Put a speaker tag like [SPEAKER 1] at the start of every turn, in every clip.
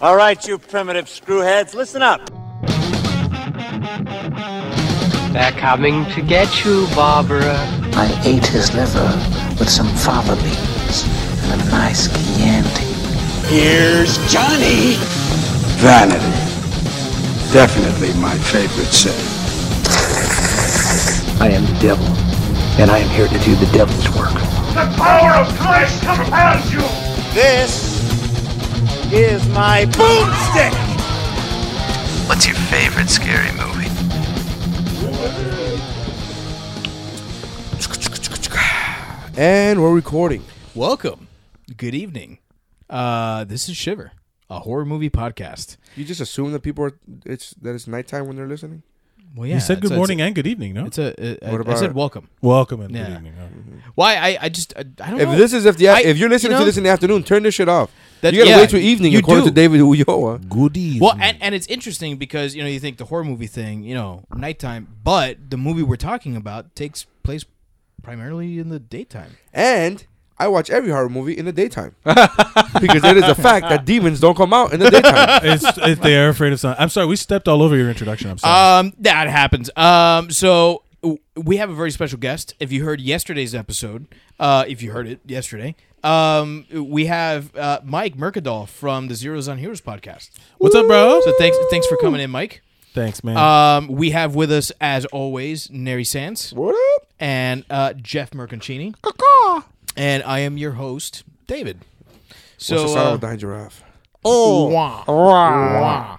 [SPEAKER 1] All right, you primitive screwheads, listen up.
[SPEAKER 2] They're coming to get you, Barbara.
[SPEAKER 3] I ate his liver with some fava beans and a nice Chianti.
[SPEAKER 4] Here's Johnny.
[SPEAKER 5] Vanity. Definitely my favorite sin.
[SPEAKER 3] I am the devil, and I am here to do the devil's work.
[SPEAKER 6] The power of Christ compels you.
[SPEAKER 1] This is my boomstick.
[SPEAKER 7] What's your favorite scary movie?
[SPEAKER 8] And we're recording.
[SPEAKER 9] Welcome. Good evening. Uh, this is Shiver, a horror movie podcast.
[SPEAKER 8] You just assume that people are it's that it's nighttime when they're listening.
[SPEAKER 9] Well, yeah.
[SPEAKER 10] you said
[SPEAKER 9] it's
[SPEAKER 10] good
[SPEAKER 9] a-
[SPEAKER 10] morning and good evening, no?
[SPEAKER 9] It's a. It's a I-
[SPEAKER 8] What
[SPEAKER 9] I said
[SPEAKER 8] about-
[SPEAKER 9] welcome.
[SPEAKER 10] Welcome and
[SPEAKER 9] Yeah.
[SPEAKER 10] good evening. huh?
[SPEAKER 9] Why? I, I just. I, I don't
[SPEAKER 8] If
[SPEAKER 9] know.
[SPEAKER 8] this is if the
[SPEAKER 9] I-
[SPEAKER 8] if you're listening
[SPEAKER 9] you
[SPEAKER 8] to
[SPEAKER 9] know,
[SPEAKER 8] this in the afternoon, turn this shit off.
[SPEAKER 9] That-
[SPEAKER 8] you gotta
[SPEAKER 9] yeah,
[SPEAKER 8] wait till evening,
[SPEAKER 9] you
[SPEAKER 8] according
[SPEAKER 9] do.
[SPEAKER 8] to David Uyoa.
[SPEAKER 10] Good evening.
[SPEAKER 8] Mm-hmm.
[SPEAKER 9] Well, and, and it's interesting because you know you think the horror movie thing, you know, nighttime, but the movie we're talking about takes place primarily in the daytime.
[SPEAKER 8] And I watch every horror movie in the daytime because it is a fact that demons don't come out in the daytime.
[SPEAKER 10] it's, if they are afraid of something. I'm sorry, we stepped all over your introduction. I'm sorry.
[SPEAKER 9] Um, that happens. Um, so w- we have a very special guest. If you heard yesterday's episode, uh, if you heard it yesterday, um, we have uh, Mike Mercadal from the Zeros on Heroes podcast.
[SPEAKER 10] What's up, bro?
[SPEAKER 9] So thanks, thanks for coming in, Mike.
[SPEAKER 10] Thanks, man.
[SPEAKER 9] Um, we have with us, as always, Neri Sands
[SPEAKER 8] what up?
[SPEAKER 9] and uh, Jeff Mercancini. And I am your host, David. So,
[SPEAKER 8] What's the
[SPEAKER 9] uh,
[SPEAKER 8] sound of a dying giraffe?
[SPEAKER 9] Wah.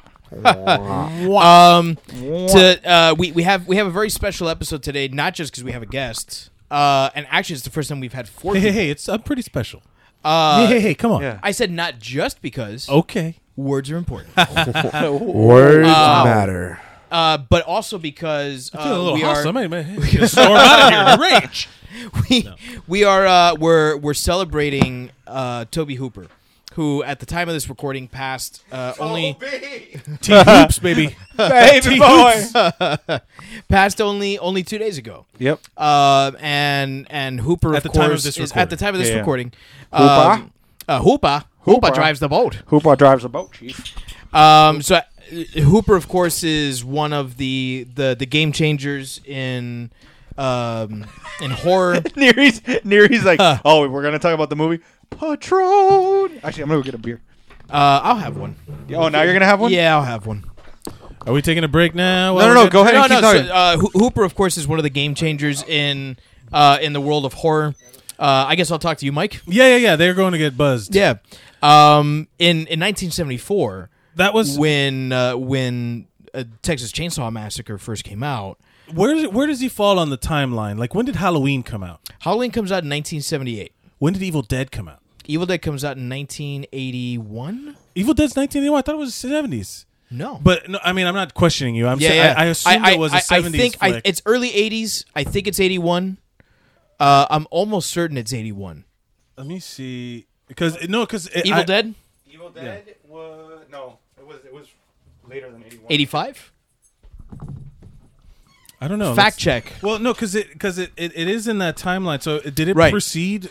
[SPEAKER 9] um, to uh, we we have we have a very special episode today, not just because we have a guest, uh, and actually it's the first time we've had four.
[SPEAKER 10] hey, hey,
[SPEAKER 9] people.
[SPEAKER 10] hey, it's uh, pretty special. Uh, hey, hey, hey, come on.
[SPEAKER 8] yeah.
[SPEAKER 9] I said not just because
[SPEAKER 10] Okay.
[SPEAKER 9] words are important,
[SPEAKER 8] Words matter.
[SPEAKER 9] uh, but also because
[SPEAKER 10] Feeling a
[SPEAKER 9] uh,
[SPEAKER 10] little
[SPEAKER 9] we
[SPEAKER 10] hostile.
[SPEAKER 9] are
[SPEAKER 10] Somebody might hey, get a storm out of here. Rage.
[SPEAKER 9] we, we are uh, we're we're celebrating uh, Toby Hooper, who at the time of this recording passed uh, only.
[SPEAKER 10] T hoops, baby.
[SPEAKER 9] baby boy. passed only only two days ago.
[SPEAKER 8] Yep.
[SPEAKER 9] Um, and and Hooper
[SPEAKER 10] At
[SPEAKER 9] of
[SPEAKER 10] the
[SPEAKER 9] course
[SPEAKER 10] time of this
[SPEAKER 9] is
[SPEAKER 10] recording.
[SPEAKER 9] at the time of this
[SPEAKER 10] Yeah, yeah.
[SPEAKER 9] recording.
[SPEAKER 3] Hoopa?
[SPEAKER 9] Um, uh, Hoopa. Hoopa drives the boat.
[SPEAKER 3] Hoopa drives a boat, chief.
[SPEAKER 9] Um, so uh, Hooper, of course, is one of the the, the game changers in um in horror.
[SPEAKER 3] Neary's, Neary's like, oh, we're gonna talk about the movie Patron. Actually, I'm gonna go get a beer.
[SPEAKER 9] Uh, I'll have one.
[SPEAKER 3] Oh, now you're gonna have one.
[SPEAKER 9] Yeah, I'll have one.
[SPEAKER 10] Are we taking a break now?
[SPEAKER 3] No, no, no. Go ahead.
[SPEAKER 9] No,
[SPEAKER 3] and
[SPEAKER 9] no.
[SPEAKER 3] keep
[SPEAKER 9] So,
[SPEAKER 3] talking.
[SPEAKER 9] uh, Ho- Hooper, of course, is one of the game changers in uh, in the world of horror. Uh, I guess I'll talk to you, Mike.
[SPEAKER 10] Yeah, yeah, yeah. They're going to get buzzed.
[SPEAKER 9] Yeah. Um, in in 1974,
[SPEAKER 10] That was.
[SPEAKER 9] when uh, when uh, Texas Chainsaw Massacre first came out,
[SPEAKER 10] Where, does it- where does he fall on the timeline? Like, when did Halloween come out?
[SPEAKER 9] Halloween comes out in 1978.
[SPEAKER 10] When did Evil Dead come out?
[SPEAKER 9] Evil Dead comes out in 1981.
[SPEAKER 10] Evil Dead's 1981. I thought it was the 70s.
[SPEAKER 9] No,
[SPEAKER 10] But no, I mean, I'm not questioning you. I'm
[SPEAKER 9] yeah,
[SPEAKER 10] saying
[SPEAKER 9] yeah.
[SPEAKER 10] I, I assumed
[SPEAKER 9] I-
[SPEAKER 10] it was a
[SPEAKER 9] I-
[SPEAKER 10] 70s
[SPEAKER 9] I think I,
[SPEAKER 10] flick.
[SPEAKER 9] it's early 80s. I think it's 81. Uh, I'm almost certain it's 81.
[SPEAKER 10] Let me see. Because no, because
[SPEAKER 9] Evil Dead
[SPEAKER 3] Evil Dead was no, it was it was later than 81.
[SPEAKER 9] 85.
[SPEAKER 10] I don't know. Oh,
[SPEAKER 9] Fact
[SPEAKER 10] That's-
[SPEAKER 9] check.
[SPEAKER 10] Well, no, because it because it, it, it is in that timeline. So it- did it
[SPEAKER 9] Right.
[SPEAKER 10] precede?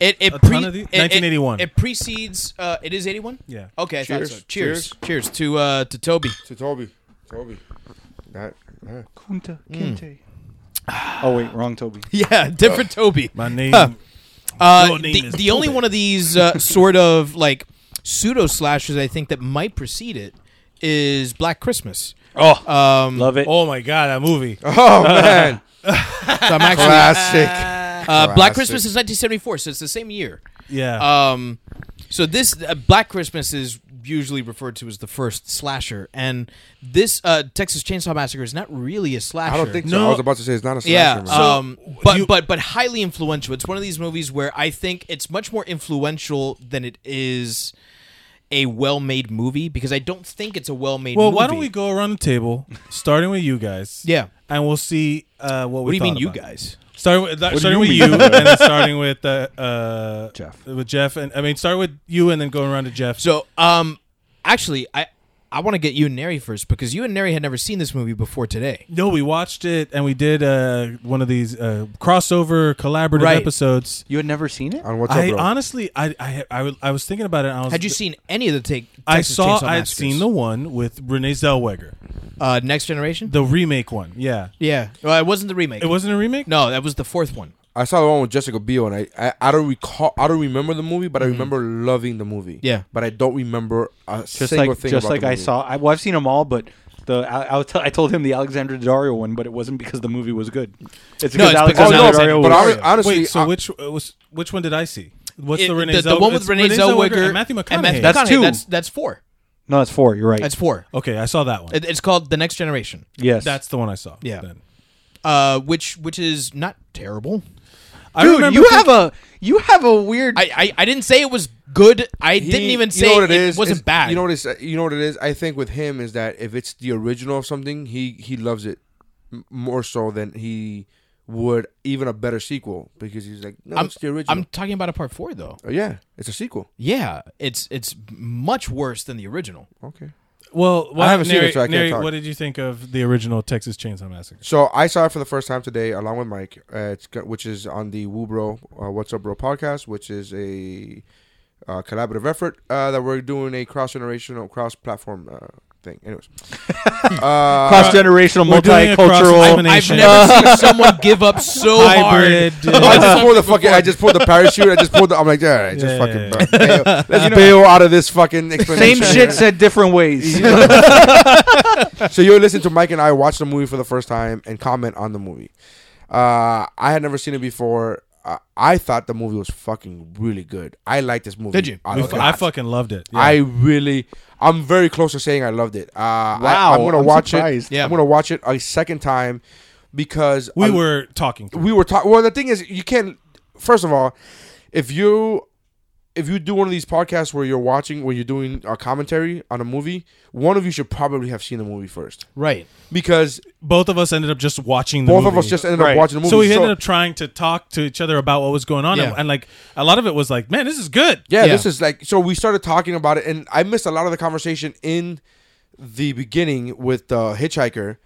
[SPEAKER 9] It it
[SPEAKER 10] A
[SPEAKER 9] pre-
[SPEAKER 10] ton of the-
[SPEAKER 9] it- it-
[SPEAKER 10] 1981.
[SPEAKER 9] It, precedes. Uh, it is 81.
[SPEAKER 10] Yeah.
[SPEAKER 9] Okay.
[SPEAKER 8] Cheers.
[SPEAKER 9] Cheers. Cheers. Cheers. to uh, to Toby.
[SPEAKER 8] To Toby. Toby. That, that.
[SPEAKER 3] Kunta Kinte. Oh wait, wrong Toby.
[SPEAKER 9] Yeah, different Toby.
[SPEAKER 10] My name.
[SPEAKER 9] Uh,
[SPEAKER 10] Your name
[SPEAKER 9] the
[SPEAKER 10] is
[SPEAKER 9] the only
[SPEAKER 10] Toby.
[SPEAKER 9] one of these uh, sort of like pseudo slashers I think that might precede it is Black Christmas.
[SPEAKER 10] Oh,
[SPEAKER 9] Um,
[SPEAKER 3] Love it.
[SPEAKER 10] oh my God, that movie.
[SPEAKER 9] Uh,
[SPEAKER 8] Oh man,
[SPEAKER 9] so I'm actually-
[SPEAKER 8] classic.
[SPEAKER 9] uh,
[SPEAKER 8] classic.
[SPEAKER 9] Black Christmas is 1974, so it's the same year.
[SPEAKER 10] Yeah.
[SPEAKER 9] Um, so this uh, Black Christmas is usually referred to as the first slasher, and this uh, Texas Chainsaw Massacre is not really a slasher.
[SPEAKER 8] I don't think so.
[SPEAKER 10] No.
[SPEAKER 8] I was about to say it's not a slasher.
[SPEAKER 9] Yeah,
[SPEAKER 8] man.
[SPEAKER 9] um, but
[SPEAKER 10] you-
[SPEAKER 9] but but highly influential. It's one of these movies where I think it's much more influential than it is a well-made movie because I don't think it's a well-made.
[SPEAKER 10] well,
[SPEAKER 9] movie.
[SPEAKER 10] why don't we go around the table, starting with you guys?
[SPEAKER 9] Yeah.
[SPEAKER 10] And we'll see uh, what
[SPEAKER 9] What do
[SPEAKER 10] we.
[SPEAKER 9] you mean,
[SPEAKER 10] thought
[SPEAKER 9] you
[SPEAKER 10] about it.
[SPEAKER 9] guys?
[SPEAKER 10] Starting with
[SPEAKER 3] do
[SPEAKER 10] starting
[SPEAKER 3] you
[SPEAKER 10] with
[SPEAKER 3] mean?
[SPEAKER 10] you, and then starting with uh, uh,
[SPEAKER 3] Jeff.
[SPEAKER 10] With Jeff, and I mean, start with you, and then going around to Jeff.
[SPEAKER 9] So, um, actually, I I want to get you and Neri first because you and Neri had never seen this movie before today.
[SPEAKER 10] No, we watched it and we did uh, one of these uh, crossover collaborative
[SPEAKER 9] Right.
[SPEAKER 10] episodes.
[SPEAKER 11] You had never seen it?
[SPEAKER 8] on what's
[SPEAKER 10] I
[SPEAKER 8] up, bro?
[SPEAKER 10] honestly, I, I, I, was- I was thinking about it. And I was,
[SPEAKER 9] Had you seen any of the take?
[SPEAKER 10] I
[SPEAKER 9] Texas
[SPEAKER 10] saw.
[SPEAKER 9] Chainsaw
[SPEAKER 10] I had
[SPEAKER 9] Massacres?
[SPEAKER 10] seen the one with Renee Zellweger,
[SPEAKER 9] uh, Next Generation.
[SPEAKER 10] the remake one. Yeah,
[SPEAKER 9] yeah, well, it wasn't the remake.
[SPEAKER 10] it wasn't a remake.
[SPEAKER 9] No, that was the fourth one.
[SPEAKER 8] I saw the one with Jessica Biel, and I, I, I don't recall, I don't remember the movie, but I remember loving the movie.
[SPEAKER 9] Mm. Yeah.
[SPEAKER 8] but I don't remember a
[SPEAKER 11] Just
[SPEAKER 8] single
[SPEAKER 11] like
[SPEAKER 8] thing.
[SPEAKER 11] just
[SPEAKER 8] about
[SPEAKER 11] like
[SPEAKER 8] the
[SPEAKER 11] I
[SPEAKER 8] movie.
[SPEAKER 11] saw. I, well, I've seen them all, but the I, I, was t- I told him the Alexander Daddario one, but it wasn't because the movie was good. It's because
[SPEAKER 9] No, it's
[SPEAKER 11] Alexander
[SPEAKER 9] because
[SPEAKER 8] Oh
[SPEAKER 9] Alexander
[SPEAKER 8] no,
[SPEAKER 11] Daddario
[SPEAKER 8] but
[SPEAKER 11] was.
[SPEAKER 8] hon- honestly,
[SPEAKER 10] Wait, so
[SPEAKER 8] I-
[SPEAKER 10] which uh, was which one did I see? What's
[SPEAKER 9] It-
[SPEAKER 10] the Renee?
[SPEAKER 9] the, the
[SPEAKER 10] Zell-
[SPEAKER 9] one with
[SPEAKER 10] it's
[SPEAKER 9] Renee, Zellweger,
[SPEAKER 10] and Matthew McConaughey.
[SPEAKER 11] That's two.
[SPEAKER 9] That's that's four.
[SPEAKER 11] no, it's four. You're right.
[SPEAKER 9] That's four.
[SPEAKER 10] okay, I saw that one.
[SPEAKER 9] It, it's called The Next Generation,
[SPEAKER 11] yes,
[SPEAKER 10] That's the one I saw.
[SPEAKER 9] Yeah.
[SPEAKER 10] then.
[SPEAKER 9] uh, which which is not terrible.
[SPEAKER 10] I
[SPEAKER 11] dude.
[SPEAKER 10] remember
[SPEAKER 11] You
[SPEAKER 10] thinking-
[SPEAKER 11] have a you have a weird.
[SPEAKER 9] I, I, I didn't say it was good. I didn't
[SPEAKER 8] He-
[SPEAKER 9] even
[SPEAKER 8] you
[SPEAKER 9] say
[SPEAKER 8] know what
[SPEAKER 9] it,
[SPEAKER 8] is?
[SPEAKER 9] wasn't
[SPEAKER 8] It's-
[SPEAKER 9] bad.
[SPEAKER 8] You know what is? You know what it is? I think with him is that if it's the original of something, he he loves it m- more so than he would even a better sequel because he's like, no,
[SPEAKER 9] I'm,
[SPEAKER 8] it's the original.
[SPEAKER 9] I'm talking about a part four though.
[SPEAKER 8] Oh, yeah, it's a sequel.
[SPEAKER 9] Yeah, it's it's much worse than the original.
[SPEAKER 8] Okay.
[SPEAKER 10] Well, why-
[SPEAKER 8] haven't seen it,
[SPEAKER 10] Neri-
[SPEAKER 8] so I can't
[SPEAKER 10] Neri,
[SPEAKER 8] talk.
[SPEAKER 10] What did you think of the original Texas Chainsaw Massacre?
[SPEAKER 8] So I saw it for the first time today, along with Mike, uh, it's, got- which is on the Woo Bro, uh, What's Up Bro podcast, which is a uh, collaborative effort uh, that we're doing a cross generational, cross platform uh, thing. Anyways,
[SPEAKER 11] Cross generational,
[SPEAKER 10] We're doing a
[SPEAKER 11] multicultural.
[SPEAKER 9] I've
[SPEAKER 10] cross-examination.
[SPEAKER 9] never seen someone give up so
[SPEAKER 10] hybrid.
[SPEAKER 9] hard.
[SPEAKER 8] I just pulled the fucking. I just pulled the parachute. I just pulled the. I'm like, all right, just
[SPEAKER 10] Yeah,
[SPEAKER 8] fucking.
[SPEAKER 10] yeah,
[SPEAKER 8] bro, bail. let's bail out of this fucking
[SPEAKER 11] Same
[SPEAKER 8] explanation.
[SPEAKER 11] shit said different ways.
[SPEAKER 8] so you listen to Mike and I watch the movie for the first time and comment on the movie. Uh, I had never seen it before. Uh, I thought the movie was fucking really good. I liked this movie.
[SPEAKER 9] Did you?
[SPEAKER 8] a
[SPEAKER 10] We fu-
[SPEAKER 8] lot.
[SPEAKER 10] I fucking loved it. Yeah.
[SPEAKER 8] I really, I'm very close to saying I loved it. Uh,
[SPEAKER 11] Wow,
[SPEAKER 8] I, am gonna
[SPEAKER 11] I'm
[SPEAKER 8] watch
[SPEAKER 11] surprised.
[SPEAKER 8] it.
[SPEAKER 9] Yeah.
[SPEAKER 8] I'm gonna watch it a second time because
[SPEAKER 10] we
[SPEAKER 8] I-
[SPEAKER 10] were talking.
[SPEAKER 8] we were talking. Well, the thing is, you can't. First of all, if you if you do one of these podcasts where you're watching, where you're doing a commentary on a movie, one of you should probably have seen the movie first
[SPEAKER 9] Right.
[SPEAKER 8] because
[SPEAKER 10] Both of us ended up just watching. the
[SPEAKER 8] both of us
[SPEAKER 10] movie.
[SPEAKER 8] just ended
[SPEAKER 11] Right.
[SPEAKER 8] up watching the movie.
[SPEAKER 10] So we ended up trying to talk to each other about what was going on, and,
[SPEAKER 9] Yeah.
[SPEAKER 10] and like a lot of it was like, "Man, this is good."
[SPEAKER 8] yeah,
[SPEAKER 9] yeah.
[SPEAKER 8] this is like so we started talking about it, and I missed a lot of the conversation in the beginning with the hitchhiker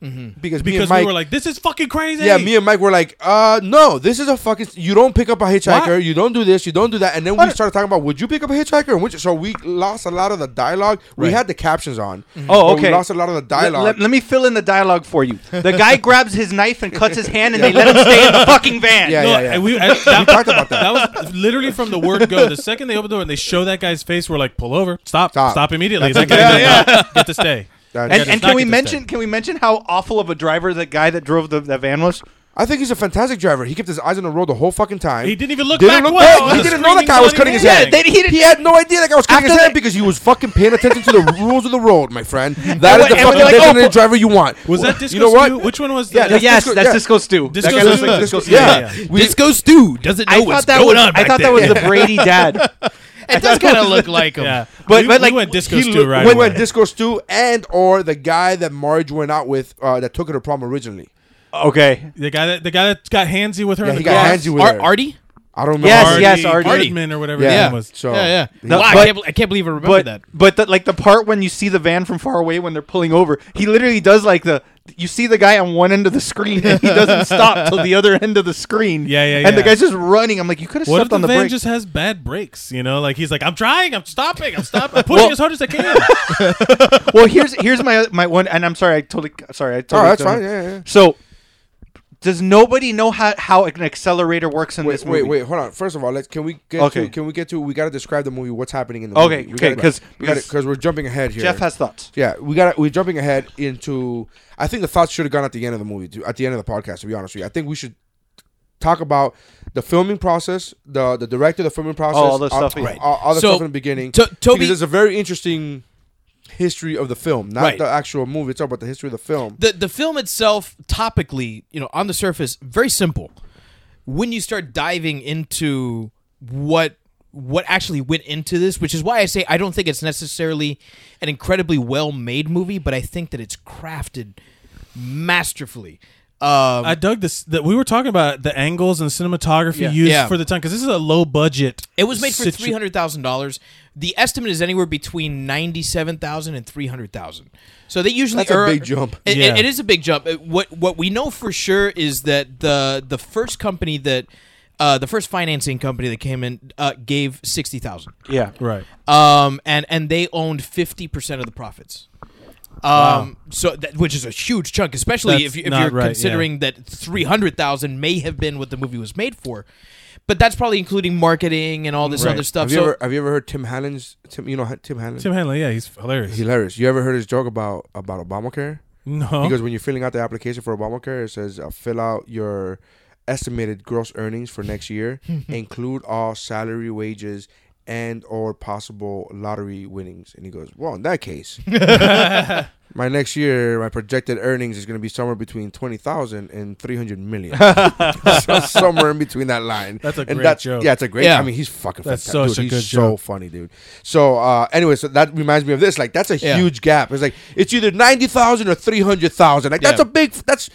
[SPEAKER 8] because me and
[SPEAKER 10] because
[SPEAKER 8] Mike
[SPEAKER 10] we were like, "This is fucking crazy."
[SPEAKER 8] Yeah, me and Mike were like, uh, no, this is a fucking. You don't pick up a hitchhiker.
[SPEAKER 10] Why?
[SPEAKER 8] You don't do this. You don't do that. And then we started talking about would you pick up a hitchhiker? And which, so we lost a lot of the dialogue. We had the captions on.
[SPEAKER 11] Oh,
[SPEAKER 8] but
[SPEAKER 11] okay.
[SPEAKER 8] We lost a lot of the
[SPEAKER 11] Let-
[SPEAKER 8] dialogue.
[SPEAKER 11] Let, let me fill in the dialogue for you. The guy grabs his knife and cuts his hand, and they let him stay in the fucking van.
[SPEAKER 8] yeah,
[SPEAKER 10] No,
[SPEAKER 8] yeah, yeah.
[SPEAKER 10] and we, and that,
[SPEAKER 8] talked about that.
[SPEAKER 10] was literally from the word go. The second they open the door and they show that guy's face, we're like, "Pull over, stop,
[SPEAKER 8] Stop.
[SPEAKER 10] stop, immediately." That guy does not get to stay.
[SPEAKER 8] That-
[SPEAKER 11] And,
[SPEAKER 10] Yeah, does
[SPEAKER 11] and can
[SPEAKER 10] not
[SPEAKER 11] we
[SPEAKER 10] get to
[SPEAKER 11] mention?
[SPEAKER 10] stay.
[SPEAKER 11] Can we mention how awful of a driver that guy that drove the, the van was?
[SPEAKER 8] I think he's a fantastic driver. He kept his eyes on the road the whole fucking time.
[SPEAKER 10] He didn't even look
[SPEAKER 8] Didn't
[SPEAKER 10] back
[SPEAKER 8] look
[SPEAKER 10] once.
[SPEAKER 8] back.
[SPEAKER 10] on
[SPEAKER 8] He
[SPEAKER 10] the
[SPEAKER 8] didn't know that
[SPEAKER 10] screaming
[SPEAKER 8] guy was
[SPEAKER 10] bloody
[SPEAKER 8] cutting his
[SPEAKER 10] van.
[SPEAKER 8] head.
[SPEAKER 11] they- he didn't-
[SPEAKER 8] had no idea that guy was cutting
[SPEAKER 11] After
[SPEAKER 8] his head
[SPEAKER 11] that-
[SPEAKER 8] because he was fucking paying attention to the rules of the road, my friend. That
[SPEAKER 11] And
[SPEAKER 8] is the
[SPEAKER 11] when- and when
[SPEAKER 8] fucking
[SPEAKER 11] they're like, oh,
[SPEAKER 8] designated driver you want.
[SPEAKER 10] Was that
[SPEAKER 8] Wh-
[SPEAKER 10] Disco
[SPEAKER 8] You know what?
[SPEAKER 10] Stew? Which one was
[SPEAKER 8] Yeah,
[SPEAKER 10] that?
[SPEAKER 8] that's
[SPEAKER 11] yes,
[SPEAKER 8] Disco-
[SPEAKER 11] that's
[SPEAKER 8] yeah.
[SPEAKER 11] Disco Stew.
[SPEAKER 10] Disco
[SPEAKER 11] that guy looks
[SPEAKER 10] Stew.
[SPEAKER 11] like
[SPEAKER 10] Disco-
[SPEAKER 11] Disco Stew.
[SPEAKER 8] Yeah. We-
[SPEAKER 9] Disco Stew doesn't know
[SPEAKER 11] I
[SPEAKER 9] what's
[SPEAKER 11] thought that
[SPEAKER 9] going
[SPEAKER 11] was
[SPEAKER 9] on.
[SPEAKER 11] I
[SPEAKER 9] back
[SPEAKER 11] thought
[SPEAKER 9] there.
[SPEAKER 11] that was the Brady dad.
[SPEAKER 9] It does kind of look like him.
[SPEAKER 10] Yeah,
[SPEAKER 11] But-
[SPEAKER 10] we,
[SPEAKER 11] but, like,
[SPEAKER 10] we went disco
[SPEAKER 8] he
[SPEAKER 10] stew
[SPEAKER 8] looked-
[SPEAKER 10] right
[SPEAKER 8] we
[SPEAKER 10] away.
[SPEAKER 8] went disco stew and or the guy that Marge went out with uh, that took her to prom originally.
[SPEAKER 11] Okay.
[SPEAKER 10] the guy that the guy that got handsy with her.
[SPEAKER 8] Yeah,
[SPEAKER 10] in
[SPEAKER 8] he
[SPEAKER 10] the
[SPEAKER 8] got
[SPEAKER 10] car.
[SPEAKER 8] handsy with
[SPEAKER 9] Ar-
[SPEAKER 8] her.
[SPEAKER 9] Artie.
[SPEAKER 8] I don't remember.
[SPEAKER 11] Yes,
[SPEAKER 8] Artie.
[SPEAKER 11] yes, Artie.
[SPEAKER 10] Goodman or whatever his
[SPEAKER 8] Yeah.
[SPEAKER 10] name was.
[SPEAKER 8] So
[SPEAKER 9] yeah, yeah.
[SPEAKER 11] No,
[SPEAKER 9] wow, I,
[SPEAKER 11] but-
[SPEAKER 9] can't, bel- I can't believe I remember
[SPEAKER 11] But
[SPEAKER 9] that.
[SPEAKER 11] but the, like the part when you see the van from far away when they're pulling over, he literally does like the you see the guy on one end of the screen and he doesn't stop till the other end of the screen.
[SPEAKER 10] Yeah, yeah,
[SPEAKER 11] And the
[SPEAKER 10] yeah.
[SPEAKER 11] guy's just running. I'm like, you could have
[SPEAKER 10] What if
[SPEAKER 11] stepped
[SPEAKER 10] the,
[SPEAKER 11] on the
[SPEAKER 10] van
[SPEAKER 11] brake.
[SPEAKER 10] just has bad brakes? You know, like he's like, I'm trying, I'm stopping, I'm stopping, I'm pushing as hard as I can.
[SPEAKER 11] well, here's here's my my one, and I'm sorry, I totally sorry, I
[SPEAKER 8] Oh,
[SPEAKER 11] totally.
[SPEAKER 8] that's
[SPEAKER 11] don't-
[SPEAKER 8] fine. Yeah, yeah, yeah.
[SPEAKER 11] So, does nobody know how, how an accelerator works in
[SPEAKER 8] Wait,
[SPEAKER 11] this
[SPEAKER 8] wait,
[SPEAKER 11] movie?
[SPEAKER 8] wait. Hold on. First of all, let's can we get
[SPEAKER 11] Okay.
[SPEAKER 8] to can we get to we got to describe the movie. What's happening in the
[SPEAKER 11] Okay,
[SPEAKER 8] movie? We
[SPEAKER 11] okay,
[SPEAKER 8] gotta-
[SPEAKER 11] 'cause-
[SPEAKER 8] we gotta-
[SPEAKER 11] because-
[SPEAKER 8] 'cause we're jumping ahead here.
[SPEAKER 11] Jeff has thoughts.
[SPEAKER 8] Yeah, we got. We're jumping ahead into. I think the thoughts should have gone at the end of the movie, to, at the end of the podcast. To be honest with you, I think we should talk about the filming process, the the director, the filming process,
[SPEAKER 11] all the stuff
[SPEAKER 8] all,
[SPEAKER 11] he-
[SPEAKER 8] all- all the
[SPEAKER 9] So,
[SPEAKER 8] stuff in the beginning.
[SPEAKER 9] To- Toby-
[SPEAKER 8] because it's a very interesting history of the film, not
[SPEAKER 9] Right.
[SPEAKER 8] the actual movie itself, but the history of the film.
[SPEAKER 9] the the film itself topically you know on the surface very simple when you start diving into what what actually went into this which is why i say i don't think it's necessarily an incredibly well made movie but i think that it's crafted masterfully Um,
[SPEAKER 10] I dug this. That we were talking about the angles and cinematography
[SPEAKER 9] Yeah.
[SPEAKER 10] used
[SPEAKER 9] Yeah.
[SPEAKER 10] for the time because this is a low budget.
[SPEAKER 9] It was made for
[SPEAKER 10] situ-
[SPEAKER 9] three hundred thousand dollars. The estimate is anywhere between ninety-seven thousand and three hundred thousand. So they usually
[SPEAKER 8] That's a
[SPEAKER 9] are-
[SPEAKER 8] big jump.
[SPEAKER 9] It- it-
[SPEAKER 10] Yeah.
[SPEAKER 9] it is a big jump. It- What what we know for sure is that the the first company that uh, the first financing company that came in uh, gave sixty thousand.
[SPEAKER 11] Yeah.
[SPEAKER 10] Right.
[SPEAKER 9] Um, and and they owned fifty percent of the profits. Um, so that, which is a huge chunk, especially
[SPEAKER 10] That's
[SPEAKER 9] if, you, if
[SPEAKER 10] not
[SPEAKER 9] you're
[SPEAKER 10] right, yeah.
[SPEAKER 9] considering that three hundred thousand may have been what the movie was made for. But that's probably including marketing and all this
[SPEAKER 10] Right.
[SPEAKER 9] other stuff.
[SPEAKER 8] Have you
[SPEAKER 9] so
[SPEAKER 8] ever have you ever heard Tim Hallen's Tim? You know Ha- Tim Hallen.
[SPEAKER 10] Tim Hanley, yeah, he's hilarious.
[SPEAKER 8] Hilarious. You ever heard his joke about about Obamacare?
[SPEAKER 10] no.
[SPEAKER 8] Because when you're filling out the application for Obamacare, it says uh, fill out your estimated gross earnings for next year, include all salary, wages, and or possible lottery winnings. And he goes, well, in that case, my next year, my projected earnings is going to be somewhere between twenty thousand and three hundred million, so somewhere in between that line.
[SPEAKER 10] That's a
[SPEAKER 8] and
[SPEAKER 10] great joke.
[SPEAKER 8] Yeah, it's a great.
[SPEAKER 9] Yeah.
[SPEAKER 8] I mean, he's fucking.
[SPEAKER 10] That's
[SPEAKER 8] fantastic.
[SPEAKER 10] such
[SPEAKER 8] Dude,
[SPEAKER 10] a
[SPEAKER 8] he's
[SPEAKER 10] good
[SPEAKER 8] so
[SPEAKER 10] joke.
[SPEAKER 8] funny, dude. So uh, anyway, so that reminds me of this. Like, that's a
[SPEAKER 9] Yeah.
[SPEAKER 8] huge gap. It's like it's either ninety thousand or three hundred thousand. Like, that's
[SPEAKER 9] Yeah.
[SPEAKER 8] a big. That's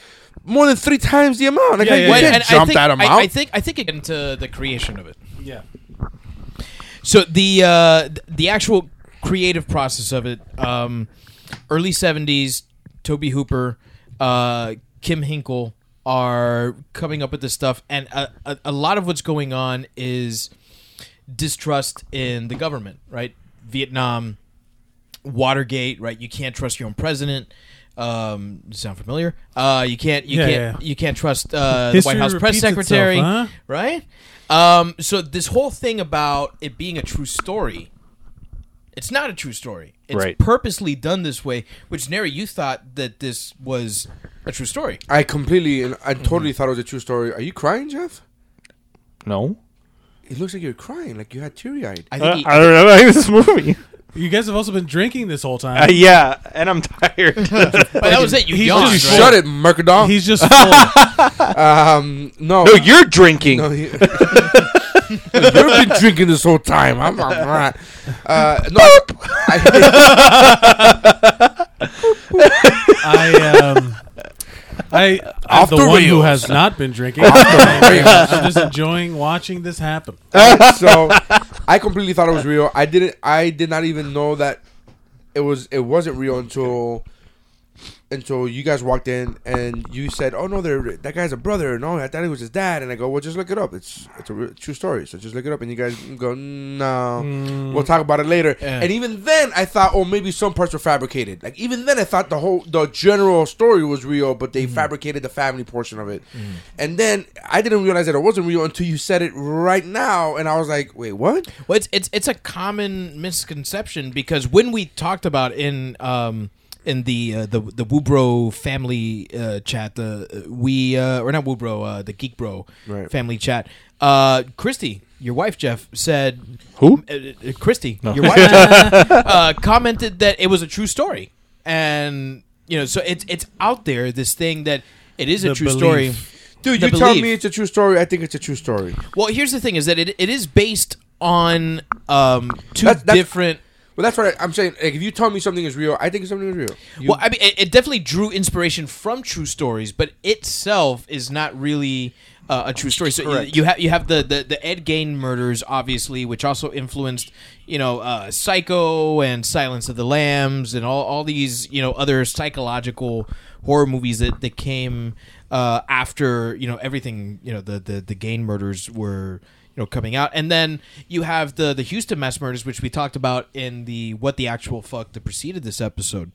[SPEAKER 8] more than three times the amount. Like,
[SPEAKER 10] Yeah,
[SPEAKER 8] you
[SPEAKER 10] yeah,
[SPEAKER 9] Well,
[SPEAKER 8] can't
[SPEAKER 9] and
[SPEAKER 8] jump
[SPEAKER 9] I think,
[SPEAKER 8] that
[SPEAKER 9] I-
[SPEAKER 8] amount.
[SPEAKER 9] I, think I think it into the creation of it.
[SPEAKER 10] yeah.
[SPEAKER 9] So the uh, th- the actual creative process of it, um, early seventies, Toby Hooper, uh, Kim Hinkle are coming up with this stuff, and a, a, a lot of what's going on is distrust in the government, right? Vietnam, Watergate, right? You can't trust your own president. Um, sound familiar? Uh, you can't. You
[SPEAKER 10] Yeah,
[SPEAKER 9] can't.
[SPEAKER 10] yeah.
[SPEAKER 9] You can't trust uh, the
[SPEAKER 10] History
[SPEAKER 9] White House press
[SPEAKER 10] repeats itself,
[SPEAKER 9] secretary,
[SPEAKER 10] huh?
[SPEAKER 9] right? Um, so this whole thing about it being a true story, it's not a true story. It's
[SPEAKER 11] Right.
[SPEAKER 9] purposely done this way. Which Neri, you thought that this was a true story.
[SPEAKER 8] I completely and
[SPEAKER 9] Mm-hmm.
[SPEAKER 8] I totally thought it was a true story. Are you crying, Jeff?
[SPEAKER 11] No.
[SPEAKER 8] It looks like you're crying. Like you had teary eyed.
[SPEAKER 9] I think.
[SPEAKER 11] Uh,
[SPEAKER 9] he-
[SPEAKER 11] I don't know about this movie.
[SPEAKER 10] You guys have also been drinking this whole time.
[SPEAKER 11] Uh, yeah, and I'm tired.
[SPEAKER 9] but that was it. You
[SPEAKER 10] He's
[SPEAKER 9] yawned.
[SPEAKER 10] just
[SPEAKER 9] right?
[SPEAKER 8] Shut it, Mercadal.
[SPEAKER 10] He's just full.
[SPEAKER 8] um, no,
[SPEAKER 11] no, you're drinking.
[SPEAKER 8] No, he- You've been drinking this whole time. I'm not right. Uh, no, I,
[SPEAKER 10] I um. I, I'm
[SPEAKER 8] Off
[SPEAKER 10] the,
[SPEAKER 8] the
[SPEAKER 10] one who
[SPEAKER 8] rails.
[SPEAKER 10] has not been drinking. I'm just enjoying watching this happen.
[SPEAKER 8] so I completely thought it was real. I didn't. I did not even know that it was. It wasn't real until until you guys walked in and you said, "Oh no, they're, that guy's a brother." No, I thought it was his dad. And I go, "Well, just look it up. It's it's a re- true story. So just look it up." And you guys go, "No, we'll talk about it later."
[SPEAKER 9] Yeah.
[SPEAKER 8] And even then, I thought, "Oh, maybe some parts were fabricated." Like even then, I thought the whole the general story was real, but they fabricated the family portion of it. And then I didn't realize that it wasn't real until you said it right now, and I was like, "Wait, what?"
[SPEAKER 9] Well, it's it's it's a common misconception because when we talked about in um in the uh, the the Woobro family uh, chat, the we uh, or not Woobro, uh, the Geek Bro
[SPEAKER 8] Right.
[SPEAKER 9] family chat, uh, Christy, your wife Jeff said
[SPEAKER 11] Who?
[SPEAKER 9] Uh, uh, Christy, your wife uh, commented that it was a true story, and you know, so it's it's out there. This thing that it is a
[SPEAKER 10] The
[SPEAKER 9] true
[SPEAKER 10] belief.
[SPEAKER 9] story.
[SPEAKER 8] Dude,
[SPEAKER 9] The
[SPEAKER 8] you tell
[SPEAKER 9] belief.
[SPEAKER 8] me it's a true story. I think it's a true story.
[SPEAKER 9] Well, here's the thing: is that it, it is based on um, two
[SPEAKER 8] That's- that's-
[SPEAKER 9] different.
[SPEAKER 8] Well, that's what I, I'm saying. Like, if you tell me something is real, I think something is real. You-
[SPEAKER 9] well, I mean, it, it definitely drew inspiration from true stories, but itself is not really uh, a true story. So you,
[SPEAKER 8] Correct.
[SPEAKER 9] you have you have the, the the Ed Gain murders, obviously, which also influenced you know uh, Psycho and Silence of the Lambs and all all these you know other psychological horror movies that that came uh, after you know everything you know the the the Gain murders were you know coming out and then you have the the Houston mass murders which we talked about in the what the actual fuck that preceded this episode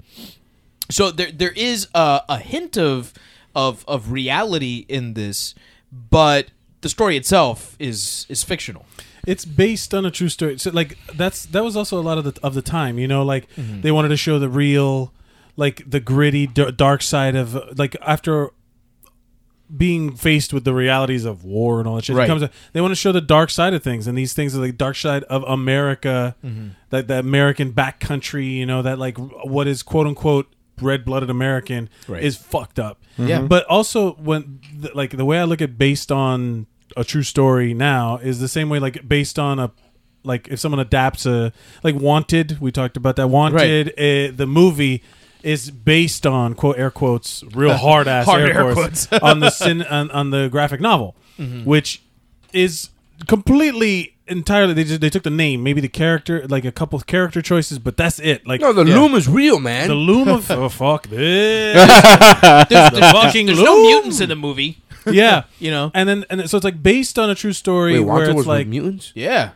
[SPEAKER 9] so there there is a, a hint of of of reality in this, but the story itself is is fictional.
[SPEAKER 10] it's based on a true story. So like that's that was also a lot of the of the time, you know, like they wanted to show the real like the gritty d- dark side of like after being faced with the realities of war and all that shit. it
[SPEAKER 9] Right.
[SPEAKER 10] comes out- they want to show the dark side of things and these things are the dark side of America, that the American backcountry, you know, that like what is quote unquote red-blooded American
[SPEAKER 9] Right.
[SPEAKER 10] is fucked up.
[SPEAKER 9] Yeah.
[SPEAKER 10] But also when th- like the way I look at based on a true story now is the same way like based on a like if someone adapts a like Wanted, we talked about that Wanted uh, eh, the movie is based on quote air quotes real hard ass
[SPEAKER 9] Hard
[SPEAKER 10] air,
[SPEAKER 9] air
[SPEAKER 10] quotes, Mm-hmm.
[SPEAKER 9] quotes.
[SPEAKER 10] on the sin on, on the graphic novel,
[SPEAKER 9] Mm-hmm.
[SPEAKER 10] which is completely entirely they just they took the name maybe the character like a couple character choices but that's it like
[SPEAKER 8] No, the
[SPEAKER 10] Yeah.
[SPEAKER 8] loom is real, man.
[SPEAKER 10] the loom of oh fuck this
[SPEAKER 9] There's,
[SPEAKER 10] the
[SPEAKER 9] there's-
[SPEAKER 10] fucking
[SPEAKER 9] there's
[SPEAKER 10] loom.
[SPEAKER 9] no mutants in the movie.
[SPEAKER 10] yeah
[SPEAKER 9] You know.
[SPEAKER 10] and then and so it's like based on a true story
[SPEAKER 8] Wait,
[SPEAKER 10] where
[SPEAKER 8] Walter
[SPEAKER 10] it's
[SPEAKER 8] was
[SPEAKER 10] like
[SPEAKER 8] with mutants.
[SPEAKER 9] Yeah.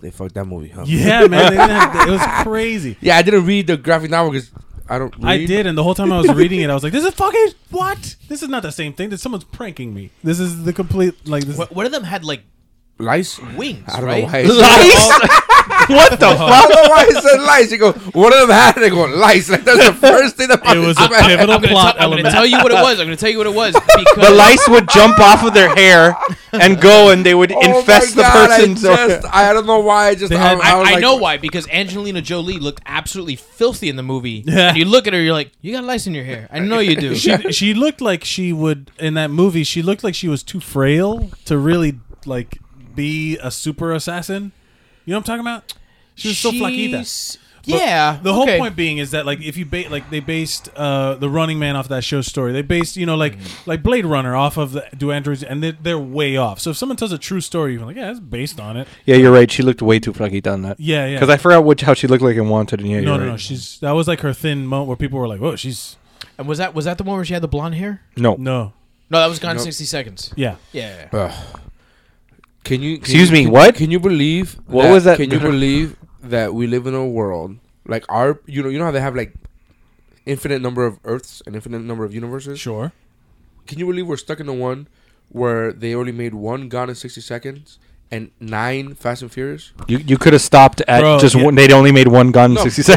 [SPEAKER 8] They fucked that movie, huh?
[SPEAKER 10] yeah man they didn't have, it was crazy
[SPEAKER 8] Yeah, I didn't read the graphic novel because I don't. Read.
[SPEAKER 10] I did, and the whole time I was reading it, I was like, "This is fucking what? This is not the same thing. That someone's pranking me. This is the complete like this."
[SPEAKER 9] Wh- One of them had like
[SPEAKER 8] lice.
[SPEAKER 9] wings,
[SPEAKER 8] I don't
[SPEAKER 9] right?
[SPEAKER 8] know why. Lice.
[SPEAKER 11] what the fuck?
[SPEAKER 8] I don't know why it said lice. You go. One of them had. it," They go lice. Like that's the first thing that.
[SPEAKER 10] It was a
[SPEAKER 8] I'm-
[SPEAKER 10] pivotal
[SPEAKER 9] I'm gonna,
[SPEAKER 10] plot
[SPEAKER 9] tell- I'm gonna
[SPEAKER 10] element.
[SPEAKER 9] tell you what it was. I'm gonna tell you what it was because
[SPEAKER 11] The lice would jump off of their hair and go, and they would
[SPEAKER 8] Oh
[SPEAKER 11] infest
[SPEAKER 8] my
[SPEAKER 11] the
[SPEAKER 8] God,
[SPEAKER 11] person's.
[SPEAKER 8] I, just, I don't know why. I just.
[SPEAKER 10] They had-
[SPEAKER 8] I,
[SPEAKER 9] I,
[SPEAKER 8] I, was
[SPEAKER 9] I
[SPEAKER 8] like,
[SPEAKER 9] know why because Angelina Jolie looked absolutely filthy in the movie.
[SPEAKER 10] Yeah.
[SPEAKER 9] And you look at her, you're like, you got lice in your hair. I know you do.
[SPEAKER 10] she she looked like she would in that movie. She looked like she was too frail to really like be a super assassin. You know what I'm talking about? She was so flaquita.
[SPEAKER 9] She's-
[SPEAKER 10] But
[SPEAKER 9] Yeah.
[SPEAKER 10] The whole
[SPEAKER 9] okay.
[SPEAKER 10] point being is that like if you ba- like they based uh the Running Man off that show story. They based you know like
[SPEAKER 8] Mm-hmm.
[SPEAKER 10] like Blade Runner off of the Do Androids and they're, they're way off. So if someone tells a true story, you're like, yeah, it's based on it.
[SPEAKER 11] Yeah, you're right. She looked way too flaquita on that.
[SPEAKER 10] Yeah, yeah.
[SPEAKER 11] Because I forgot which how she looked like in Wanted. And yeah,
[SPEAKER 10] no,
[SPEAKER 11] you're
[SPEAKER 10] no,
[SPEAKER 11] right.
[SPEAKER 10] no. She's that was like her thin moment where people were like, whoa, she's
[SPEAKER 9] And was that was that the one where she had the blonde hair?
[SPEAKER 11] no.
[SPEAKER 10] no,
[SPEAKER 9] No, that was gone in sixty seconds.
[SPEAKER 10] yeah.
[SPEAKER 9] Yeah.
[SPEAKER 8] Can you? Can
[SPEAKER 11] Excuse
[SPEAKER 8] you-
[SPEAKER 11] me,
[SPEAKER 8] Can,
[SPEAKER 11] what?
[SPEAKER 8] Can you believe?
[SPEAKER 11] What was that?
[SPEAKER 8] Can you believe that we live in a world like our? You know, you know how they have like infinite number of Earths and infinite number of universes.
[SPEAKER 10] Sure.
[SPEAKER 8] Can you believe we're stuck in the one where they only made one Gone in 60 Seconds and nine Fast and Furious?
[SPEAKER 11] You you could have stopped at
[SPEAKER 10] Bro,
[SPEAKER 11] just
[SPEAKER 10] yeah.
[SPEAKER 11] one. They'd only made one gun in sixty
[SPEAKER 8] They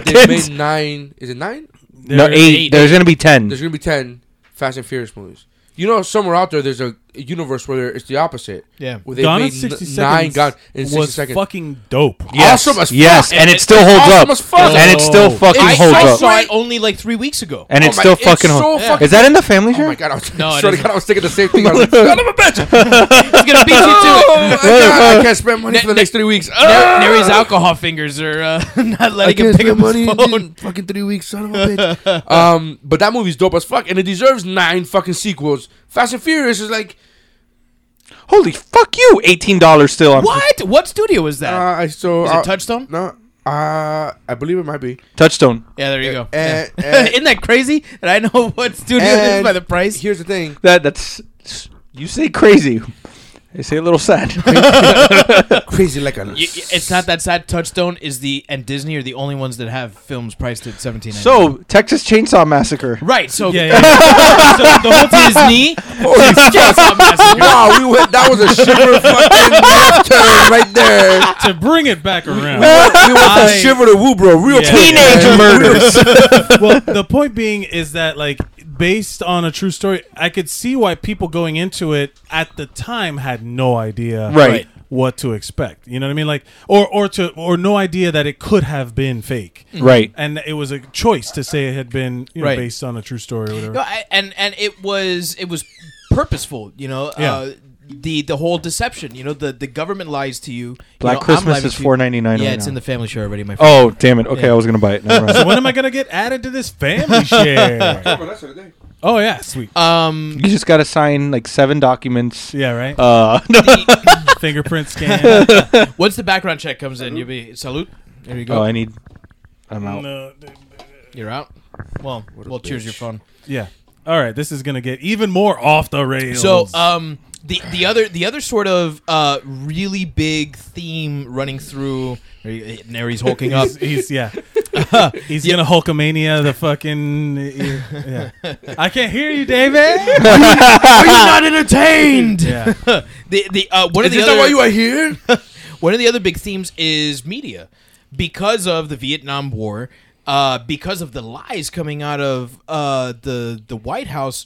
[SPEAKER 11] seconds.
[SPEAKER 8] made nine. Is it nine?
[SPEAKER 11] No, eight.
[SPEAKER 9] There's eight.
[SPEAKER 11] There's gonna be ten.
[SPEAKER 8] There's going to be 10 Fast and Furious movies. You know, somewhere out there, there's a universe where it's the opposite.
[SPEAKER 9] Yeah.
[SPEAKER 8] Where they
[SPEAKER 10] Gone in
[SPEAKER 8] made
[SPEAKER 10] 60
[SPEAKER 8] n-
[SPEAKER 10] seconds
[SPEAKER 8] nine Gone in 60
[SPEAKER 10] was
[SPEAKER 8] Seconds.
[SPEAKER 10] fucking dope.
[SPEAKER 11] Yes.
[SPEAKER 8] Awesome as
[SPEAKER 11] yes,
[SPEAKER 8] fuck.
[SPEAKER 11] and
[SPEAKER 9] It-
[SPEAKER 11] it still holds
[SPEAKER 8] awesome
[SPEAKER 11] up.
[SPEAKER 8] as fuck.
[SPEAKER 11] And it still
[SPEAKER 10] Oh.
[SPEAKER 11] fucking
[SPEAKER 9] I,
[SPEAKER 11] holds
[SPEAKER 9] I
[SPEAKER 11] up.
[SPEAKER 9] saw it only like three weeks ago.
[SPEAKER 11] and
[SPEAKER 8] Oh
[SPEAKER 11] it
[SPEAKER 8] my-
[SPEAKER 11] still
[SPEAKER 8] it's
[SPEAKER 11] fucking
[SPEAKER 8] so
[SPEAKER 11] holds.
[SPEAKER 8] fucking-
[SPEAKER 11] Is that in the family
[SPEAKER 8] Oh
[SPEAKER 11] show?
[SPEAKER 8] my god! I was,
[SPEAKER 9] No, it
[SPEAKER 8] Sorry,
[SPEAKER 9] isn't.
[SPEAKER 8] God, I was thinking the same thing. I was like, son of a bitch!
[SPEAKER 9] It's gonna beat you to it.
[SPEAKER 8] Oh, my God, I can't spend money
[SPEAKER 9] Ne-
[SPEAKER 8] for the
[SPEAKER 9] ne-
[SPEAKER 8] next three weeks. Ah!
[SPEAKER 9] Ner- Neri's alcohol fingers are uh, not
[SPEAKER 8] I
[SPEAKER 9] letting him
[SPEAKER 8] can't
[SPEAKER 9] pick up
[SPEAKER 8] spend
[SPEAKER 9] his
[SPEAKER 8] money
[SPEAKER 9] phone.
[SPEAKER 8] in fucking three weeks, son of a bitch. um, but that movie's dope as fuck, and it deserves nine fucking sequels. Fast and Furious is like,
[SPEAKER 11] Holy fuck you! Eighteen dollars still on
[SPEAKER 9] What? What studio was
[SPEAKER 8] uh,
[SPEAKER 9] that?
[SPEAKER 8] I so
[SPEAKER 9] Was
[SPEAKER 8] uh,
[SPEAKER 9] it Touchstone?
[SPEAKER 8] No, uh, I believe it might be.
[SPEAKER 11] Touchstone.
[SPEAKER 9] Yeah, there you go.
[SPEAKER 8] eh,
[SPEAKER 9] Yeah.
[SPEAKER 8] eh.
[SPEAKER 9] Isn't that crazy that I know what studio it is
[SPEAKER 8] And
[SPEAKER 9] by the price?
[SPEAKER 8] Here's the thing.
[SPEAKER 11] That that's you say crazy. I say a little sad.
[SPEAKER 8] Crazy like a.
[SPEAKER 9] Y- y- It's not that sad. Touchstone is the and Disney are the only ones that have films priced at seventeen.
[SPEAKER 11] so Texas Chainsaw Massacre.
[SPEAKER 9] right, so
[SPEAKER 10] Yeah, yeah. yeah. so the whole time,
[SPEAKER 9] Disney.
[SPEAKER 8] Holy
[SPEAKER 9] Yes,
[SPEAKER 8] fuck.
[SPEAKER 9] I'm messing with-
[SPEAKER 8] Wow, we went, that was a shiver fucking left turn right there.
[SPEAKER 10] to bring it back around.
[SPEAKER 8] We went from shiver to woo, bro. Real
[SPEAKER 10] Yeah.
[SPEAKER 8] quick.
[SPEAKER 11] Teenage murders.
[SPEAKER 10] well, the point being is that like based on a true story, I could see why people going into it at the time had no idea
[SPEAKER 11] Right.
[SPEAKER 10] what to expect. You know what I mean? Like or or to or no idea that it could have been fake.
[SPEAKER 11] Mm. right.
[SPEAKER 10] And it was a choice to say it had been you know,
[SPEAKER 9] Right.
[SPEAKER 10] based on a true story or whatever.
[SPEAKER 9] No, I, and and it was it was purposeful. You know,
[SPEAKER 10] Yeah.
[SPEAKER 9] uh, the the whole deception. You know, the the government lies to you. you
[SPEAKER 11] Black
[SPEAKER 9] know, I'm
[SPEAKER 11] Christmas
[SPEAKER 9] lying
[SPEAKER 11] is
[SPEAKER 9] to you.
[SPEAKER 11] $4.99
[SPEAKER 9] Yeah,
[SPEAKER 11] right
[SPEAKER 9] it's
[SPEAKER 11] now.
[SPEAKER 9] in the family show already. My friend.
[SPEAKER 11] Oh damn it! Okay, I was gonna buy it. Never mind.
[SPEAKER 10] when am I gonna get added to this family share? oh yeah, sweet.
[SPEAKER 9] um,
[SPEAKER 11] you just gotta sign like seven documents.
[SPEAKER 10] yeah, right.
[SPEAKER 11] Uh,
[SPEAKER 10] Fingerprint scan.
[SPEAKER 9] once the background check comes in, you'll be salute. There you go.
[SPEAKER 11] oh, I need. I'm out.
[SPEAKER 10] No,
[SPEAKER 9] You're out. Well, well, cheers your phone.
[SPEAKER 10] yeah. All right, this is gonna get even more off the rails.
[SPEAKER 9] So, um, the the other the other sort of uh, really big theme running through Nary's hulking up.
[SPEAKER 10] He's,
[SPEAKER 11] uh,
[SPEAKER 10] he's yeah. he's gonna Hulkamania the fucking. Yeah. I can't hear you, David.
[SPEAKER 9] Are you not entertained?
[SPEAKER 10] Yeah.
[SPEAKER 9] the the uh, one of
[SPEAKER 8] Is
[SPEAKER 9] the
[SPEAKER 8] this
[SPEAKER 9] other
[SPEAKER 8] not why you are here?
[SPEAKER 9] one of the other big themes is media because of the Vietnam War, uh, because of the lies coming out of uh, the the White House.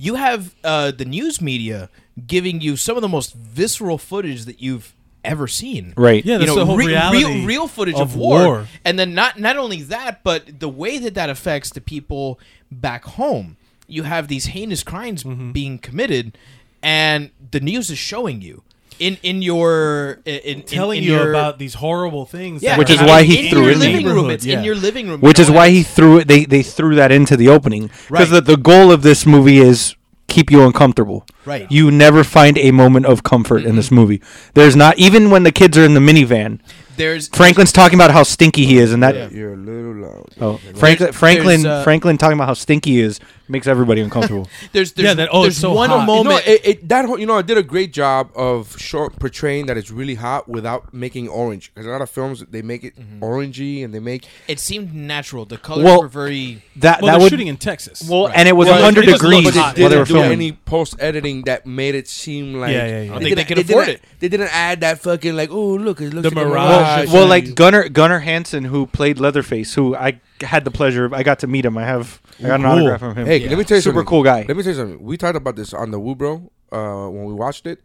[SPEAKER 9] You have uh, the news media giving you some of the most visceral footage that you've ever seen.
[SPEAKER 11] Right.
[SPEAKER 10] Yeah,
[SPEAKER 9] you
[SPEAKER 10] that's the
[SPEAKER 9] know,
[SPEAKER 10] whole
[SPEAKER 9] re-
[SPEAKER 10] reality
[SPEAKER 9] real real footage
[SPEAKER 10] of
[SPEAKER 9] of, war.
[SPEAKER 10] war.
[SPEAKER 9] and then not not only that, but the way that that affects the people back home.
[SPEAKER 10] Mm-hmm.
[SPEAKER 9] You have these heinous crimes being committed, and the news is showing you. in in your in- in
[SPEAKER 10] telling
[SPEAKER 9] in
[SPEAKER 10] you
[SPEAKER 9] your-
[SPEAKER 10] about these horrible things.
[SPEAKER 9] Yeah,
[SPEAKER 10] that
[SPEAKER 11] Which
[SPEAKER 10] are
[SPEAKER 11] is
[SPEAKER 10] happening
[SPEAKER 11] why
[SPEAKER 9] in-
[SPEAKER 11] he
[SPEAKER 9] in
[SPEAKER 11] threw
[SPEAKER 9] your
[SPEAKER 11] in the
[SPEAKER 9] living room.
[SPEAKER 10] neighborhood,
[SPEAKER 9] It's
[SPEAKER 10] yeah.
[SPEAKER 9] in your living room,
[SPEAKER 11] which
[SPEAKER 9] you
[SPEAKER 11] is
[SPEAKER 9] know,
[SPEAKER 11] why
[SPEAKER 9] and-
[SPEAKER 11] he threw it. They they threw that into the opening
[SPEAKER 9] Right.
[SPEAKER 11] because the, the goal of this movie is keep you uncomfortable.
[SPEAKER 9] Right.
[SPEAKER 11] You never find a moment of comfort in
[SPEAKER 10] Mm-hmm.
[SPEAKER 11] this movie. There's not even when the kids are in the minivan.
[SPEAKER 9] there's
[SPEAKER 11] Franklin's talking about how stinky he is, and that.
[SPEAKER 8] You're a little loud.
[SPEAKER 11] Oh, Franklin,
[SPEAKER 9] There's-
[SPEAKER 11] Franklin,
[SPEAKER 9] there's, uh,
[SPEAKER 11] Franklin talking about how stinky he is makes everybody uncomfortable.
[SPEAKER 9] there's there's,
[SPEAKER 10] Yeah, that- oh, it's
[SPEAKER 9] there's
[SPEAKER 10] so
[SPEAKER 9] one
[SPEAKER 10] hot. You know,
[SPEAKER 8] You know,
[SPEAKER 9] moment
[SPEAKER 8] it, it, that whole, you know, I did a great job of short portraying that it's really hot without making orange. Because a lot of films they make it orangey and they make
[SPEAKER 9] it seemed natural. The colors
[SPEAKER 11] Well-
[SPEAKER 9] were very
[SPEAKER 11] that
[SPEAKER 10] Well,
[SPEAKER 11] that
[SPEAKER 10] they're
[SPEAKER 11] would
[SPEAKER 10] shooting in Texas.
[SPEAKER 11] well, and it was
[SPEAKER 10] Well,
[SPEAKER 11] under
[SPEAKER 10] it just
[SPEAKER 11] degrees
[SPEAKER 10] looked
[SPEAKER 8] But
[SPEAKER 10] hot
[SPEAKER 8] they
[SPEAKER 11] while they
[SPEAKER 8] didn't do
[SPEAKER 11] were filming.
[SPEAKER 8] any post editing that made it seem like
[SPEAKER 10] Yeah, yeah, yeah. I
[SPEAKER 8] They
[SPEAKER 10] think
[SPEAKER 9] they
[SPEAKER 8] didn't-
[SPEAKER 9] could
[SPEAKER 8] they
[SPEAKER 9] afford
[SPEAKER 8] didn't-
[SPEAKER 9] it.
[SPEAKER 8] They didn't add that fucking like, oh look, it looks
[SPEAKER 10] The
[SPEAKER 8] like a
[SPEAKER 10] mirage
[SPEAKER 8] mirage.
[SPEAKER 10] of
[SPEAKER 11] well,
[SPEAKER 10] Yeah.
[SPEAKER 11] like Gunnar Gunnar Hansen, who played Leatherface, who I had the pleasure, I got to meet him. I have, I got an
[SPEAKER 10] Cool.
[SPEAKER 11] autograph from him.
[SPEAKER 8] Hey, let me tell you
[SPEAKER 11] Super
[SPEAKER 8] something.
[SPEAKER 11] cool guy.
[SPEAKER 8] Let me tell you something. We talked about this on the Woo Bro uh, when we watched it.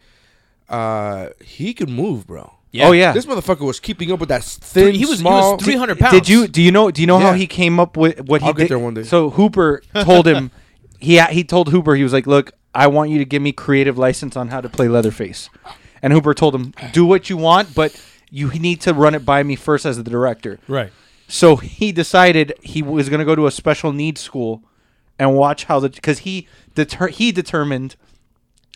[SPEAKER 8] Uh, he could move, bro.
[SPEAKER 11] Oh yeah,
[SPEAKER 8] This motherfucker was keeping up with that
[SPEAKER 9] Three-
[SPEAKER 8] thin,
[SPEAKER 9] he was
[SPEAKER 8] small.
[SPEAKER 9] he was 300 pounds.
[SPEAKER 11] Did you do you know do you know how
[SPEAKER 8] Yeah.
[SPEAKER 11] he came up with what he
[SPEAKER 8] I'll get
[SPEAKER 11] did?
[SPEAKER 8] there one day.
[SPEAKER 11] So Hooper told him he he told Hooper he was like, "Look, I want you to give me creative license on how to play Leatherface." And Hooper told him, "Do what you want, but you need to run it by me first as the director."
[SPEAKER 10] right.
[SPEAKER 11] So he decided he was going to go to a special needs school and watch how the because he deter, he determined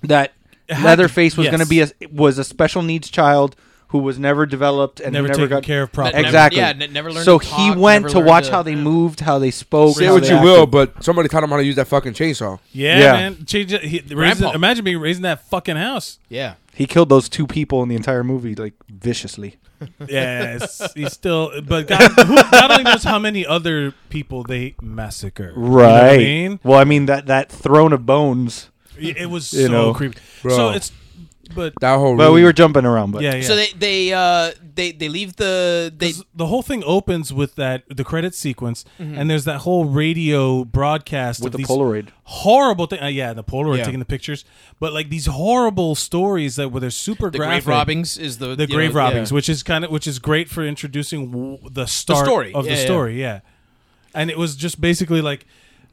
[SPEAKER 11] that
[SPEAKER 10] had to-
[SPEAKER 11] Leatherface was
[SPEAKER 10] yes.
[SPEAKER 11] going to be a was a special needs child who was never developed and
[SPEAKER 10] Never
[SPEAKER 11] never
[SPEAKER 10] taken
[SPEAKER 11] got
[SPEAKER 10] care of properly.
[SPEAKER 9] Never-
[SPEAKER 11] Exactly.
[SPEAKER 9] yeah, ne- never learned
[SPEAKER 11] So
[SPEAKER 9] to
[SPEAKER 11] he
[SPEAKER 9] talk,
[SPEAKER 11] went
[SPEAKER 9] never
[SPEAKER 11] to
[SPEAKER 9] learned
[SPEAKER 11] watch
[SPEAKER 9] to-
[SPEAKER 11] how they moved, how they spoke.
[SPEAKER 8] Say
[SPEAKER 11] how
[SPEAKER 8] what
[SPEAKER 11] they
[SPEAKER 8] you
[SPEAKER 11] acted.
[SPEAKER 8] will, but somebody taught him how to use that fucking chainsaw.
[SPEAKER 10] Yeah,
[SPEAKER 11] Yeah.
[SPEAKER 10] man. Change it. He, raising,
[SPEAKER 9] Grandpa.
[SPEAKER 10] imagine being raised in that fucking house.
[SPEAKER 9] Yeah.
[SPEAKER 11] He killed those two people in the entire movie like viciously.
[SPEAKER 10] Yes, he's still. But God, who, God only knows how many other people they massacred. You know what I mean?
[SPEAKER 11] Well, I mean that that throne of bones.
[SPEAKER 10] It it was
[SPEAKER 11] You
[SPEAKER 10] so
[SPEAKER 11] know,
[SPEAKER 10] creepy.
[SPEAKER 8] bro.
[SPEAKER 10] So it's, but
[SPEAKER 8] That whole.
[SPEAKER 11] Well, we
[SPEAKER 8] room.
[SPEAKER 11] were jumping around, but
[SPEAKER 10] yeah, yeah.
[SPEAKER 9] So they they uh they they leave the they
[SPEAKER 10] 'Cause the whole thing opens with that the credit sequence,
[SPEAKER 9] Mm-hmm.
[SPEAKER 10] and there's that whole radio broadcast
[SPEAKER 11] With
[SPEAKER 10] of
[SPEAKER 11] the
[SPEAKER 10] these
[SPEAKER 11] Polaroid.
[SPEAKER 10] horrible thing. Uh, yeah, the Polaroid
[SPEAKER 9] Yeah.
[SPEAKER 10] taking the pictures, but like these horrible stories that were they're super
[SPEAKER 9] the
[SPEAKER 10] graphic.
[SPEAKER 9] grave robbings is the
[SPEAKER 10] the
[SPEAKER 9] you know,
[SPEAKER 10] grave
[SPEAKER 9] yeah.
[SPEAKER 10] robbings, which is kind of which is great for introducing w- the start
[SPEAKER 9] story.
[SPEAKER 10] of
[SPEAKER 9] Yeah,
[SPEAKER 10] the
[SPEAKER 9] yeah.
[SPEAKER 10] story. Yeah. and it was just basically like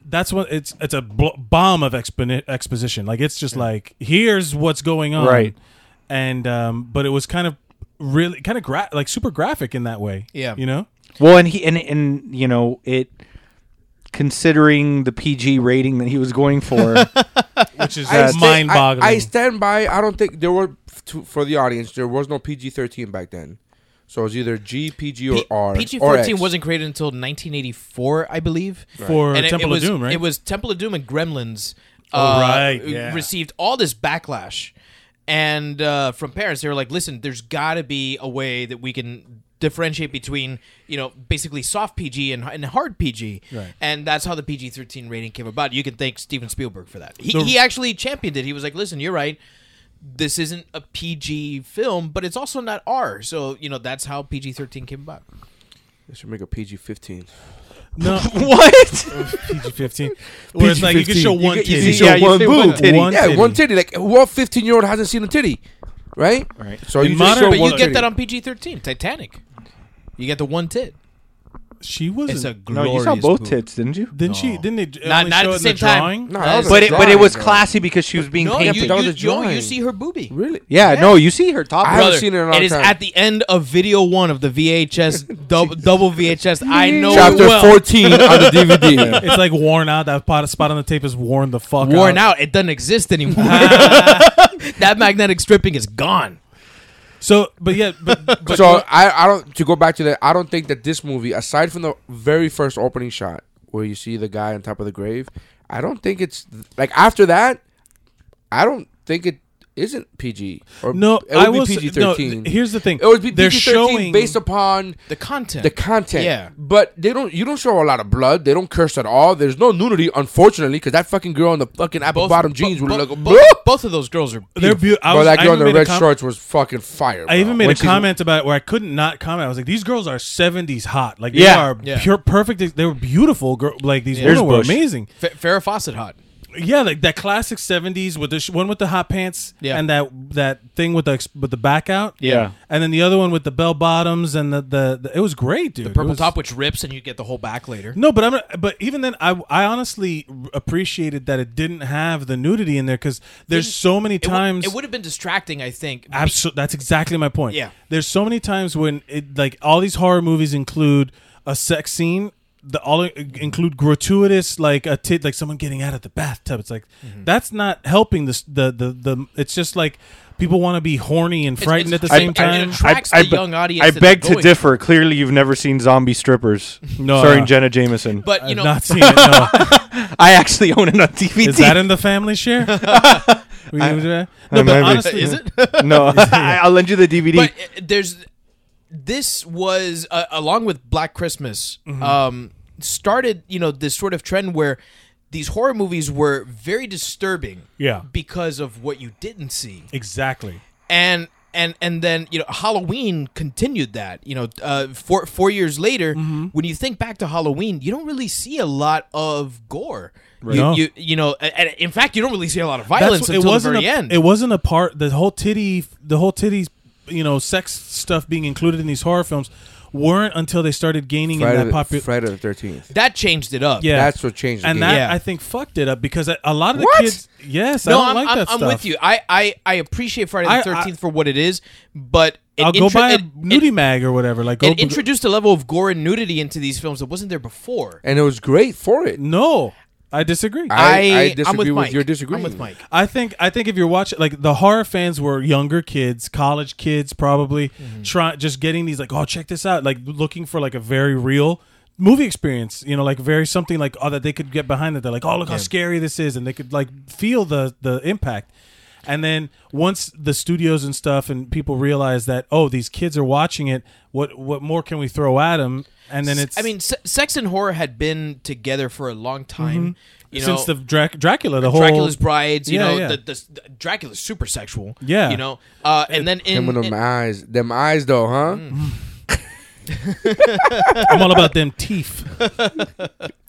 [SPEAKER 10] that's what it's it's a bl- bomb of expo- exposition. Like it's just like here's what's going on,
[SPEAKER 11] Right.
[SPEAKER 10] And um, but it was kind of really kind of gra- like super graphic in that way.
[SPEAKER 9] Yeah.
[SPEAKER 10] you know.
[SPEAKER 11] Well, and he and and you know it. Considering the PG rating that he was going for,
[SPEAKER 10] which is
[SPEAKER 8] I
[SPEAKER 10] uh,
[SPEAKER 8] sta-
[SPEAKER 10] mind-boggling.
[SPEAKER 8] I, I stand by. I don't think there were to, for the audience. There was no PG thirteen back then, so it was either G, PG, or R.
[SPEAKER 9] PG
[SPEAKER 8] or
[SPEAKER 9] fourteen
[SPEAKER 8] X.
[SPEAKER 9] wasn't created until 1984, I believe.
[SPEAKER 10] For
[SPEAKER 9] and it-
[SPEAKER 10] Temple
[SPEAKER 9] it,
[SPEAKER 10] of
[SPEAKER 9] was,
[SPEAKER 10] Doom, right?
[SPEAKER 9] It was Temple of Doom and Gremlins.
[SPEAKER 10] Oh,
[SPEAKER 9] uh,
[SPEAKER 10] right, yeah.
[SPEAKER 9] Received all this backlash, and uh, from parents, they were like, "Listen, there's got to be a way that we can." Differentiate between you know basically soft PG and, and hard PG, right. and that's how the PG thirteen rating came about. You can thank Steven Spielberg for that. He,
[SPEAKER 10] The-
[SPEAKER 9] he actually championed it. He was like, "Listen, you're right this isn't a PG film, but it's also not R. So you know that's how PG thirteen came about.
[SPEAKER 8] They should make a PG fifteen.
[SPEAKER 10] no
[SPEAKER 11] what?
[SPEAKER 10] PG fifteen. Where it's like you can show
[SPEAKER 8] You
[SPEAKER 10] one
[SPEAKER 8] can- you
[SPEAKER 10] titty.
[SPEAKER 8] can show Yeah, you one
[SPEAKER 11] say one
[SPEAKER 10] boob.
[SPEAKER 11] titty.
[SPEAKER 10] One
[SPEAKER 8] Yeah,
[SPEAKER 10] titty.
[SPEAKER 8] one titty. Like what fifteen year old hasn't seen a titty, right? Right. So
[SPEAKER 10] In
[SPEAKER 8] you
[SPEAKER 10] modern-
[SPEAKER 8] just show
[SPEAKER 10] But
[SPEAKER 9] But
[SPEAKER 8] one
[SPEAKER 9] you get
[SPEAKER 8] titty.
[SPEAKER 9] that on PG thirteen. Titanic, you get the one tit.
[SPEAKER 10] She
[SPEAKER 9] It's a
[SPEAKER 10] wasn't.
[SPEAKER 11] No,
[SPEAKER 9] glorious.
[SPEAKER 11] you saw both
[SPEAKER 9] boob.
[SPEAKER 11] tits, didn't you?
[SPEAKER 10] Didn't she? Didn't they
[SPEAKER 9] Not,
[SPEAKER 10] only show
[SPEAKER 9] not at
[SPEAKER 10] it
[SPEAKER 9] the
[SPEAKER 10] in the
[SPEAKER 9] same time.
[SPEAKER 10] drawing?
[SPEAKER 8] No,
[SPEAKER 9] Not
[SPEAKER 8] that
[SPEAKER 9] at
[SPEAKER 8] was
[SPEAKER 9] the
[SPEAKER 8] a
[SPEAKER 11] But
[SPEAKER 9] same-
[SPEAKER 11] it but it was
[SPEAKER 8] drawing, though.
[SPEAKER 11] classy because she was being
[SPEAKER 9] no, you,
[SPEAKER 11] pimped.
[SPEAKER 9] you,
[SPEAKER 8] that was a
[SPEAKER 9] you- you
[SPEAKER 8] drawing.
[SPEAKER 9] see her boobie.
[SPEAKER 8] Really?
[SPEAKER 11] yeah, no, you see her top.
[SPEAKER 8] I
[SPEAKER 11] half.
[SPEAKER 8] haven't
[SPEAKER 9] Brother,
[SPEAKER 8] seen it in a long
[SPEAKER 9] it is
[SPEAKER 8] time.
[SPEAKER 9] at the end of video one of the VHS double, double VHS. I know
[SPEAKER 8] Chapter
[SPEAKER 9] well.
[SPEAKER 8] fourteen on the DVD.
[SPEAKER 10] It's like worn out. That pot- spot on the tape is worn the fuck
[SPEAKER 9] Worn out. It doesn't exist anymore. that magnetic stripping is gone.
[SPEAKER 10] So, but yeah, but, but
[SPEAKER 8] so I, I don't to go back to that. I don't think that this movie, aside from the very first opening shot where you see the guy on top of the grave, I don't think it's like after that. I don't think it isn't PG or
[SPEAKER 10] no,
[SPEAKER 8] It would
[SPEAKER 10] I
[SPEAKER 8] be
[SPEAKER 10] was
[SPEAKER 8] PG thirteen.
[SPEAKER 10] No, here's the thing.
[SPEAKER 8] it would be
[SPEAKER 10] They're
[SPEAKER 8] PG thirteen
[SPEAKER 10] showing
[SPEAKER 8] based upon
[SPEAKER 9] The content.
[SPEAKER 8] the content.
[SPEAKER 9] Yeah.
[SPEAKER 8] But they don't. You don't show a lot of blood. They don't curse at all. There's no nudity, unfortunately, because that fucking girl in the fucking apple bottom
[SPEAKER 9] bo-
[SPEAKER 8] jeans would
[SPEAKER 9] bo-
[SPEAKER 8] look.
[SPEAKER 9] bo-
[SPEAKER 8] Bro,
[SPEAKER 9] both of those girls are.
[SPEAKER 10] They're beautiful. I,
[SPEAKER 8] Bro,
[SPEAKER 10] was,
[SPEAKER 8] that
[SPEAKER 10] I
[SPEAKER 8] girl in
[SPEAKER 10] even
[SPEAKER 8] the
[SPEAKER 10] made a
[SPEAKER 8] red
[SPEAKER 10] com-
[SPEAKER 8] shorts was fucking fire.
[SPEAKER 10] I even
[SPEAKER 8] bro.
[SPEAKER 10] made
[SPEAKER 8] When
[SPEAKER 10] a
[SPEAKER 8] she's-
[SPEAKER 10] comment about it where I couldn't not comment. I was like, these girls are '70s hot. Like they
[SPEAKER 11] Yeah.
[SPEAKER 10] are
[SPEAKER 9] Yeah.
[SPEAKER 10] pure, perfect. They were beautiful. Girl, like these
[SPEAKER 11] There's
[SPEAKER 10] women were
[SPEAKER 11] Bush.
[SPEAKER 10] amazing.
[SPEAKER 9] Fa- Farrah Fawcett hot.
[SPEAKER 10] Yeah, like that classic '70s with the sh- one with the hot pants
[SPEAKER 9] Yeah.
[SPEAKER 10] and that that thing with the ex- with the back out.
[SPEAKER 11] Yeah.
[SPEAKER 10] and then the other one with the bell bottoms and the, the, the- it was great, dude. The
[SPEAKER 9] Purple top, which rips, and you get the whole back later.
[SPEAKER 10] No, but I'm but even then, I I honestly r- appreciated that it didn't have the nudity in there because there's so many
[SPEAKER 9] It wou-
[SPEAKER 10] times.
[SPEAKER 9] it would have been distracting. I think.
[SPEAKER 10] Absolutely, that's exactly my point.
[SPEAKER 9] Yeah.
[SPEAKER 10] there's so many times when it like all these horror movies include a sex scene. The all include gratuitous like a tit like someone getting out of the bathtub. It's like
[SPEAKER 9] Mm-hmm.
[SPEAKER 10] that's not helping this the the the. It's just like people want to be horny and frightened at
[SPEAKER 9] it's-
[SPEAKER 10] the
[SPEAKER 9] I-
[SPEAKER 10] same
[SPEAKER 9] I-
[SPEAKER 10] time.
[SPEAKER 9] I- attracts the
[SPEAKER 11] be-
[SPEAKER 9] young audience
[SPEAKER 11] I
[SPEAKER 9] that
[SPEAKER 11] beg
[SPEAKER 9] they're
[SPEAKER 11] to
[SPEAKER 9] going
[SPEAKER 11] differ. Clearly, you've never seen zombie strippers.
[SPEAKER 10] No.
[SPEAKER 11] starring Jenna Jameson.
[SPEAKER 9] But you
[SPEAKER 10] I've
[SPEAKER 9] know,
[SPEAKER 10] not seen it. No.
[SPEAKER 11] I actually own it on DVD.
[SPEAKER 10] Is that in the family share? We- no, but
[SPEAKER 11] maybe.
[SPEAKER 10] honestly,
[SPEAKER 9] is it?
[SPEAKER 11] no, I, I'll lend you the DVD.
[SPEAKER 9] but uh, there's this was uh, along with Black Christmas
[SPEAKER 10] Mm-hmm.
[SPEAKER 9] um, started you know this sort of trend where these horror movies were very disturbing
[SPEAKER 10] Yeah.
[SPEAKER 9] because of what you didn't see
[SPEAKER 10] Exactly.
[SPEAKER 9] and and and then you know Halloween continued that you know uh, four four years later
[SPEAKER 10] Mm-hmm.
[SPEAKER 9] when you think back to Halloween you don't really see a lot of gore you,
[SPEAKER 10] No.
[SPEAKER 9] you you know a- and in fact you don't really see a lot of violence
[SPEAKER 10] That's-
[SPEAKER 9] until the
[SPEAKER 10] wasn't
[SPEAKER 9] very
[SPEAKER 10] a,
[SPEAKER 9] end
[SPEAKER 10] It wasn't a part. The whole titty, the whole titty, you know, sex stuff being included in these horror films weren't until they started gaining
[SPEAKER 8] Friday,
[SPEAKER 10] in that
[SPEAKER 8] the,
[SPEAKER 10] popular.
[SPEAKER 8] Friday the 13th.
[SPEAKER 9] that changed it up
[SPEAKER 10] yeah,
[SPEAKER 8] That's what changed the
[SPEAKER 10] and
[SPEAKER 8] game.
[SPEAKER 10] that
[SPEAKER 9] Yeah.
[SPEAKER 10] I think fucked it up because a, a lot of the
[SPEAKER 9] What?
[SPEAKER 10] kids. Yes,
[SPEAKER 9] No,
[SPEAKER 10] I don't
[SPEAKER 9] I'm,
[SPEAKER 10] like
[SPEAKER 9] I'm,
[SPEAKER 10] that
[SPEAKER 9] I'm
[SPEAKER 10] stuff.
[SPEAKER 9] with you. I, I, I appreciate Friday
[SPEAKER 10] I- I-
[SPEAKER 9] the 13th for what it is, but it,
[SPEAKER 10] I'll go
[SPEAKER 9] intro-
[SPEAKER 10] buy a
[SPEAKER 9] it,
[SPEAKER 10] nudie
[SPEAKER 9] it-
[SPEAKER 10] mag or whatever. Like, go,
[SPEAKER 9] it introduced a level of gore and nudity into these films that wasn't there before.
[SPEAKER 8] And it was great for it.
[SPEAKER 10] no, I
[SPEAKER 8] I-
[SPEAKER 10] disagree.
[SPEAKER 8] I
[SPEAKER 9] I'm
[SPEAKER 8] disagree with
[SPEAKER 9] Mike.
[SPEAKER 8] your
[SPEAKER 9] I'm
[SPEAKER 8] disagreement.
[SPEAKER 9] with Mike.
[SPEAKER 10] I think I think if you're watching like the horror fans were younger kids, college kids probably
[SPEAKER 9] Mm-hmm.
[SPEAKER 10] try just getting these like oh check this out like looking for like a very real movie experience, you know, like very something like oh that they could get behind that they're like oh look how scary this is and they could like feel the the impact. And then once the studios and stuff and people realize that oh these kids are watching it, what what more can we throw at them? And then it's
[SPEAKER 9] I mean, se- sex and horror had been together for a long time. You know,
[SPEAKER 10] Mm-hmm. since the Drac- Dracula the whole
[SPEAKER 9] Dracula's brides, you
[SPEAKER 10] Yeah,
[SPEAKER 9] know,
[SPEAKER 10] yeah.
[SPEAKER 9] The, the, the Dracula's super sexual.
[SPEAKER 10] Yeah.
[SPEAKER 9] you know, uh, and then in
[SPEAKER 8] Him with them eyes. Them eyes, though, huh?
[SPEAKER 9] Mm.
[SPEAKER 10] I'm all about them teeth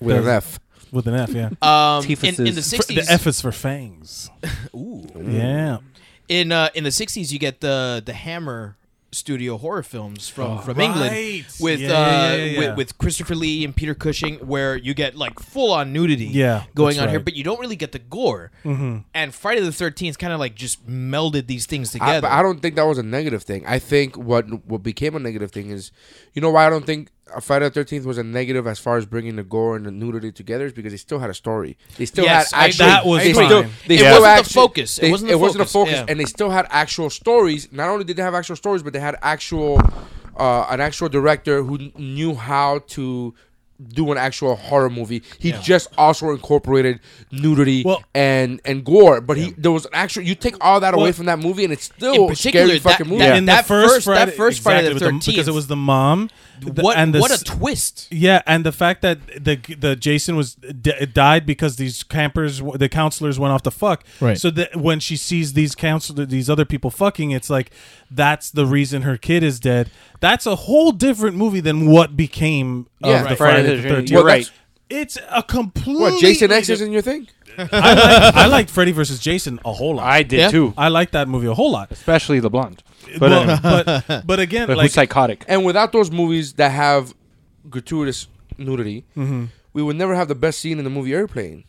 [SPEAKER 8] With an F.
[SPEAKER 10] with an F, yeah.
[SPEAKER 9] um, in, in the
[SPEAKER 10] For-
[SPEAKER 9] sixties,
[SPEAKER 10] the F is for fangs. Ooh. Yeah.
[SPEAKER 9] in uh, in the sixties, you get the the Hammer studio horror films from from
[SPEAKER 10] Oh, right.
[SPEAKER 9] England with
[SPEAKER 10] Yeah,
[SPEAKER 9] uh,
[SPEAKER 10] yeah, yeah, yeah.
[SPEAKER 9] With, with Christopher Lee and Peter Cushing, where you get like full on nudity
[SPEAKER 10] Yeah,
[SPEAKER 9] going
[SPEAKER 10] that's
[SPEAKER 9] on
[SPEAKER 10] right.
[SPEAKER 9] here,
[SPEAKER 10] Mm-hmm.
[SPEAKER 9] but you don't really get the gore. And Friday the Thirteenth kind of like just melded these things
[SPEAKER 8] I,
[SPEAKER 9] together.
[SPEAKER 8] but I don't think that was a negative thing. I think what what became a negative thing is, you know, why I don't think uh, Friday the Thirteenth was a negative as far as bringing the gore and the nudity together is because they still had a story. They still
[SPEAKER 9] Yes,
[SPEAKER 8] had
[SPEAKER 9] I
[SPEAKER 8] actual.
[SPEAKER 9] agree.
[SPEAKER 10] That was
[SPEAKER 8] they
[SPEAKER 10] fine.
[SPEAKER 8] still, they
[SPEAKER 9] It
[SPEAKER 8] still
[SPEAKER 9] wasn't the
[SPEAKER 8] actu-
[SPEAKER 9] focus. It
[SPEAKER 8] they-
[SPEAKER 9] wasn't the
[SPEAKER 8] it wasn't the
[SPEAKER 9] focus,
[SPEAKER 8] focus,
[SPEAKER 9] yeah.
[SPEAKER 8] and they still had actual stories. Not only did they have actual stories, but they had actual uh, an actual director who kn- knew how to. Do an actual horror movie. He just also incorporated nudity
[SPEAKER 10] Well-
[SPEAKER 8] and and gore, but he there was an actual. You take all that away
[SPEAKER 10] Well-
[SPEAKER 8] from that movie, and it's still
[SPEAKER 9] in particular,
[SPEAKER 8] scary fucking
[SPEAKER 9] that,
[SPEAKER 8] movie.
[SPEAKER 9] that,
[SPEAKER 10] And
[SPEAKER 9] that
[SPEAKER 10] the first,
[SPEAKER 9] first,
[SPEAKER 10] Friday,
[SPEAKER 9] that first Friday
[SPEAKER 10] exactly,
[SPEAKER 9] the
[SPEAKER 10] with because
[SPEAKER 9] Thirteenth
[SPEAKER 10] it was the mom. the-
[SPEAKER 9] what
[SPEAKER 10] and the,
[SPEAKER 9] what
[SPEAKER 10] s-
[SPEAKER 9] a twist!
[SPEAKER 10] yeah, and the fact that the the Jason was d- died because these campers, w- the counselors went off to fuck.
[SPEAKER 9] Right.
[SPEAKER 10] So that when she sees these counselor, these other people fucking, it's like that's the reason her kid is dead. That's a whole different movie than what became of
[SPEAKER 8] Yeah,
[SPEAKER 10] the
[SPEAKER 8] right.
[SPEAKER 10] Friday,
[SPEAKER 11] Friday the
[SPEAKER 10] the 13th.
[SPEAKER 11] You're right.
[SPEAKER 10] It's a complete.
[SPEAKER 8] What Jason X is in your thing?
[SPEAKER 10] I like, I like Freddy versus Jason a whole lot.
[SPEAKER 11] I did
[SPEAKER 9] Yeah.
[SPEAKER 11] too,
[SPEAKER 10] I like that movie a whole lot.
[SPEAKER 11] especially the blonde. But,
[SPEAKER 10] Well,
[SPEAKER 11] anyway,
[SPEAKER 10] but but again,
[SPEAKER 11] but
[SPEAKER 10] like
[SPEAKER 11] who's psychotic?
[SPEAKER 8] And without those movies that have gratuitous nudity,
[SPEAKER 10] Mm-hmm.
[SPEAKER 8] we would never have the best scene in the movie Airplane,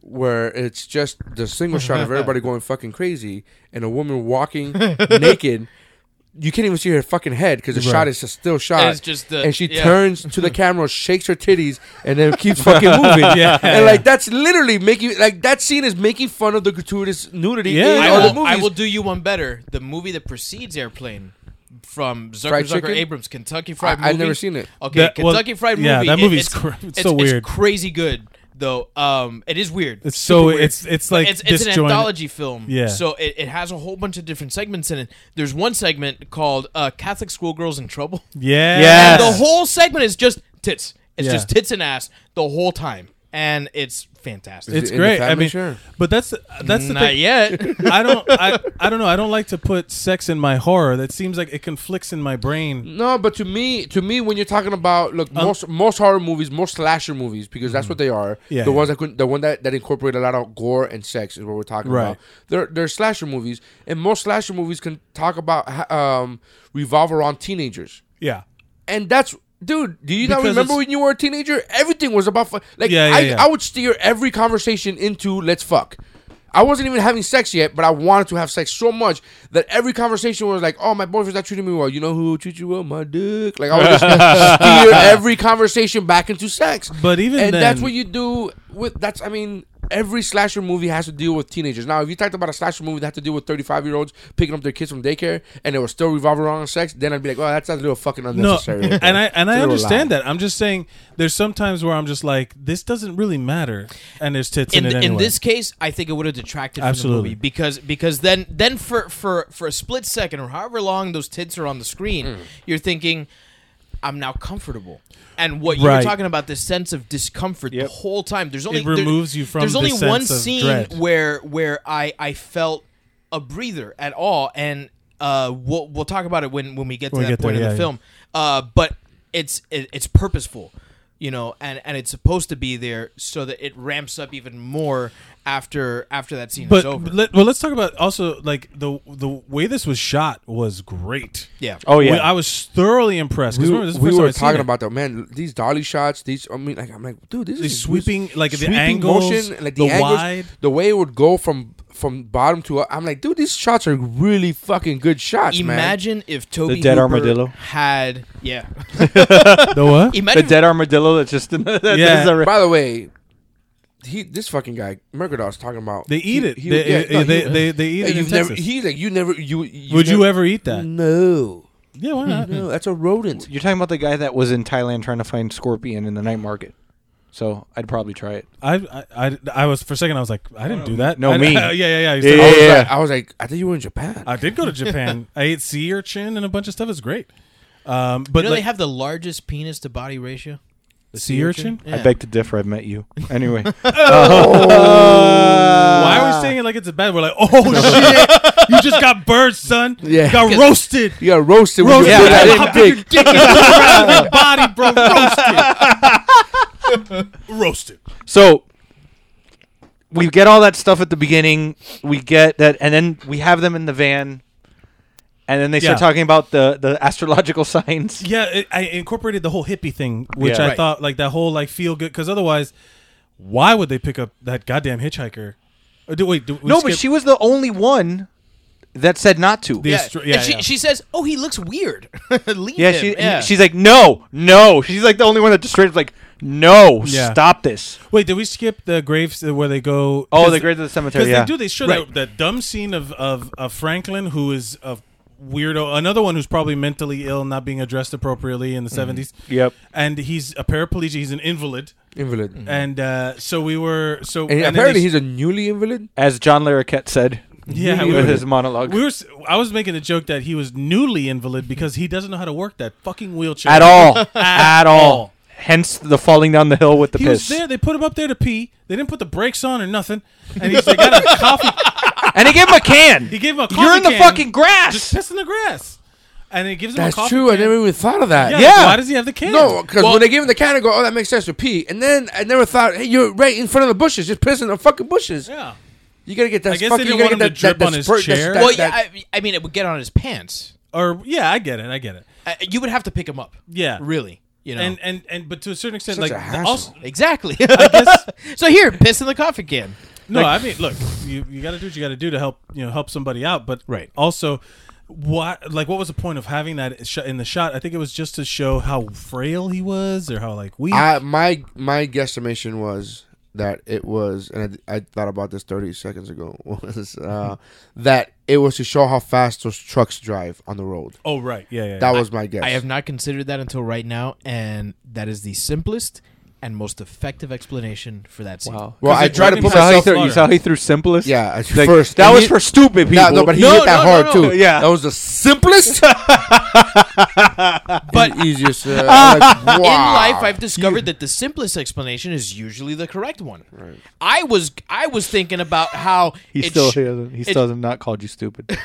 [SPEAKER 8] where it's just the single shot of everybody going fucking crazy and a woman walking naked. You can't even see her fucking head because the shot is a still shot.
[SPEAKER 9] And it's just the-
[SPEAKER 8] and she
[SPEAKER 9] yeah.
[SPEAKER 8] turns to the camera, shakes her titties, and then keeps fucking moving.
[SPEAKER 10] Yeah.
[SPEAKER 8] And like that's literally making like that scene is making fun of the gratuitous nudity
[SPEAKER 10] Yeah.
[SPEAKER 8] in
[SPEAKER 10] I
[SPEAKER 9] I
[SPEAKER 8] other
[SPEAKER 9] will,
[SPEAKER 8] movies.
[SPEAKER 9] I will do you one better. The movie that precedes Airplane from Zucker
[SPEAKER 8] Fried
[SPEAKER 9] Zucker
[SPEAKER 8] Chicken?
[SPEAKER 9] Abrams, Kentucky Fried
[SPEAKER 8] I-
[SPEAKER 9] Movie.
[SPEAKER 8] I've never seen it.
[SPEAKER 9] Okay,
[SPEAKER 10] That- well,
[SPEAKER 9] Kentucky Fried Movie.
[SPEAKER 10] yeah, that
[SPEAKER 9] it-
[SPEAKER 10] movie's
[SPEAKER 9] it's,
[SPEAKER 10] cr- it's so weird.
[SPEAKER 9] It's crazy good though. Um, it is weird.
[SPEAKER 10] It's
[SPEAKER 9] super
[SPEAKER 10] so-
[SPEAKER 9] weird.
[SPEAKER 10] it's- it's
[SPEAKER 9] But
[SPEAKER 10] like
[SPEAKER 9] it's, it's an
[SPEAKER 10] disjointed.
[SPEAKER 9] anthology film.
[SPEAKER 10] Yeah.
[SPEAKER 9] So it, it has a whole bunch of different segments in it. There's one segment called uh, "Catholic Schoolgirls in Trouble."
[SPEAKER 10] yeah,
[SPEAKER 11] Yeah.
[SPEAKER 9] And the whole segment is just tits. It's
[SPEAKER 10] Yeah.
[SPEAKER 9] just tits and ass the whole time. and it's fantastic.
[SPEAKER 10] It's
[SPEAKER 8] it in the
[SPEAKER 10] great. I
[SPEAKER 8] family
[SPEAKER 10] mean,
[SPEAKER 8] share?
[SPEAKER 10] but that's that's the
[SPEAKER 9] Not
[SPEAKER 10] thing.
[SPEAKER 9] yet.
[SPEAKER 10] I don't. I, I don't know. I don't like to put sex in my horror. That seems like it conflicts in my brain.
[SPEAKER 9] Mm.
[SPEAKER 8] No, but to me, to me, when you're talking about look,
[SPEAKER 10] Um,
[SPEAKER 8] most most horror movies, most slasher movies, because that's what they are.
[SPEAKER 10] Mm-hmm. Yeah,
[SPEAKER 8] the
[SPEAKER 10] yeah.
[SPEAKER 8] ones that couldn't, the one that, that incorporate a lot of gore and sex is what we're talking
[SPEAKER 10] Right.
[SPEAKER 8] about. They're they're slasher movies, and most slasher movies can talk about ha- um, revolve around teenagers,
[SPEAKER 10] Yeah.
[SPEAKER 8] and that's. Dude, do you not
[SPEAKER 10] Because
[SPEAKER 8] remember
[SPEAKER 10] it's-
[SPEAKER 8] when you were a teenager? Everything was about fu- like
[SPEAKER 10] Yeah, yeah,
[SPEAKER 8] I,
[SPEAKER 10] yeah.
[SPEAKER 8] I would steer every conversation into let's fuck. I wasn't even having sex yet, but I wanted to have sex so much that every conversation was like, "Oh, my boyfriend's not treating me well. You know who treats you well? My dick." Like I would just steer every conversation back into sex.
[SPEAKER 10] But even
[SPEAKER 8] and that's
[SPEAKER 10] then-
[SPEAKER 8] what you do with that's. I mean, every slasher movie has to deal with teenagers. Now, if you talked about a slasher movie that had to deal with thirty-five-year-olds picking up their kids from daycare and it was still revolving around sex, then I'd be like, "Oh, that's a little fucking
[SPEAKER 10] No,
[SPEAKER 8] unnecessary." right there.
[SPEAKER 10] and I and
[SPEAKER 8] It's
[SPEAKER 10] I
[SPEAKER 8] a little loud.
[SPEAKER 10] understand that. I'm just saying there's sometimes where I'm just like this doesn't really matter, and there's tits in,
[SPEAKER 9] in,
[SPEAKER 10] it
[SPEAKER 9] th-
[SPEAKER 10] anyway.
[SPEAKER 9] in this case, I think it would have detracted from the
[SPEAKER 10] Absolutely.
[SPEAKER 9] movie because because then then for for for a split second or however long those tits are on the screen, you're thinking. I'm now comfortable, and what you were
[SPEAKER 10] Right.
[SPEAKER 9] talking about this sense of discomfort the whole time. There's only
[SPEAKER 10] It
[SPEAKER 9] there-
[SPEAKER 10] removes you from
[SPEAKER 9] There's
[SPEAKER 10] the
[SPEAKER 9] only
[SPEAKER 10] sense
[SPEAKER 9] one
[SPEAKER 10] of
[SPEAKER 9] scene
[SPEAKER 10] dread.
[SPEAKER 9] where where I I felt a breather at all, and uh, we'll we'll talk about it when when we get to
[SPEAKER 10] When we
[SPEAKER 9] that
[SPEAKER 10] get
[SPEAKER 9] point
[SPEAKER 10] there,
[SPEAKER 9] in the
[SPEAKER 10] yeah, yeah.
[SPEAKER 9] film. Uh, but it's it, it's purposeful, you know, and and it's supposed to be there so that it ramps up even more after after that scene
[SPEAKER 10] but
[SPEAKER 9] is over.
[SPEAKER 10] let, well, let's talk about also like the the way this was shot was great.
[SPEAKER 9] yeah.
[SPEAKER 11] Oh yeah,
[SPEAKER 10] We- I was thoroughly impressed. 'cause
[SPEAKER 8] we,
[SPEAKER 10] remember, this is the
[SPEAKER 8] we
[SPEAKER 10] first time
[SPEAKER 8] were
[SPEAKER 10] I'd seen
[SPEAKER 8] talking
[SPEAKER 10] it.
[SPEAKER 8] about though, man. These dolly shots, these. I mean, like I'm like, dude, this
[SPEAKER 10] These
[SPEAKER 8] is
[SPEAKER 10] sweeping, like, the
[SPEAKER 8] sweeping
[SPEAKER 10] angles,
[SPEAKER 8] like
[SPEAKER 10] the
[SPEAKER 8] the, angles,
[SPEAKER 10] wide.
[SPEAKER 8] the way it would go from from bottom to up. I'm like, dude, these shots are really fucking good shots, man.
[SPEAKER 9] Imagine if Toby
[SPEAKER 11] dead
[SPEAKER 9] Hooper
[SPEAKER 11] armadillo.
[SPEAKER 9] had yeah.
[SPEAKER 10] the what?
[SPEAKER 11] the
[SPEAKER 9] Imagine
[SPEAKER 11] dead armadillo that's just in the, that
[SPEAKER 10] Yeah.
[SPEAKER 11] is a-
[SPEAKER 8] By the way, he this fucking guy Murgadaw's talking about.
[SPEAKER 10] They eat
[SPEAKER 8] he-
[SPEAKER 10] it.
[SPEAKER 8] he-
[SPEAKER 10] they,
[SPEAKER 8] yeah, no,
[SPEAKER 10] they,
[SPEAKER 8] he-
[SPEAKER 10] they, they
[SPEAKER 8] Hey,
[SPEAKER 10] eat it in
[SPEAKER 8] you've never.
[SPEAKER 10] Texas.
[SPEAKER 8] He's like, you never. You.
[SPEAKER 10] Would you
[SPEAKER 8] never- Mm.
[SPEAKER 10] ever eat that?
[SPEAKER 8] No.
[SPEAKER 10] Yeah, why not?
[SPEAKER 8] No, that's a rodent.
[SPEAKER 11] You're talking about the guy that was in Thailand trying to find scorpion in the night market. So I'd probably try it.
[SPEAKER 10] I, I, I, I was for a second. I was like, I didn't do that.
[SPEAKER 11] No,
[SPEAKER 10] I,
[SPEAKER 11] me.
[SPEAKER 10] yeah, yeah, yeah. I used
[SPEAKER 11] Yeah,
[SPEAKER 10] to-
[SPEAKER 8] I
[SPEAKER 11] yeah,
[SPEAKER 8] was,
[SPEAKER 11] Oh, yeah.
[SPEAKER 8] like, I was like, I thought you were in Japan.
[SPEAKER 10] I did go to Japan. I ate sea urchin and a bunch of stuff. It's great. Um, but
[SPEAKER 9] you know
[SPEAKER 10] like,
[SPEAKER 9] they have the largest penis to body ratio.
[SPEAKER 10] sea urchin.
[SPEAKER 9] Yeah.
[SPEAKER 11] I beg to differ. I've met you. Anyway, Oh.
[SPEAKER 10] Why
[SPEAKER 9] Ah.
[SPEAKER 10] are we saying it like it's a bad? We're like, oh shit, you just got burned, son.
[SPEAKER 8] Yeah.
[SPEAKER 10] You got roasted.
[SPEAKER 8] you got roasted. with
[SPEAKER 10] Roasted.
[SPEAKER 8] your
[SPEAKER 10] Yeah,
[SPEAKER 8] foot
[SPEAKER 10] I
[SPEAKER 8] out.
[SPEAKER 10] didn't dig. Your body, bro, roasted. roasted.
[SPEAKER 11] so we get all that stuff at the beginning. We get that, and then we have them in the van, and then they start
[SPEAKER 10] Yeah.
[SPEAKER 11] talking about the the astrological signs.
[SPEAKER 10] Yeah, it, I incorporated the whole hippie thing, which
[SPEAKER 11] Yeah.
[SPEAKER 10] I
[SPEAKER 11] Right.
[SPEAKER 10] thought like that whole like feel good. Because otherwise, why would they pick up that goddamn hitchhiker? Oh, do, wait, do we
[SPEAKER 11] no, but
[SPEAKER 10] skip
[SPEAKER 11] she was the only one that said not to.
[SPEAKER 10] the
[SPEAKER 11] Yeah,
[SPEAKER 10] astro-
[SPEAKER 9] and she,
[SPEAKER 10] yeah.
[SPEAKER 9] she says, "Oh, he looks weird. Leave him."
[SPEAKER 11] she
[SPEAKER 9] yeah.
[SPEAKER 11] she's like no, no. She's like the only one that just straight up like no,
[SPEAKER 10] Yeah.
[SPEAKER 11] stop this.
[SPEAKER 10] Wait, did we skip the graves uh, where they go?
[SPEAKER 11] Oh,
[SPEAKER 10] 'cause-
[SPEAKER 11] the grave of the cemetery.
[SPEAKER 10] 'cause
[SPEAKER 11] Yeah,
[SPEAKER 10] they do. They show
[SPEAKER 11] Right.
[SPEAKER 10] that, that dumb scene of, of of Franklin, who is a weirdo, another one who's probably mentally ill, not being addressed appropriately in the 70s
[SPEAKER 11] Mm-hmm. Yep. Mm.
[SPEAKER 10] and he's a paraplegic. He's an invalid,
[SPEAKER 8] Invalid.
[SPEAKER 10] and uh, so we were so
[SPEAKER 8] And
[SPEAKER 10] and then
[SPEAKER 8] apparently,
[SPEAKER 10] they-
[SPEAKER 8] he's a newly invalid.
[SPEAKER 11] as John Larroquette said.
[SPEAKER 10] yeah. we
[SPEAKER 11] with
[SPEAKER 10] were-
[SPEAKER 11] his monologue
[SPEAKER 10] We were. s- I was making a joke that he was newly invalid because he doesn't know how to work that fucking wheelchair
[SPEAKER 11] at all, at,
[SPEAKER 10] all.
[SPEAKER 11] all. Hence the falling down the hill with the
[SPEAKER 10] He was
[SPEAKER 11] piss.
[SPEAKER 10] there. They put him up there to pee. They didn't put the brakes on or nothing. And he's they got a coffee.
[SPEAKER 11] And he gave him a can.
[SPEAKER 10] He gave him a coffee.
[SPEAKER 11] You're in the
[SPEAKER 10] can,
[SPEAKER 11] fucking grass.
[SPEAKER 10] Just piss in the grass. And it gives him a
[SPEAKER 8] That's
[SPEAKER 10] coffee.
[SPEAKER 8] true. I
[SPEAKER 10] can.
[SPEAKER 8] never even thought of that.
[SPEAKER 10] Yeah.
[SPEAKER 11] Yeah.
[SPEAKER 10] Why does he have the can?
[SPEAKER 8] No, because when they gave him the can, I go, oh, that makes sense to pee. And then I never thought, hey, you're right in front of the bushes, just pissing the fucking bushes.
[SPEAKER 10] Yeah.
[SPEAKER 8] You gotta get that.
[SPEAKER 10] I guess
[SPEAKER 8] fucking,
[SPEAKER 10] they didn't
[SPEAKER 8] you gotta get
[SPEAKER 10] want him to
[SPEAKER 8] that-
[SPEAKER 10] drip
[SPEAKER 8] that
[SPEAKER 10] on his
[SPEAKER 8] spurt- that's-
[SPEAKER 10] chair.
[SPEAKER 8] that-
[SPEAKER 9] well, yeah,
[SPEAKER 8] that-
[SPEAKER 9] I, I mean, it would get on his pants.
[SPEAKER 10] Or yeah, I get it. I get it.
[SPEAKER 9] Uh, you would have to pick him up.
[SPEAKER 10] Yeah.
[SPEAKER 9] really. You know,
[SPEAKER 10] And and and but to a certain extent,
[SPEAKER 8] Such
[SPEAKER 10] like
[SPEAKER 8] a hassle.
[SPEAKER 10] also
[SPEAKER 9] exactly.
[SPEAKER 10] guess-
[SPEAKER 9] so here, piss in the coffee can.
[SPEAKER 10] no, I mean, look, you, you got to do what you got to do to help you know help somebody out, but
[SPEAKER 9] Right.
[SPEAKER 10] Also, what like what was the point of having that sh- in the shot? I think it was just to show how frail he was or how like weak.
[SPEAKER 8] I, my my guesstimation was that it was, and I, I thought about this 30 seconds ago, was uh, that it was to show how fast those trucks drive on the road.
[SPEAKER 10] oh right, yeah, yeah. yeah.
[SPEAKER 8] That was my guess.
[SPEAKER 9] I have not considered that until right now, and that is the simplest and most effective explanation for that scene.
[SPEAKER 8] well, I
[SPEAKER 10] it
[SPEAKER 8] tried to
[SPEAKER 10] drove
[SPEAKER 8] put
[SPEAKER 10] him to
[SPEAKER 11] saw how he
[SPEAKER 8] myself.
[SPEAKER 10] self-
[SPEAKER 11] threw, you saw how he threw simplest.
[SPEAKER 8] Yeah, at
[SPEAKER 11] Like,
[SPEAKER 8] first
[SPEAKER 11] that
[SPEAKER 8] and
[SPEAKER 11] was
[SPEAKER 8] he-
[SPEAKER 11] for stupid people.
[SPEAKER 8] Nah, no, but he
[SPEAKER 9] No,
[SPEAKER 8] hit that
[SPEAKER 9] no, no,
[SPEAKER 8] hard
[SPEAKER 9] no.
[SPEAKER 8] too.
[SPEAKER 11] Yeah.
[SPEAKER 8] that was the simplest
[SPEAKER 9] But-
[SPEAKER 8] easiest. Uh, like, wow.
[SPEAKER 9] In life, I've discovered that the simplest explanation is usually the correct one. I was I was thinking about how
[SPEAKER 11] He
[SPEAKER 9] it
[SPEAKER 11] still
[SPEAKER 9] sh-
[SPEAKER 11] hasn't. He
[SPEAKER 9] it-
[SPEAKER 11] still hasn't not called you stupid.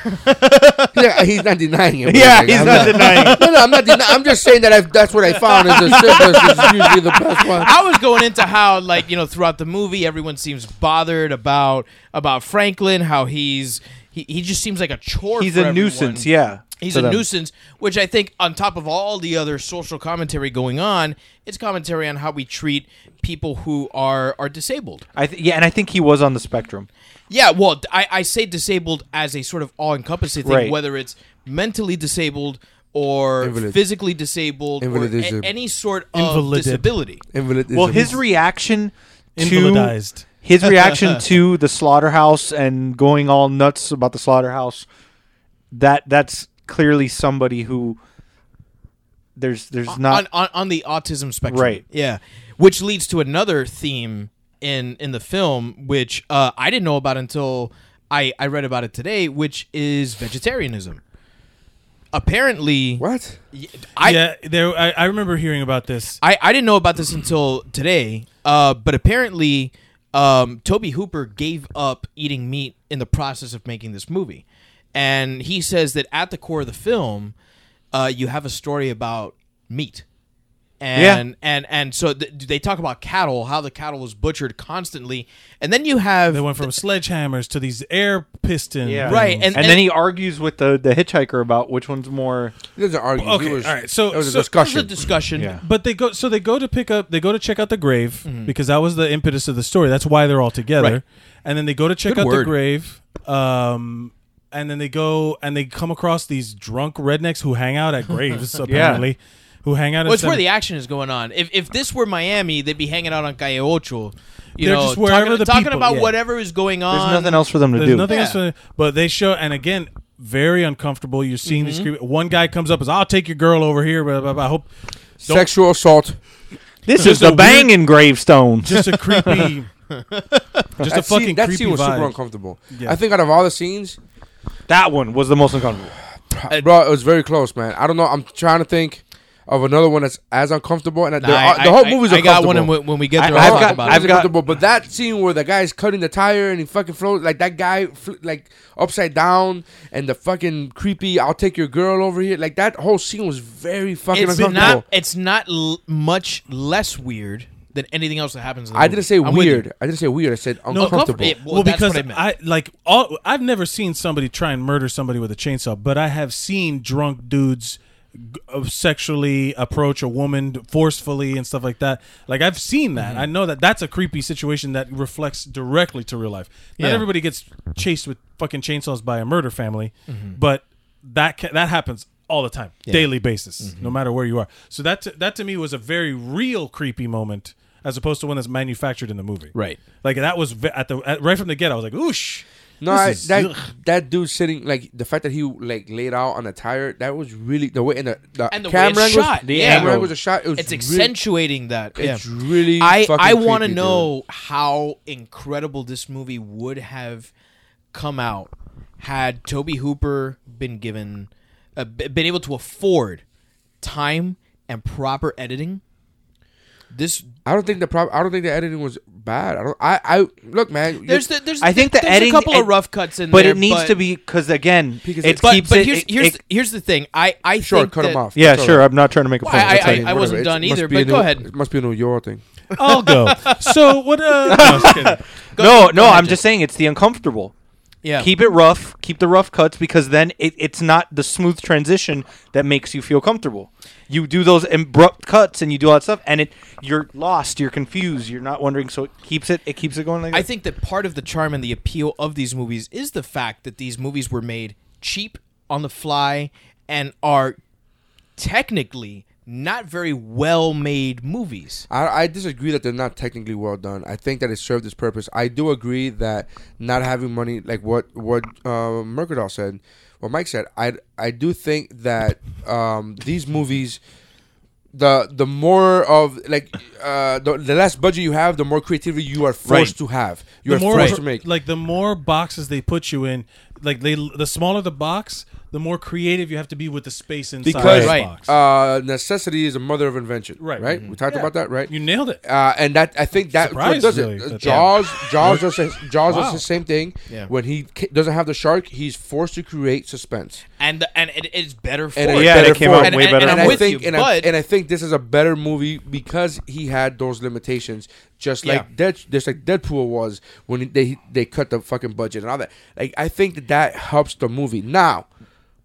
[SPEAKER 8] yeah, he's not denying it.
[SPEAKER 11] Yeah,
[SPEAKER 8] but, like,
[SPEAKER 11] he's not denying it.
[SPEAKER 8] No, no, I'm not denying. I'm just saying that I've, that's what I found is the simplest is usually the best one.
[SPEAKER 9] I was going into how like you know throughout the movie everyone seems bothered about about Franklin how he's he, he just seems like a chore.
[SPEAKER 11] He's
[SPEAKER 9] for
[SPEAKER 11] a
[SPEAKER 9] everyone.
[SPEAKER 11] nuisance. Yeah.
[SPEAKER 9] He's
[SPEAKER 11] to
[SPEAKER 9] a
[SPEAKER 11] them.
[SPEAKER 9] nuisance, which I think, on top of all the other social commentary going on, it's commentary on how we treat people who are are disabled.
[SPEAKER 11] I th- yeah, and I think he was on the spectrum.
[SPEAKER 9] Yeah, well, d- I, I say disabled as a sort of all encompassing thing,
[SPEAKER 11] Right.
[SPEAKER 9] whether it's mentally disabled or
[SPEAKER 8] Invalid.
[SPEAKER 9] physically disabled or a-
[SPEAKER 8] Invalidism.
[SPEAKER 9] any sort of
[SPEAKER 10] Invalided.
[SPEAKER 9] disability.
[SPEAKER 8] Invalidism.
[SPEAKER 11] Well, his reaction to
[SPEAKER 10] Invalidized.
[SPEAKER 11] his reaction to the slaughterhouse and going all nuts about the slaughterhouse that that's clearly somebody who there's there's not
[SPEAKER 9] on, on, on the autism spectrum.
[SPEAKER 11] Right.
[SPEAKER 9] Yeah. Which leads to another theme in in the film, which uh, I didn't know about until I, I read about it today, which is vegetarianism. Apparently,
[SPEAKER 8] what?
[SPEAKER 9] y- I
[SPEAKER 10] yeah, there. I, I remember hearing about this.
[SPEAKER 9] I, I didn't know about this until today, uh, but apparently, um, Toby Hooper gave up eating meat in the process of making this movie. And he says that at the core of the film, uh, you have a story about meat. And, and and so th- they talk about cattle, how the cattle was butchered constantly, and then you have
[SPEAKER 10] They went from sledgehammers to these air piston. things.
[SPEAKER 9] Right, and-
[SPEAKER 11] and, then he argues with the the hitchhiker about which one's more
[SPEAKER 8] He doesn't argue.
[SPEAKER 10] Okay,
[SPEAKER 8] He was,
[SPEAKER 10] all right, so-
[SPEAKER 8] it was a
[SPEAKER 10] so-
[SPEAKER 9] it was
[SPEAKER 8] discussion.
[SPEAKER 9] a discussion.
[SPEAKER 11] Yeah.
[SPEAKER 10] But they go, so they go to pick up, they go to check out the grave because that was the impetus of the story. That's why they're all together.
[SPEAKER 9] Mm-hmm. Right.
[SPEAKER 10] And then they go to check
[SPEAKER 9] Good
[SPEAKER 10] out
[SPEAKER 9] word.
[SPEAKER 10] the grave. Um, and then they go and they come across these drunk rednecks who hang out at graves apparently, who hang out.
[SPEAKER 9] Well,
[SPEAKER 10] at
[SPEAKER 9] it's where
[SPEAKER 10] cem-
[SPEAKER 9] the action is going on. If, if this were Miami, they'd be hanging out on Calle Ocho. You
[SPEAKER 10] They're
[SPEAKER 9] know,
[SPEAKER 10] just wherever
[SPEAKER 9] talking,
[SPEAKER 10] the
[SPEAKER 9] talking
[SPEAKER 10] people-
[SPEAKER 9] about
[SPEAKER 10] yeah.
[SPEAKER 9] whatever is going on.
[SPEAKER 11] there's nothing else for them to
[SPEAKER 10] There's
[SPEAKER 11] do
[SPEAKER 10] nothing
[SPEAKER 9] Yeah.
[SPEAKER 10] else. to- but they show, and again, very uncomfortable. You're seeing these
[SPEAKER 9] Mm-hmm.
[SPEAKER 10] creep One guy comes up and says, "I'll take your girl over here." Blah, blah, blah. I hope don't-
[SPEAKER 8] Sexual assault.
[SPEAKER 11] this is the
[SPEAKER 10] a
[SPEAKER 11] banging gravestone
[SPEAKER 10] just a creepy, just a
[SPEAKER 8] That
[SPEAKER 10] fucking
[SPEAKER 8] scene, that
[SPEAKER 10] creepy
[SPEAKER 8] scene was
[SPEAKER 10] vibe.
[SPEAKER 8] super uncomfortable.
[SPEAKER 10] Yeah.
[SPEAKER 8] I think out of all the scenes,
[SPEAKER 11] that one was the most uncomfortable
[SPEAKER 8] bro, it was very close, man. I don't know. I'm trying to think of another one that's as uncomfortable, and they're-
[SPEAKER 9] I-
[SPEAKER 8] the whole
[SPEAKER 9] I-
[SPEAKER 8] movie's
[SPEAKER 9] I, I
[SPEAKER 8] uncomfortable.
[SPEAKER 9] got one and when, when we get
[SPEAKER 11] I-
[SPEAKER 9] there.
[SPEAKER 11] I've
[SPEAKER 9] I'll talk
[SPEAKER 11] got-
[SPEAKER 9] about
[SPEAKER 11] I've
[SPEAKER 9] it.
[SPEAKER 8] It's uncomfortable, but that scene where the guy's cutting the tire and he fucking floats like that guy, fl- like upside down, and the fucking creepy "I'll take your girl over here," like that whole scene was very fucking
[SPEAKER 9] It's
[SPEAKER 8] uncomfortable.
[SPEAKER 9] not. It's not l- much less weird than anything else that happens. In the
[SPEAKER 8] I didn't say
[SPEAKER 9] movie. I'm with you.
[SPEAKER 8] weird. I didn't say weird. I said uncomfortable.
[SPEAKER 9] It- well,
[SPEAKER 10] well,
[SPEAKER 9] that's
[SPEAKER 10] because
[SPEAKER 9] what I meant.
[SPEAKER 10] like all I've never seen somebody try and murder somebody with a chainsaw, but I have seen drunk dudes g- uh, sexually approach a woman forcefully and stuff like that. Like I've seen
[SPEAKER 9] Mm-hmm.
[SPEAKER 10] that. I know that that's a creepy situation that reflects directly to real life. Not
[SPEAKER 9] Yeah.
[SPEAKER 10] everybody gets chased with fucking chainsaws by a murder family,
[SPEAKER 9] Mm-hmm.
[SPEAKER 10] but that ca- that happens all the time, daily basis,
[SPEAKER 9] Mm-hmm.
[SPEAKER 10] no matter where you are. So that to, that to me was a very real creepy moment. As opposed to one that's manufactured in the movie,
[SPEAKER 9] Right.
[SPEAKER 10] like that was ve- at the at, right from the get. I was like, "Oosh!"
[SPEAKER 8] No,
[SPEAKER 10] this
[SPEAKER 8] I,
[SPEAKER 10] is-
[SPEAKER 8] that
[SPEAKER 10] ugh."
[SPEAKER 8] that dude sitting like the fact that he like laid out on the tire. That was really the way and the, the
[SPEAKER 9] And the way
[SPEAKER 8] camera
[SPEAKER 9] it's
[SPEAKER 8] angles-
[SPEAKER 9] shot,
[SPEAKER 8] The
[SPEAKER 9] yeah.
[SPEAKER 8] camera angles, the shot. It was
[SPEAKER 9] It's
[SPEAKER 8] really-
[SPEAKER 9] accentuating that. Yeah.
[SPEAKER 8] It's really.
[SPEAKER 9] I
[SPEAKER 8] fucking
[SPEAKER 9] I want to
[SPEAKER 8] creepy, dude.
[SPEAKER 9] know how incredible this movie would have come out had Toby Hooper been given uh, b- been able to afford time and proper editing. This
[SPEAKER 8] I don't think the prob- I don't think the editing was bad. I don't. I I look, man. you-
[SPEAKER 9] there's the, there's
[SPEAKER 11] I think the
[SPEAKER 9] there's
[SPEAKER 11] editing
[SPEAKER 9] a couple
[SPEAKER 11] it-
[SPEAKER 9] of rough cuts in
[SPEAKER 11] but
[SPEAKER 9] there,
[SPEAKER 11] it needs to be because again
[SPEAKER 8] Because
[SPEAKER 11] it
[SPEAKER 8] it's-
[SPEAKER 9] But,
[SPEAKER 11] keeps
[SPEAKER 9] but
[SPEAKER 11] it-
[SPEAKER 9] here's
[SPEAKER 11] it-
[SPEAKER 9] here's
[SPEAKER 11] it-
[SPEAKER 9] here's the thing. I I
[SPEAKER 8] sure,
[SPEAKER 9] think
[SPEAKER 8] cut him
[SPEAKER 9] that-
[SPEAKER 8] off.
[SPEAKER 11] yeah
[SPEAKER 8] That's all
[SPEAKER 11] sure
[SPEAKER 8] right.
[SPEAKER 11] I'm not trying to make a point
[SPEAKER 9] I-
[SPEAKER 11] that's
[SPEAKER 9] I-
[SPEAKER 11] how you-
[SPEAKER 9] I- wasn't
[SPEAKER 8] Whatever,
[SPEAKER 9] done
[SPEAKER 8] it must
[SPEAKER 9] either,
[SPEAKER 8] be
[SPEAKER 9] but
[SPEAKER 8] a
[SPEAKER 9] go
[SPEAKER 8] New-
[SPEAKER 9] ahead.
[SPEAKER 8] It must be a New York thing.
[SPEAKER 10] I'll go. So what? Uh, no, I'm just kidding.
[SPEAKER 11] no no I'm just saying it's the uncomfortable
[SPEAKER 9] yeah.
[SPEAKER 11] keep it rough keep the rough cuts because then it, it's not the smooth transition that makes you feel comfortable you do those abrupt cuts and you do all that stuff and it you're lost you're confused you're not wondering so it keeps it it keeps it going like
[SPEAKER 9] I
[SPEAKER 11] that.
[SPEAKER 9] think that part of the charm and the appeal of these movies is the fact that these movies were made cheap on the fly and are technically not very well made movies.
[SPEAKER 8] I, I disagree that they're not technically well done. I think that it served its purpose. I do agree that not having money, like what what uh, Mercadal said, what Mike said, I I do think that um, these movies, the the more of like uh, the, the less budget you have, the more creativity you are forced to have. You
[SPEAKER 10] The
[SPEAKER 8] are
[SPEAKER 10] more
[SPEAKER 8] forced to make.
[SPEAKER 10] like the more boxes they put you in, like they the smaller the box, the more creative you have to be with the space inside
[SPEAKER 8] because
[SPEAKER 10] the box.
[SPEAKER 8] uh, necessity is the mother of invention.
[SPEAKER 10] Right.
[SPEAKER 8] right.
[SPEAKER 10] Mhm.
[SPEAKER 8] We talked
[SPEAKER 10] Yeah.
[SPEAKER 8] about that, right?
[SPEAKER 10] You nailed it.
[SPEAKER 8] Uh, and that I think that what
[SPEAKER 10] Surprised,
[SPEAKER 8] does
[SPEAKER 10] really,
[SPEAKER 8] it. uh,
[SPEAKER 10] that-
[SPEAKER 8] Jaws,
[SPEAKER 10] Yeah.
[SPEAKER 8] Jaws does the- Jaws does
[SPEAKER 10] Wow.
[SPEAKER 8] the same thing.
[SPEAKER 9] Yeah.
[SPEAKER 8] When he ca- doesn't have the shark, he's forced to create suspense.
[SPEAKER 9] and the, and it is better for
[SPEAKER 8] And
[SPEAKER 9] it.
[SPEAKER 8] it's
[SPEAKER 11] Yeah,
[SPEAKER 8] better
[SPEAKER 11] it came
[SPEAKER 8] for
[SPEAKER 11] out
[SPEAKER 8] it.
[SPEAKER 11] way
[SPEAKER 9] and,
[SPEAKER 11] better
[SPEAKER 9] And,
[SPEAKER 8] And
[SPEAKER 9] I'm
[SPEAKER 8] I
[SPEAKER 9] with
[SPEAKER 8] think,
[SPEAKER 9] you,
[SPEAKER 8] and, I,
[SPEAKER 9] but
[SPEAKER 8] and I think this is a better movie because he had those limitations, just like Dead, just like Deadpool was when they they cut the fucking budget and all that. Like I think that that helps the movie. Now,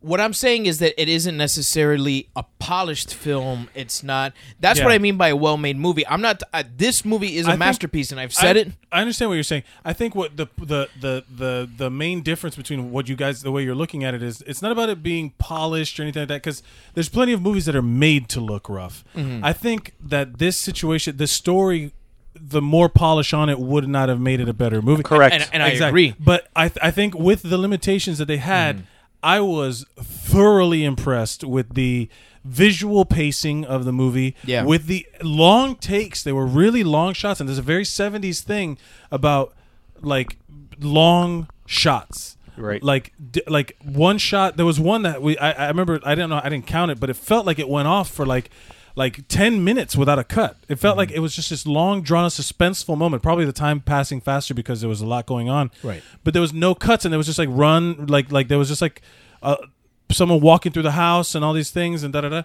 [SPEAKER 9] what I'm saying is that it isn't necessarily a polished film. It's not. That's what
[SPEAKER 10] Yeah.
[SPEAKER 9] I mean by a well-made movie. I'm not. Uh, this movie is a
[SPEAKER 10] I think-
[SPEAKER 9] masterpiece, and I've said
[SPEAKER 10] I,
[SPEAKER 9] it.
[SPEAKER 10] I understand what you're saying. I think what the, the the the the main difference between what you guys the way you're looking at it is it's not about it being polished or anything like that because there's plenty of movies that are made to look rough.
[SPEAKER 9] Mm-hmm.
[SPEAKER 10] I think that this situation, this story. The more polish on it would not have made it a better movie.
[SPEAKER 11] Correct.
[SPEAKER 9] And- and I agree.
[SPEAKER 10] But I, th- I think with the limitations that they had, I was thoroughly impressed with the visual pacing of the movie.
[SPEAKER 9] Yeah.
[SPEAKER 10] With the long takes, they were really long shots, and there's a very '70s thing about like long shots.
[SPEAKER 11] Right.
[SPEAKER 10] Like d- like one shot. There was one that we I, I remember. I didn't know. I didn't count it, but it felt like it went off for like. Like ten minutes without a cut. It felt like it was just this long, drawn, out, suspenseful moment. Probably the time passing faster because there was a lot going on
[SPEAKER 9] Right.
[SPEAKER 10] but there was no cuts and there was just like run like like there was just like uh, someone walking through the house and all these things and da da da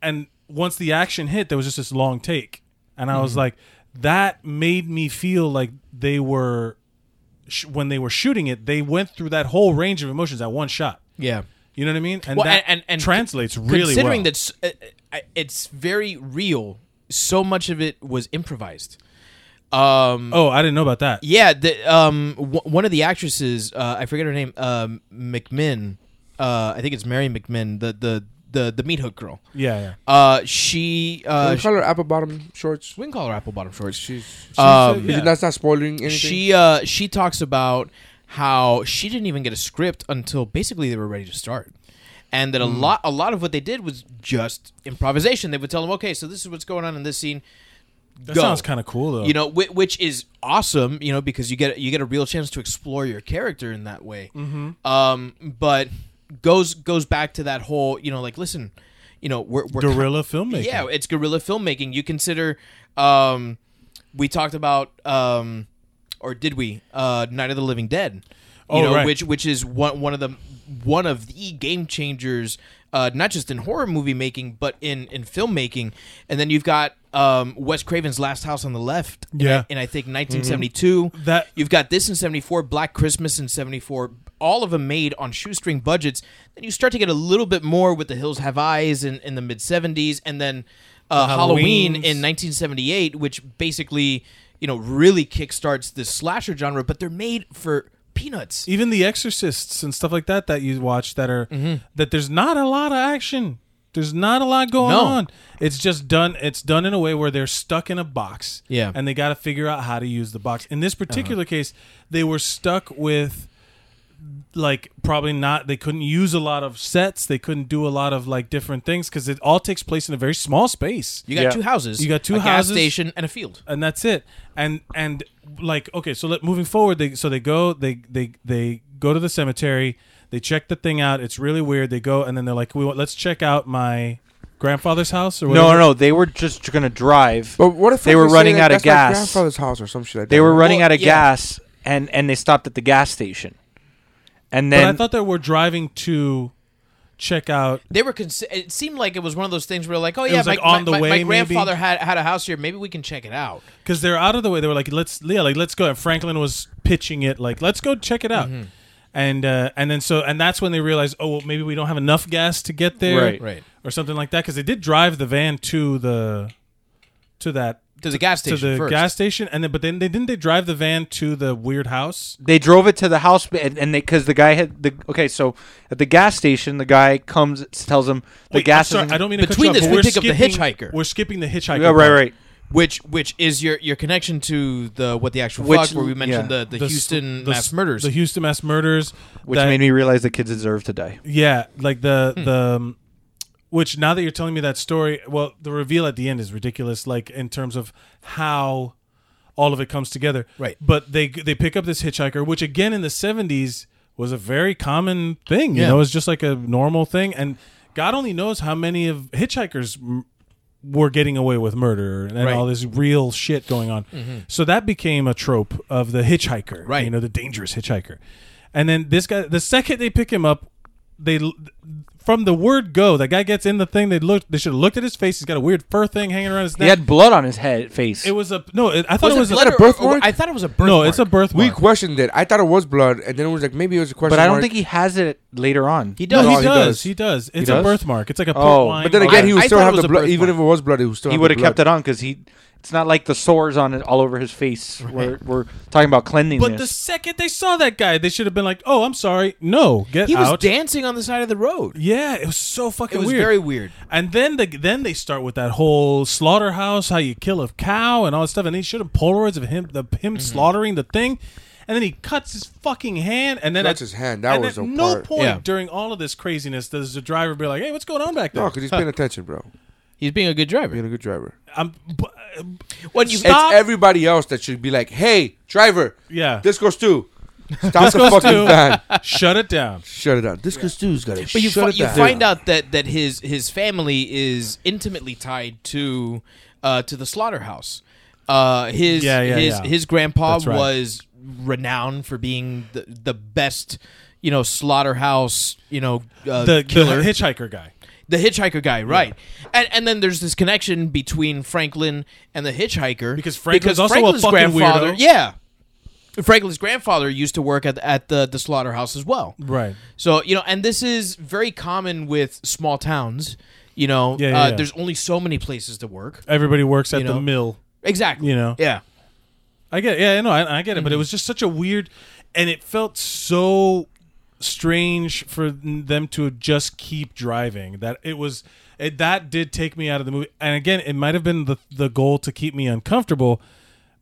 [SPEAKER 10] and once the action hit there was just this long take and i was like that made me feel like they were sh- when they were shooting it they went through that whole range of emotions at one shot
[SPEAKER 9] Yeah.
[SPEAKER 10] you know what i mean and
[SPEAKER 9] Well,
[SPEAKER 10] that
[SPEAKER 9] and- and- and
[SPEAKER 10] translates really
[SPEAKER 9] Considering
[SPEAKER 10] well.
[SPEAKER 9] that s- uh, uh, it's very real, so much of it was improvised. Um,
[SPEAKER 10] oh i didn't know about that
[SPEAKER 9] Yeah, the, um, w- one of the actresses, uh, I forget her name, um, McMinn. Uh, I think it's Mary McMinn, the the the, the meat hook girl.
[SPEAKER 10] yeah, yeah.
[SPEAKER 9] Uh, she uh,
[SPEAKER 8] we call her apple bottom shorts.
[SPEAKER 9] sh- we can call her apple bottom shorts.
[SPEAKER 8] She's,
[SPEAKER 10] Uh,
[SPEAKER 9] Um,
[SPEAKER 8] she's- that's not spoiling anything.
[SPEAKER 9] she uh, she talks about how she didn't even get a script until basically they were ready to start. And that a lot a lot of what they did was just improvisation. They would tell them, okay, so this is what's going on in this scene.
[SPEAKER 10] that
[SPEAKER 9] Go."
[SPEAKER 10] sounds kind of cool though
[SPEAKER 9] you know which, which is awesome you know because you get you get a real chance to explore your character in that way mm-hmm. um but goes goes back to that whole you know like listen you know we're, we're
[SPEAKER 10] guerrilla filmmaking
[SPEAKER 9] yeah it's guerrilla filmmaking you consider um we talked about um or did we uh night of the living dead you
[SPEAKER 10] Oh,
[SPEAKER 9] know
[SPEAKER 10] right.
[SPEAKER 9] which which is one one of the one of the game changers uh not just in horror movie making but in in filmmaking and then you've got um wes craven's last house on the left in I-
[SPEAKER 10] Yeah.
[SPEAKER 9] in i think 1972
[SPEAKER 10] Mm-hmm. That-
[SPEAKER 9] you've got this in 74 black christmas in 74 all of them made on shoestring budgets then you start to get a little bit more with the hills have eyes in, in the mid 70s and then uh, halloween
[SPEAKER 10] Halloweens.
[SPEAKER 9] in 1978, which basically, you know, really kickstarts this slasher genre, but they're made for peanuts.
[SPEAKER 10] even the exorcists and stuff like that that you watch that are
[SPEAKER 9] Mm-hmm.
[SPEAKER 10] that there's not a lot of action there's not a lot going
[SPEAKER 9] No.
[SPEAKER 10] on it's just done it's done in a way where they're stuck in a box
[SPEAKER 9] Yeah. Uh-huh.
[SPEAKER 10] and they got to figure out how to use the box in this particular case they were stuck with like probably not they couldn't use a lot of sets they couldn't do a lot of like different things because it all takes place in a very small space
[SPEAKER 9] You got
[SPEAKER 11] Yeah.
[SPEAKER 9] two houses.
[SPEAKER 10] You got two
[SPEAKER 9] a
[SPEAKER 10] houses.
[SPEAKER 9] gas station, and a field.
[SPEAKER 10] and that's it and and like okay so let, moving forward they so they go they they they go to the cemetery they check the thing out it's really weird they go and then they're like we want, let's check out my grandfather's house or
[SPEAKER 11] No,
[SPEAKER 10] whatever.
[SPEAKER 11] no, no. They were just gonna drive.
[SPEAKER 8] but what if
[SPEAKER 11] they were
[SPEAKER 8] say
[SPEAKER 11] running
[SPEAKER 8] that
[SPEAKER 11] out of
[SPEAKER 8] that's my
[SPEAKER 11] gas.
[SPEAKER 8] grandfather's house or some shit like that?
[SPEAKER 11] They were running
[SPEAKER 9] Well,
[SPEAKER 11] out of
[SPEAKER 9] yeah.
[SPEAKER 11] gas, and and they stopped at the gas station, and
[SPEAKER 10] but i
[SPEAKER 11] then
[SPEAKER 10] thought they were driving to check out
[SPEAKER 9] They were. Cons- it seemed like it was one of those things where, like, oh
[SPEAKER 10] It
[SPEAKER 9] yeah,
[SPEAKER 10] was,
[SPEAKER 9] my,
[SPEAKER 10] like, on
[SPEAKER 9] my,
[SPEAKER 10] the
[SPEAKER 9] my- my
[SPEAKER 10] way, maybe?
[SPEAKER 9] grandfather had had a house here. Maybe we can check it out.
[SPEAKER 10] because they're out of the way they were like let's yeah like let's go and franklin was pitching it like let's go check it out
[SPEAKER 11] Mm-hmm.
[SPEAKER 10] and uh and then so and that's when they realized oh well, maybe we don't have enough gas to get there
[SPEAKER 11] Right.
[SPEAKER 9] Right.
[SPEAKER 10] or something like that because they did drive the van to the to that
[SPEAKER 9] To the gas
[SPEAKER 10] to
[SPEAKER 9] station.
[SPEAKER 10] the
[SPEAKER 9] first.
[SPEAKER 10] gas station, and then but then they didn't they drive the van to the weird house.
[SPEAKER 11] they drove it to the house, and, and they because the guy had the okay. So at the gas station, the guy comes tells him the
[SPEAKER 10] Wait,
[SPEAKER 11] gas.
[SPEAKER 10] I'm sorry,
[SPEAKER 11] isn't-
[SPEAKER 10] I don't mean to
[SPEAKER 9] Between
[SPEAKER 10] cut you
[SPEAKER 9] this,
[SPEAKER 10] off, but
[SPEAKER 9] we
[SPEAKER 10] we're
[SPEAKER 9] pick up the
[SPEAKER 10] skipping-
[SPEAKER 9] hitchhiker.
[SPEAKER 10] We're skipping the hitchhiker.
[SPEAKER 11] Yeah, right,
[SPEAKER 10] part.
[SPEAKER 11] right.
[SPEAKER 9] which which is your your connection to the what the actual
[SPEAKER 11] Which-
[SPEAKER 9] fuck where we mentioned
[SPEAKER 11] yeah.
[SPEAKER 9] the, the,
[SPEAKER 10] The s-
[SPEAKER 9] Houston
[SPEAKER 10] the
[SPEAKER 9] mass
[SPEAKER 10] s-
[SPEAKER 9] murders.
[SPEAKER 10] The Houston mass murders,
[SPEAKER 11] Which made me realize the kids deserve to die.
[SPEAKER 10] yeah, like the
[SPEAKER 9] Hmm.
[SPEAKER 10] the. um, Which now that you're telling me that story, well, the reveal at the end is ridiculous. Like in terms of how all of it comes together,
[SPEAKER 9] Right.
[SPEAKER 10] But they they pick up this hitchhiker, which again in the '70s was a very common thing.
[SPEAKER 9] Yeah.
[SPEAKER 10] You know, it's just like a normal thing. And God only knows how many of hitchhikers m- were getting away with murder and
[SPEAKER 9] Right. Mm-hmm.
[SPEAKER 10] all this real shit going on. So that became a trope of the hitchhiker,
[SPEAKER 9] Right.
[SPEAKER 10] You know, the dangerous hitchhiker. And then this guy, the second they pick him up, they l- from the word go, that guy gets in the thing. They looked, they should have looked at his face. He's got a weird fur thing hanging around his neck.
[SPEAKER 11] He had blood on his head face.
[SPEAKER 10] it was a no. It, I thought it was
[SPEAKER 9] blood
[SPEAKER 10] a,
[SPEAKER 9] or-
[SPEAKER 8] birthmark?
[SPEAKER 9] oh, I thought it was a birthmark.
[SPEAKER 10] no. It's a
[SPEAKER 8] We
[SPEAKER 10] birthmark.
[SPEAKER 8] questioned it. I thought it was blood, and then it was like maybe it was a question.
[SPEAKER 11] but I don't
[SPEAKER 8] mark.
[SPEAKER 11] think he has it later on.
[SPEAKER 9] He does.
[SPEAKER 10] No,
[SPEAKER 8] No,
[SPEAKER 10] he,
[SPEAKER 8] he
[SPEAKER 10] does.
[SPEAKER 8] does.
[SPEAKER 10] He does. It's
[SPEAKER 11] does?
[SPEAKER 10] a birthmark. It's like a port
[SPEAKER 11] Oh,
[SPEAKER 10] wine
[SPEAKER 8] But then
[SPEAKER 10] mark.
[SPEAKER 8] again, he would
[SPEAKER 9] I
[SPEAKER 8] still
[SPEAKER 9] thought it
[SPEAKER 8] have
[SPEAKER 9] was
[SPEAKER 8] the
[SPEAKER 9] a
[SPEAKER 8] blood. Even if
[SPEAKER 9] birthmark.
[SPEAKER 8] it was blood, he would still.
[SPEAKER 11] he
[SPEAKER 8] have
[SPEAKER 11] would
[SPEAKER 8] the
[SPEAKER 11] have kept
[SPEAKER 8] blood.
[SPEAKER 11] it on because he. It's not like the sores on it all over his face. We're, we're talking about cleanliness.
[SPEAKER 10] But the second they saw that guy, they should have been like, "Oh, I'm sorry. No, get
[SPEAKER 9] He was
[SPEAKER 10] out."
[SPEAKER 9] dancing on the side of the road.
[SPEAKER 10] yeah, it was so fucking
[SPEAKER 9] It was
[SPEAKER 10] weird.
[SPEAKER 9] very weird.
[SPEAKER 10] And then the, then they start with that whole slaughterhouse, how you kill a cow and all that stuff. And they showed him Polaroids of him, the
[SPEAKER 9] Mm-hmm.
[SPEAKER 10] him slaughtering the thing. And then he cuts his fucking hand. And then
[SPEAKER 8] Cuts
[SPEAKER 10] at-
[SPEAKER 8] his hand. That
[SPEAKER 10] and
[SPEAKER 8] was
[SPEAKER 10] at
[SPEAKER 8] the
[SPEAKER 10] no
[SPEAKER 8] part.
[SPEAKER 10] point
[SPEAKER 9] Yeah.
[SPEAKER 10] during all of this craziness does the driver be like, "Hey, what's going on back there?"
[SPEAKER 8] No, because he's paying attention, bro.
[SPEAKER 9] He's being a good driver.
[SPEAKER 8] Being a good driver.
[SPEAKER 10] I'm, but,
[SPEAKER 9] When you
[SPEAKER 8] It's everybody else that should be like, "Hey, driver,
[SPEAKER 10] Yeah.
[SPEAKER 8] this goes too. Stop the fucking
[SPEAKER 10] too.
[SPEAKER 8] van.
[SPEAKER 10] shut it down.
[SPEAKER 8] Shut it down. This goes too's got it.
[SPEAKER 9] But you,
[SPEAKER 8] shut
[SPEAKER 9] fi-
[SPEAKER 8] it
[SPEAKER 9] you
[SPEAKER 8] down.
[SPEAKER 9] find out that that his his family is intimately tied to uh, to the slaughterhouse. Uh, his
[SPEAKER 10] Yeah, yeah,
[SPEAKER 9] his
[SPEAKER 10] yeah.
[SPEAKER 9] his grandpa
[SPEAKER 10] That's right.
[SPEAKER 9] was renowned for being the, the best, you know, slaughterhouse, you know, uh,
[SPEAKER 10] The, the
[SPEAKER 9] killer,
[SPEAKER 10] hitchhiker guy.
[SPEAKER 9] the hitchhiker guy, right? And and then there's this connection between Franklin and the hitchhiker
[SPEAKER 10] Because Franklin's also a fucking
[SPEAKER 9] grandfather,
[SPEAKER 10] weirdo.
[SPEAKER 9] yeah. Franklin's grandfather used to work at at the the slaughterhouse as well,
[SPEAKER 10] Right.
[SPEAKER 9] so you know, and this is very common with small towns. You know,
[SPEAKER 10] Yeah, yeah,
[SPEAKER 9] uh,
[SPEAKER 10] yeah.
[SPEAKER 9] there's only so many places to work.
[SPEAKER 10] Everybody works at
[SPEAKER 9] You
[SPEAKER 10] the
[SPEAKER 9] know?
[SPEAKER 10] mill.
[SPEAKER 9] Exactly.
[SPEAKER 10] You know.
[SPEAKER 9] Yeah.
[SPEAKER 10] I get, yeah, I know, I, I get it, but it was just such a weird, and it felt so strange for them to just keep driving. That it was, it, that did take me out of the movie. And again, it might have been the the goal to keep me uncomfortable,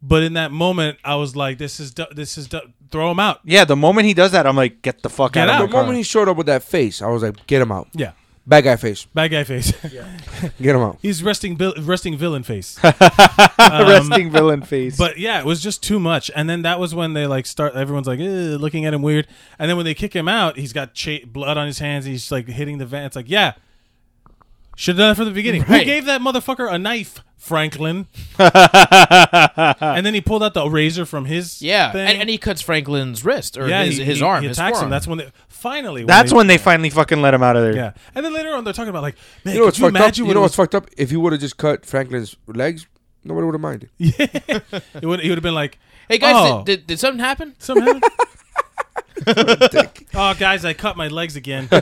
[SPEAKER 10] but in that moment, I was like, "This is, du- this is, du- throw them out."
[SPEAKER 11] yeah, the moment he does that, I'm like, get the fuck
[SPEAKER 10] Get
[SPEAKER 11] out,
[SPEAKER 10] out.
[SPEAKER 11] of
[SPEAKER 8] The
[SPEAKER 11] my car.
[SPEAKER 8] moment he showed up with that face, I was like, "Get him out.
[SPEAKER 10] Yeah,
[SPEAKER 8] Bad guy face.
[SPEAKER 10] bad guy face.
[SPEAKER 8] Get him out."
[SPEAKER 10] He's resting, vil- resting villain face.
[SPEAKER 11] Resting villain face.
[SPEAKER 10] But yeah, it was just too much. And then that was when they like start. Everyone's like "Ugh," looking at him weird. And then when they kick him out, he's got cha- blood on his hands. And he's like hitting the van. It's like yeah, should have done it from the beginning. Who
[SPEAKER 9] Right.
[SPEAKER 10] gave that motherfucker a knife, Franklin? and then he pulled out the razor from his
[SPEAKER 9] Yeah.
[SPEAKER 10] thing.
[SPEAKER 9] And, and he cuts Franklin's wrist or
[SPEAKER 10] yeah
[SPEAKER 9] his,
[SPEAKER 10] he-
[SPEAKER 9] his
[SPEAKER 10] he-
[SPEAKER 9] arm.
[SPEAKER 10] He
[SPEAKER 9] his
[SPEAKER 10] attacks him.
[SPEAKER 9] forearm.
[SPEAKER 10] That's when they finally.
[SPEAKER 11] that's when they finally fucking let him out of there.
[SPEAKER 10] yeah. And then later on, they're talking about like man,
[SPEAKER 8] You know
[SPEAKER 10] could
[SPEAKER 8] what's
[SPEAKER 10] you
[SPEAKER 8] fucked up?
[SPEAKER 10] imagine
[SPEAKER 8] You
[SPEAKER 10] what
[SPEAKER 8] know
[SPEAKER 10] it
[SPEAKER 8] what's
[SPEAKER 10] was-
[SPEAKER 8] fucked up? If he would have just cut Franklin's legs, nobody would have minded.
[SPEAKER 10] it would it would have been like
[SPEAKER 9] Hey guys,
[SPEAKER 10] oh,
[SPEAKER 9] did, did, did something happen?
[SPEAKER 10] something happened? oh, guys, I cut my legs again. oh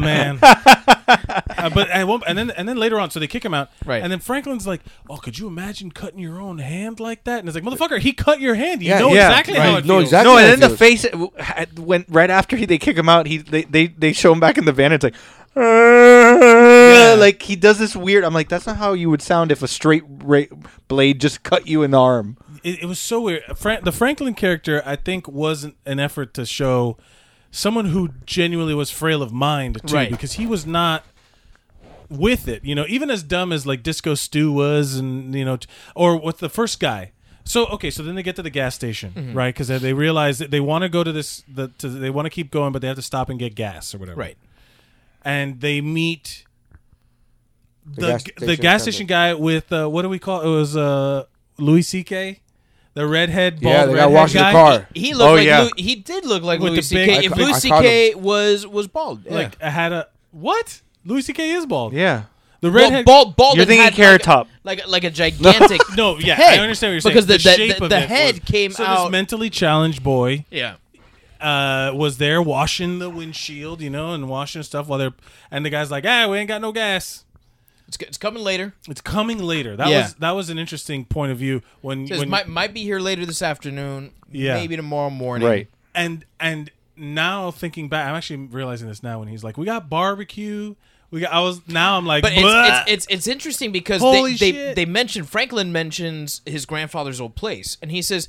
[SPEAKER 10] man! Uh, but at one, and then and then later on, so they kick him out,
[SPEAKER 9] Right.
[SPEAKER 10] And then Franklin's like, "Oh, could you imagine cutting your own hand like that?" And it's like, "Motherfucker, he cut your hand. You
[SPEAKER 8] Yeah,
[SPEAKER 10] know
[SPEAKER 11] yeah,
[SPEAKER 10] exactly
[SPEAKER 8] right.
[SPEAKER 10] how it
[SPEAKER 8] No,
[SPEAKER 10] feels."
[SPEAKER 8] exactly.
[SPEAKER 11] No,
[SPEAKER 8] how
[SPEAKER 11] and
[SPEAKER 8] it
[SPEAKER 11] then the
[SPEAKER 8] feels.
[SPEAKER 11] face had- when right after he, they kick him out, he they, they they show him back in the van. It's like, "Uh," like he does this weird. I'm like, that's not how you would sound if a straight ra- blade just cut you in the arm.
[SPEAKER 10] It, it was so weird. Fran- the Franklin character, I think, was an, an effort to show someone who genuinely was frail of mind too,
[SPEAKER 9] Right.
[SPEAKER 10] because he was not with it. You know, even as dumb as like Disco Stew was, and you know, t- or with the first guy. So okay, so then they get to the gas station,
[SPEAKER 9] Mm-hmm.
[SPEAKER 10] right? Because they, they realize that they want to go to this, the, to, they want to keep going, but they have to stop and get gas or whatever,
[SPEAKER 9] Right.
[SPEAKER 10] And they meet the
[SPEAKER 8] gas
[SPEAKER 10] the gas
[SPEAKER 8] station
[SPEAKER 10] station, guy with uh, what do we call it? was uh, Louis C.K. The redhead, bald
[SPEAKER 8] Yeah, they got
[SPEAKER 10] redhead
[SPEAKER 8] washed in the
[SPEAKER 10] guy.
[SPEAKER 8] car.
[SPEAKER 9] He looked
[SPEAKER 11] Oh,
[SPEAKER 9] like
[SPEAKER 11] yeah.
[SPEAKER 9] Lou, he did look like
[SPEAKER 10] With
[SPEAKER 9] Louis
[SPEAKER 10] the big-
[SPEAKER 9] C.K.
[SPEAKER 10] I
[SPEAKER 9] If
[SPEAKER 8] ca- I
[SPEAKER 9] Louis
[SPEAKER 8] caught
[SPEAKER 9] C.K. was was bald, yeah.
[SPEAKER 10] Like I had a what? Louis C.K. is bald.
[SPEAKER 11] Yeah,
[SPEAKER 10] the
[SPEAKER 9] Well,
[SPEAKER 10] redhead.
[SPEAKER 9] bald, bald.
[SPEAKER 11] You're
[SPEAKER 9] and
[SPEAKER 11] thinking
[SPEAKER 9] had
[SPEAKER 11] Carrot
[SPEAKER 9] like,
[SPEAKER 11] Top.
[SPEAKER 9] like like a gigantic.
[SPEAKER 10] No, yeah,
[SPEAKER 9] head,
[SPEAKER 10] I understand what you're
[SPEAKER 9] because
[SPEAKER 10] saying.
[SPEAKER 9] the- the-
[SPEAKER 10] shape
[SPEAKER 9] the-
[SPEAKER 10] of
[SPEAKER 9] the
[SPEAKER 10] it
[SPEAKER 9] head
[SPEAKER 10] was-
[SPEAKER 9] came
[SPEAKER 10] so
[SPEAKER 9] out-
[SPEAKER 10] This mentally challenged boy
[SPEAKER 9] yeah.
[SPEAKER 10] uh, was there washing the windshield, you know, and washing stuff while they're and the guy's like, "Ah, we ain't got no gas."
[SPEAKER 9] It's, it's coming later.
[SPEAKER 10] It's coming later. That
[SPEAKER 9] Yeah.
[SPEAKER 10] was that was an interesting point of view when,
[SPEAKER 9] Says
[SPEAKER 10] when
[SPEAKER 9] might might be here later this afternoon.
[SPEAKER 10] Yeah.
[SPEAKER 9] Maybe tomorrow morning.
[SPEAKER 11] right.
[SPEAKER 10] and and now thinking back, I'm actually realizing this now when he's like, "We got barbecue." We got, I was now I'm like,
[SPEAKER 9] But
[SPEAKER 10] "Bleh."
[SPEAKER 9] it's, it's it's it's interesting because
[SPEAKER 10] Holy
[SPEAKER 9] they they,
[SPEAKER 10] shit.
[SPEAKER 9] they mentioned Franklin mentions his grandfather's old place, and he says,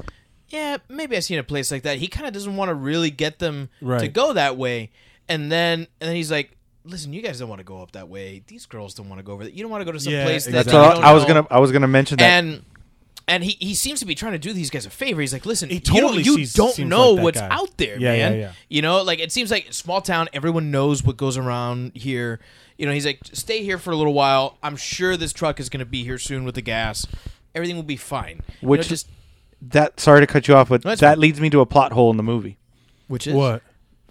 [SPEAKER 9] "Yeah, maybe I've seen a place like that." He kind of doesn't want to really get them to
[SPEAKER 10] Right.
[SPEAKER 9] go that way, and then and then he's like, "Listen, you guys don't want to go up that way. These girls don't want to go over there. You don't want to go to some
[SPEAKER 10] Yeah,
[SPEAKER 9] place that
[SPEAKER 10] exactly.
[SPEAKER 11] That's
[SPEAKER 9] you
[SPEAKER 11] all.
[SPEAKER 9] don't
[SPEAKER 11] I was
[SPEAKER 9] know."
[SPEAKER 11] gonna I was gonna mention that.
[SPEAKER 9] and And he, he seems to be trying to do these guys a favor. He's like, listen,
[SPEAKER 10] He
[SPEAKER 9] you don't-
[SPEAKER 10] totally
[SPEAKER 9] you,
[SPEAKER 10] sees-
[SPEAKER 9] don't
[SPEAKER 10] seems
[SPEAKER 9] know
[SPEAKER 10] like that
[SPEAKER 9] what's
[SPEAKER 10] guy.
[SPEAKER 9] out there,
[SPEAKER 10] Yeah, yeah,
[SPEAKER 9] man.
[SPEAKER 10] yeah.
[SPEAKER 9] You know, like it seems like small town, everyone knows what goes around here. You know, he's like, stay here for a little while. I'm sure this truck is going to be here soon with the gas. Everything will be fine. You know,
[SPEAKER 11] Which
[SPEAKER 9] just
[SPEAKER 11] that sorry to cut you off, but
[SPEAKER 9] No, it's
[SPEAKER 11] that
[SPEAKER 9] fine.
[SPEAKER 11] leads me to a plot hole in the movie.
[SPEAKER 9] which is
[SPEAKER 10] What?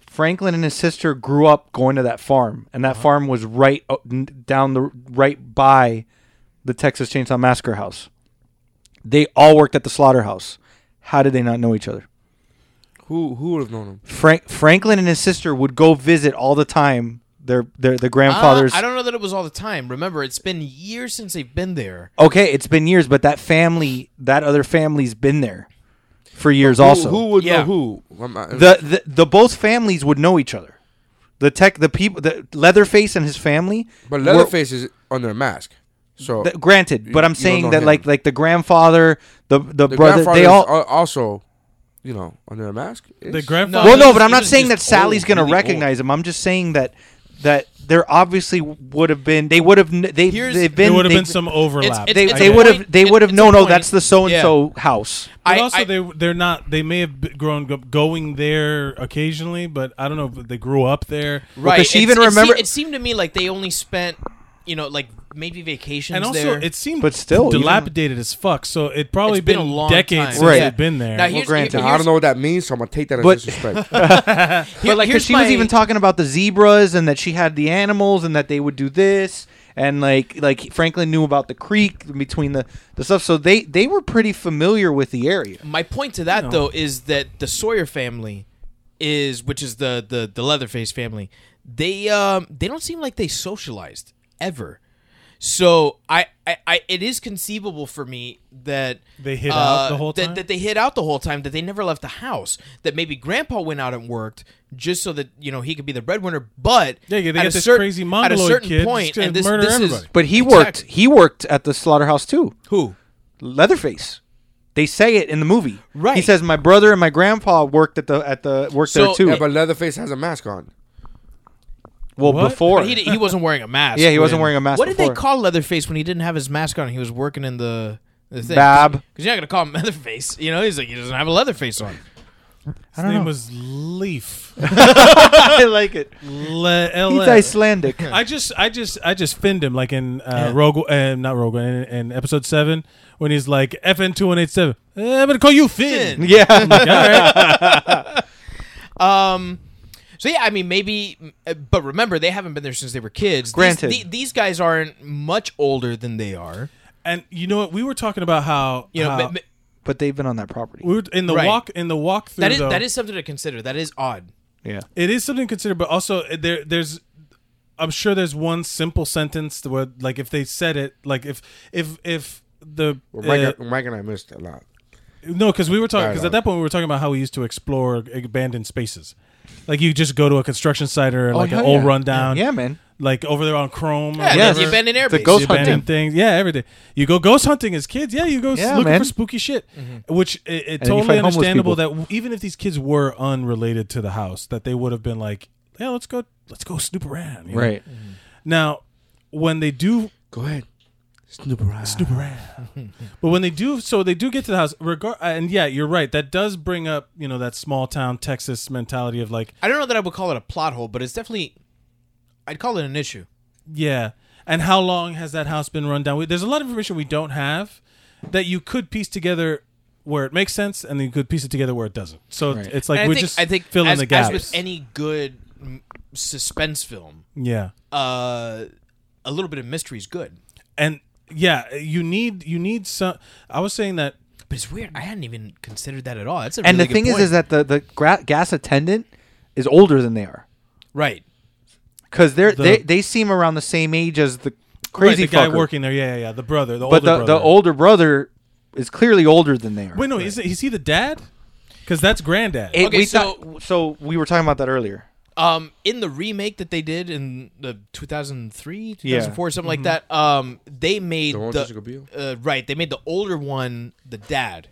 [SPEAKER 11] Franklin and his sister grew up going to that farm, and that
[SPEAKER 8] Uh-huh.
[SPEAKER 11] farm was right o- n- down the right by the Texas Chainsaw Massacre house. They all worked at the slaughterhouse. How did they not know each other?
[SPEAKER 8] Who who would have known him?
[SPEAKER 11] Frank Franklin and his sister would go visit all the time their their the
[SPEAKER 9] Ah,
[SPEAKER 11] grandfather's.
[SPEAKER 8] Uh,
[SPEAKER 9] I don't know that it was all the time. Remember, it's been years since they've been there.
[SPEAKER 11] okay, it's been years, but that family, that other family's been there for years also.
[SPEAKER 8] who, who would
[SPEAKER 9] Yeah.
[SPEAKER 8] know who? I'm- I-
[SPEAKER 11] the, the the both families would know each other. The tech, the people, the Leatherface and his family.
[SPEAKER 8] but
[SPEAKER 11] were-
[SPEAKER 8] Leatherface is under a mask, so
[SPEAKER 11] th- granted, but
[SPEAKER 8] You-
[SPEAKER 11] I'm
[SPEAKER 8] you don't
[SPEAKER 11] saying
[SPEAKER 8] know
[SPEAKER 11] that
[SPEAKER 8] him.
[SPEAKER 11] like like the grandfather, the the,
[SPEAKER 8] the
[SPEAKER 11] brother,
[SPEAKER 8] grandfather
[SPEAKER 11] they
[SPEAKER 8] is
[SPEAKER 11] all.
[SPEAKER 8] al- also, you know, under a mask.
[SPEAKER 10] The
[SPEAKER 8] It's-
[SPEAKER 10] grandfather.
[SPEAKER 11] well,
[SPEAKER 9] he
[SPEAKER 11] no,
[SPEAKER 9] was-
[SPEAKER 11] but I'm
[SPEAKER 9] he
[SPEAKER 11] not
[SPEAKER 9] was
[SPEAKER 11] saying that
[SPEAKER 9] just
[SPEAKER 11] Sally's
[SPEAKER 9] old,
[SPEAKER 11] going to
[SPEAKER 9] really old.
[SPEAKER 11] recognize him. I'm just saying that that there obviously would have been they would have kn- they
[SPEAKER 9] Here's-
[SPEAKER 11] they've been
[SPEAKER 10] There would have
[SPEAKER 11] they-
[SPEAKER 10] been some overlap.
[SPEAKER 9] It's-
[SPEAKER 11] they
[SPEAKER 9] a
[SPEAKER 11] they would have
[SPEAKER 9] point.
[SPEAKER 11] they
[SPEAKER 9] It-
[SPEAKER 11] would have
[SPEAKER 9] it's a
[SPEAKER 11] known oh
[SPEAKER 9] point.
[SPEAKER 11] that's the so and so house.
[SPEAKER 10] But
[SPEAKER 9] I-
[SPEAKER 10] also,
[SPEAKER 9] I-
[SPEAKER 10] they they're not. They may have b- grown up going there occasionally, but I don't know. if They grew up there,
[SPEAKER 9] Right.
[SPEAKER 11] Because she
[SPEAKER 9] it's-
[SPEAKER 11] even
[SPEAKER 9] it seem-
[SPEAKER 11] remember-
[SPEAKER 9] it seemed to me like they only spent, you know, like maybe vacations
[SPEAKER 10] and also
[SPEAKER 9] there.
[SPEAKER 10] it seemed,
[SPEAKER 11] But still, even-
[SPEAKER 10] dilapidated as fuck. So it probably
[SPEAKER 9] It's been
[SPEAKER 10] been,
[SPEAKER 9] a long
[SPEAKER 10] decades
[SPEAKER 9] time.
[SPEAKER 10] since
[SPEAKER 11] Right.
[SPEAKER 10] they've been there.
[SPEAKER 9] Now,
[SPEAKER 10] Well,
[SPEAKER 9] here's,
[SPEAKER 11] granted,
[SPEAKER 9] here-
[SPEAKER 8] I
[SPEAKER 9] here's-
[SPEAKER 8] don't know what that means, so I'm gonna take that as
[SPEAKER 11] But-
[SPEAKER 8] disrespect.
[SPEAKER 9] here-
[SPEAKER 11] But like, 'cause
[SPEAKER 9] here's
[SPEAKER 11] she
[SPEAKER 9] my-
[SPEAKER 11] was even talking about the zebras and that she had the animals and that they would do this and like like Franklin knew about the creek between the the stuff. So they they were pretty familiar with the area.
[SPEAKER 9] My point to that though is that the Sawyer family is, which is the the the Leatherface family, they um they don't seem like they socialized ever. So I, I, I it is conceivable for me that uh,
[SPEAKER 10] They hid out the whole
[SPEAKER 9] that-
[SPEAKER 10] time?
[SPEAKER 9] that they hid out the whole time that they never left the house that maybe Grandpa went out and worked just so that you know he could be the breadwinner but
[SPEAKER 10] Yeah, yeah, they
[SPEAKER 9] at
[SPEAKER 10] got
[SPEAKER 9] a
[SPEAKER 10] this
[SPEAKER 9] cer-
[SPEAKER 10] crazy
[SPEAKER 9] at a
[SPEAKER 10] mongoloid
[SPEAKER 9] certain
[SPEAKER 10] kid
[SPEAKER 9] point,
[SPEAKER 10] that's gonna
[SPEAKER 9] and this,
[SPEAKER 10] murder
[SPEAKER 9] this is
[SPEAKER 10] everybody.
[SPEAKER 11] But he worked
[SPEAKER 9] Exactly.
[SPEAKER 11] he worked at the slaughterhouse too.
[SPEAKER 9] who
[SPEAKER 11] Leatherface. They say it in the movie.
[SPEAKER 9] Right.
[SPEAKER 11] He says my brother and my grandpa worked at the at the worked
[SPEAKER 9] So-
[SPEAKER 11] there too.
[SPEAKER 8] yeah, but Leatherface has a mask on.
[SPEAKER 11] well,
[SPEAKER 10] What?
[SPEAKER 11] before
[SPEAKER 9] But he, he wasn't wearing a mask.
[SPEAKER 11] Yeah, he wasn't
[SPEAKER 9] when-
[SPEAKER 11] wearing a mask
[SPEAKER 9] What did they
[SPEAKER 11] before.
[SPEAKER 9] call Leatherface when he didn't have his mask on? He was working in the, the thing.
[SPEAKER 11] Bab.
[SPEAKER 9] Because you're not gonna call him Leatherface. You know, he's like he doesn't have a Leatherface on.
[SPEAKER 10] his name was Leaf.
[SPEAKER 11] I like it.
[SPEAKER 10] Le- E.
[SPEAKER 11] He's
[SPEAKER 10] LF.
[SPEAKER 11] Icelandic.
[SPEAKER 10] I just, I just, I just finned him like in uh, Rogue, uh, not Rogue, One, in, in episode seven when he's like FN two one eight seven. Eh, I'm gonna call you Finn.
[SPEAKER 9] Finn.
[SPEAKER 11] yeah.
[SPEAKER 10] All right.
[SPEAKER 9] Um. So yeah, I mean maybe, uh, but remember they haven't been there since they were kids. These-
[SPEAKER 11] Granted.
[SPEAKER 9] the- these guys aren't much older than they are.
[SPEAKER 10] And you know what? We were talking about how
[SPEAKER 9] You know,
[SPEAKER 10] how-
[SPEAKER 9] ma- ma-
[SPEAKER 11] But they've been on that property.
[SPEAKER 10] we were in the
[SPEAKER 9] Right.
[SPEAKER 10] walk in the walkthrough.
[SPEAKER 9] that is
[SPEAKER 10] though,
[SPEAKER 9] that is something to consider. That is odd.
[SPEAKER 11] yeah.
[SPEAKER 10] it is something to consider, but also uh, there there's I'm sure there's one simple sentence where like if they said it like if if if the
[SPEAKER 8] Well, Mike,
[SPEAKER 10] uh,
[SPEAKER 8] Mike and I missed a lot.
[SPEAKER 10] no because we were talking because
[SPEAKER 8] Dialogue.
[SPEAKER 10] at that point we were talking about how we used to explore abandoned spaces like you just go to a construction site or like an
[SPEAKER 11] Oh, hell
[SPEAKER 10] old
[SPEAKER 11] yeah.
[SPEAKER 10] rundown
[SPEAKER 11] Yeah, man.
[SPEAKER 10] like over there on Chrome or
[SPEAKER 9] Yeah,
[SPEAKER 11] Yes.
[SPEAKER 9] the
[SPEAKER 10] whatever.
[SPEAKER 9] abandoned
[SPEAKER 11] It's a
[SPEAKER 9] airbase.
[SPEAKER 11] ghost
[SPEAKER 10] The abandoned things yeah everything you go ghost hunting as kids yeah you go s-
[SPEAKER 11] Yeah,
[SPEAKER 10] looking
[SPEAKER 11] man.
[SPEAKER 10] for spooky shit which it, it
[SPEAKER 11] then you
[SPEAKER 10] totally
[SPEAKER 11] find homeless
[SPEAKER 10] understandable
[SPEAKER 11] people.
[SPEAKER 10] that w- even if these kids were unrelated to the house that they would have been like yeah let's go let's go snoop around you know?
[SPEAKER 11] Right.
[SPEAKER 10] Now, when they do
[SPEAKER 8] Go ahead, snoop around.
[SPEAKER 10] snoop around, but when they do, so they do get to the house. Regard, and yeah, you're right. That does bring up you know that small town Texas mentality of like,
[SPEAKER 9] I don't know that I would call it a plot hole, but it's definitely, I'd call it an issue.
[SPEAKER 10] yeah. And how long has that house been run down? We- There's a lot of information we don't have that you could piece together where it makes sense, and you could piece it together where it doesn't. So it's like
[SPEAKER 9] And
[SPEAKER 10] we're
[SPEAKER 9] I think,
[SPEAKER 10] just
[SPEAKER 9] I think
[SPEAKER 10] filling
[SPEAKER 9] as,
[SPEAKER 10] the gaps.
[SPEAKER 9] As with any good mm, suspense film,
[SPEAKER 10] yeah.
[SPEAKER 9] uh, a little bit of mystery is good.
[SPEAKER 10] And yeah, you need you need some. I was saying that
[SPEAKER 9] But it's weird. I hadn't even considered that at all. That's a
[SPEAKER 11] And
[SPEAKER 9] really good
[SPEAKER 11] the thing is,
[SPEAKER 9] point.
[SPEAKER 11] is that the the gra- gas attendant is older than they are
[SPEAKER 9] right?
[SPEAKER 11] because they're
[SPEAKER 10] The-
[SPEAKER 11] they they seem around the same age as the crazy
[SPEAKER 10] right, the guy
[SPEAKER 11] fucker.
[SPEAKER 10] working there. Yeah, yeah, yeah. The brother, the
[SPEAKER 11] but
[SPEAKER 10] older
[SPEAKER 11] the
[SPEAKER 10] brother.
[SPEAKER 11] the older brother is clearly older than they are.
[SPEAKER 10] Wait, no, is, it, is he the dad? Because that's granddad.
[SPEAKER 11] It-
[SPEAKER 9] Okay,
[SPEAKER 11] we
[SPEAKER 9] so-
[SPEAKER 11] thought- so we were talking about that earlier.
[SPEAKER 9] Um, in the remake that they did in the 2003,
[SPEAKER 11] Yeah. Mm-hmm.
[SPEAKER 9] 2004, something like that, um, they made
[SPEAKER 8] The
[SPEAKER 9] the,
[SPEAKER 8] one Jessica Biel?
[SPEAKER 9] uh, right. They made the older one the dad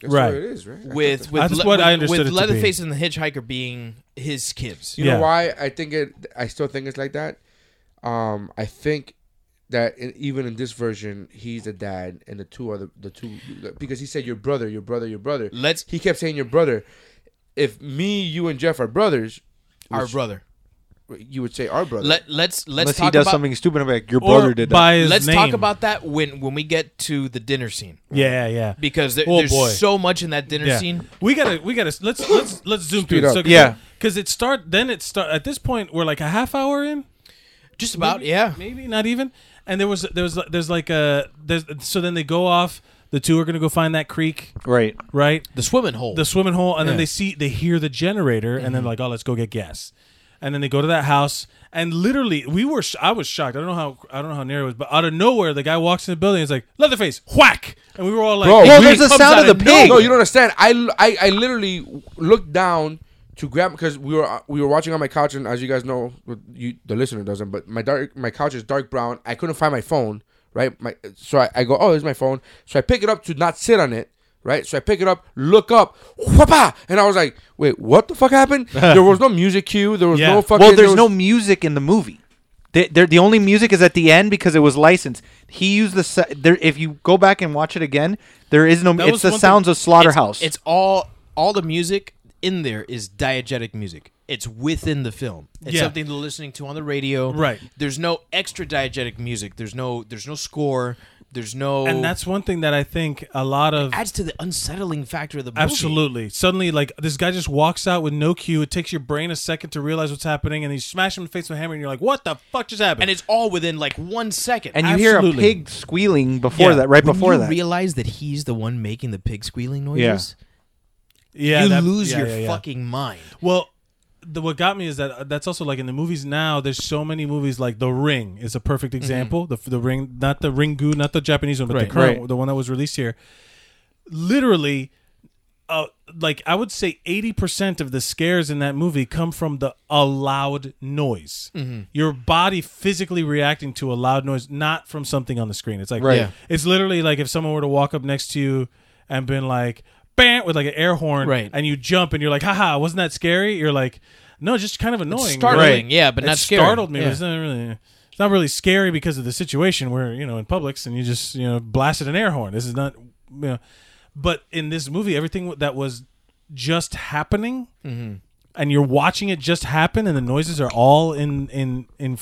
[SPEAKER 8] That's
[SPEAKER 10] Right.
[SPEAKER 8] what it is, right? I thought
[SPEAKER 9] with
[SPEAKER 8] that-
[SPEAKER 9] with
[SPEAKER 10] That's what
[SPEAKER 9] with,
[SPEAKER 10] I understood
[SPEAKER 9] with
[SPEAKER 10] it to be.
[SPEAKER 9] Leatherface and the Hitchhiker being his kids.
[SPEAKER 8] you
[SPEAKER 10] Yeah.
[SPEAKER 8] know why I think it. I still think it's like that. Um, I think that in, even in this version, he's the dad, and the two other the two because he said your brother, your brother, your brother.
[SPEAKER 9] Let's-
[SPEAKER 8] He kept saying your brother. If me, you, and Jeff are brothers,
[SPEAKER 9] Our brother.
[SPEAKER 8] you would say our brother.
[SPEAKER 9] Let let's let's
[SPEAKER 11] Unless
[SPEAKER 9] talk
[SPEAKER 11] he does
[SPEAKER 9] about
[SPEAKER 11] something stupid, I'm like, your
[SPEAKER 10] Or
[SPEAKER 11] brother did
[SPEAKER 10] by
[SPEAKER 11] that.
[SPEAKER 10] his
[SPEAKER 9] let's
[SPEAKER 10] name.
[SPEAKER 9] talk about that when when we get to the dinner scene
[SPEAKER 10] Yeah, yeah.
[SPEAKER 9] because there,
[SPEAKER 10] Oh,
[SPEAKER 9] there's
[SPEAKER 10] boy.
[SPEAKER 9] so much in that dinner
[SPEAKER 10] yeah.
[SPEAKER 9] scene.
[SPEAKER 10] We gotta, we gotta. Let's let's let's zoom
[SPEAKER 8] Speed
[SPEAKER 10] through.
[SPEAKER 8] up.
[SPEAKER 10] So-
[SPEAKER 11] Yeah.
[SPEAKER 10] because it start. Then it start. At this point, we're like a half hour in.
[SPEAKER 9] Just about yeah.
[SPEAKER 10] maybe not even. And there was there was there's like a there's so then they go off. The two are gonna go find that creek,
[SPEAKER 11] Right.
[SPEAKER 10] right?
[SPEAKER 9] The swimming hole.
[SPEAKER 10] The swimming hole, and then
[SPEAKER 9] Yeah.
[SPEAKER 10] they see they hear the generator, and
[SPEAKER 11] Mm-hmm.
[SPEAKER 10] then like, oh, let's go get gas. And then they go to that house, and literally, we were sh- I was shocked. I don't know how I don't know how near it was, but out of nowhere, the guy walks in the building. He's like, Leatherface, whack, and we were all like,
[SPEAKER 8] Bro,
[SPEAKER 11] Well,
[SPEAKER 8] we-
[SPEAKER 11] there's the
[SPEAKER 10] comes
[SPEAKER 11] sound
[SPEAKER 10] out
[SPEAKER 11] of the
[SPEAKER 10] of
[SPEAKER 11] pig.
[SPEAKER 8] No, you don't understand. I, I, I literally looked down to grab because we were we were watching on my couch, and as you guys know, you the listener doesn't, but my dark my couch is dark brown. I couldn't find my phone, right? My so I, I go, oh, there's my phone. So I pick it up to not sit on it. Right, so I pick it up, look up, whoopah, and I was like, "Wait, what the fuck happened?" there was no music cue. There was
[SPEAKER 10] Yeah.
[SPEAKER 8] no fucking.
[SPEAKER 11] Well, there's
[SPEAKER 8] there
[SPEAKER 11] no
[SPEAKER 8] was-
[SPEAKER 11] music in the movie. They, they're- the only music is at the end because it was licensed. He used the sa- there. If you go back and watch it again, there is no.
[SPEAKER 10] was
[SPEAKER 11] It's the
[SPEAKER 10] one thing-
[SPEAKER 11] sounds of Slaughterhouse.
[SPEAKER 9] It's, it's all all the music in there is diegetic music. It's within the film. It's
[SPEAKER 10] Yeah.
[SPEAKER 9] something they're listening to on the radio.
[SPEAKER 10] Right.
[SPEAKER 9] There's no extra diegetic music. There's no there's no score. There's no
[SPEAKER 10] and that's one thing that I think a lot of
[SPEAKER 9] adds to the unsettling factor of the movie.
[SPEAKER 10] Absolutely. Suddenly, like this guy just walks out with no cue. It takes your brain a second to realize what's happening, and you smash him in the face with a hammer, and you're like, "What the fuck just happened?"
[SPEAKER 9] And it's all within like one second.
[SPEAKER 11] and you hear a
[SPEAKER 10] absolutely.
[SPEAKER 11] pig squealing before
[SPEAKER 10] Yeah.
[SPEAKER 11] that, right
[SPEAKER 9] when
[SPEAKER 11] before
[SPEAKER 9] you
[SPEAKER 11] that.
[SPEAKER 9] realize that he's the one making the pig squealing noises,
[SPEAKER 10] yeah,
[SPEAKER 9] you
[SPEAKER 10] that-
[SPEAKER 9] lose
[SPEAKER 10] yeah,
[SPEAKER 9] your
[SPEAKER 10] yeah, yeah.
[SPEAKER 9] fucking mind.
[SPEAKER 10] Well, the, what got me is that uh, that's also like in the movies now. There's so many movies like The Ring is a perfect example. The the Ring, not the Ringu, not the Japanese one, but
[SPEAKER 9] Right,
[SPEAKER 10] the current,
[SPEAKER 11] Mm-hmm. right.
[SPEAKER 10] the one that was released here. Literally, uh, like I would say, eighty percent of the scares in that movie come from the a loud noise.
[SPEAKER 11] Mm-hmm.
[SPEAKER 10] Your body physically reacting to a loud noise, not from something on the screen. It's like
[SPEAKER 11] Right. Yeah.
[SPEAKER 10] It's literally like if someone were to walk up next to you and been like. Bam, with like an air horn,
[SPEAKER 9] Right.
[SPEAKER 10] And you jump, and you're like, "Haha, wasn't that scary?" You're like, "No, just kind of annoying." It's
[SPEAKER 9] startling, yeah, but
[SPEAKER 10] it
[SPEAKER 9] not scary.
[SPEAKER 10] startled me. but
[SPEAKER 9] Yeah.
[SPEAKER 10] It's not really. It's not really scary because of the situation where you know in Publix and you just you know blasted an air horn. This is not, you know, but in this movie, everything that was just happening,
[SPEAKER 9] Mm-hmm.
[SPEAKER 10] and you're watching it just happen, and the noises are all in in in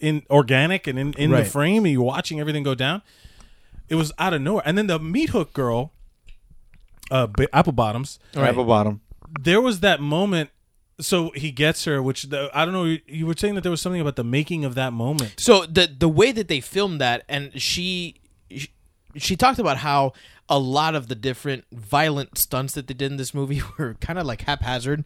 [SPEAKER 10] in organic and in in the
[SPEAKER 9] Right.
[SPEAKER 10] frame, and you're watching everything go down. It was out of nowhere, and then the meat hook girl, uh, B- Apple Bottoms,
[SPEAKER 11] Apple bottom.
[SPEAKER 10] there was that moment. So he gets her, which the, I don't know. you- You were saying that there was something about the making of that moment.
[SPEAKER 9] So the the way that they filmed that, and she she, she talked about how a lot of the different violent stunts that they did in this movie were kind of like haphazard,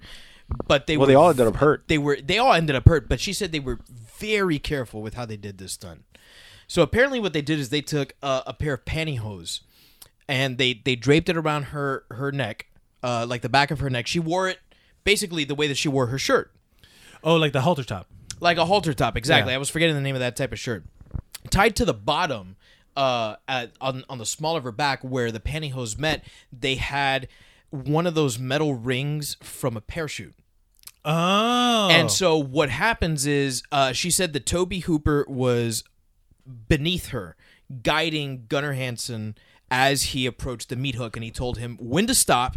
[SPEAKER 9] but they were,
[SPEAKER 11] Well, they all ended up hurt.
[SPEAKER 9] They were they all ended up hurt, but she said they were very careful with how they did this stunt. So apparently, what they did is they took a, a pair of pantyhose and they they draped it around her her neck, uh, like the back of her neck. She wore it basically the way that she wore her shirt
[SPEAKER 10] Oh, like the halter top.
[SPEAKER 9] like a halter top exactly
[SPEAKER 10] Yeah.
[SPEAKER 9] i was forgetting the name of that type of shirt tied to the bottom uh at, on, on the small of her back where the pantyhose met they had one of those metal rings from a parachute
[SPEAKER 10] Oh,
[SPEAKER 9] and so what happens is uh she said that toby hooper was beneath her guiding gunnar hansen as he approached the meat hook and he told him when to stop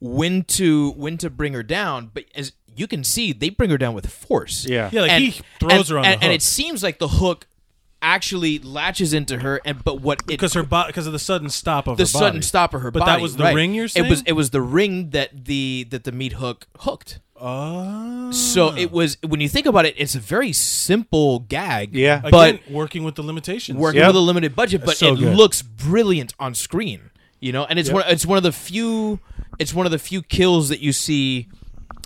[SPEAKER 9] when to when to bring her down but as you can see they bring her down with force
[SPEAKER 11] Yeah.
[SPEAKER 10] yeah, like he throws
[SPEAKER 9] and,
[SPEAKER 10] her on
[SPEAKER 9] and,
[SPEAKER 10] the
[SPEAKER 9] and
[SPEAKER 10] hook
[SPEAKER 9] it seems like the hook actually latches into her, and but what it
[SPEAKER 10] because her because of the sudden stop of
[SPEAKER 9] the
[SPEAKER 10] her
[SPEAKER 9] sudden
[SPEAKER 10] body.
[SPEAKER 9] stop of her
[SPEAKER 10] But
[SPEAKER 9] body.
[SPEAKER 10] that was the
[SPEAKER 9] right.
[SPEAKER 10] ring you're saying.
[SPEAKER 9] It was it was the ring that the that the meat hook hooked.
[SPEAKER 10] oh,
[SPEAKER 9] So it was when you think about it, it's a very simple gag.
[SPEAKER 11] Yeah.
[SPEAKER 9] but
[SPEAKER 10] Again, working with the limitations.
[SPEAKER 9] working
[SPEAKER 11] Yep.
[SPEAKER 9] with a limited budget, but
[SPEAKER 10] So
[SPEAKER 9] it
[SPEAKER 10] good.
[SPEAKER 9] looks brilliant on screen. You know, and it's one it's one of the few it's one of the few kills that you see.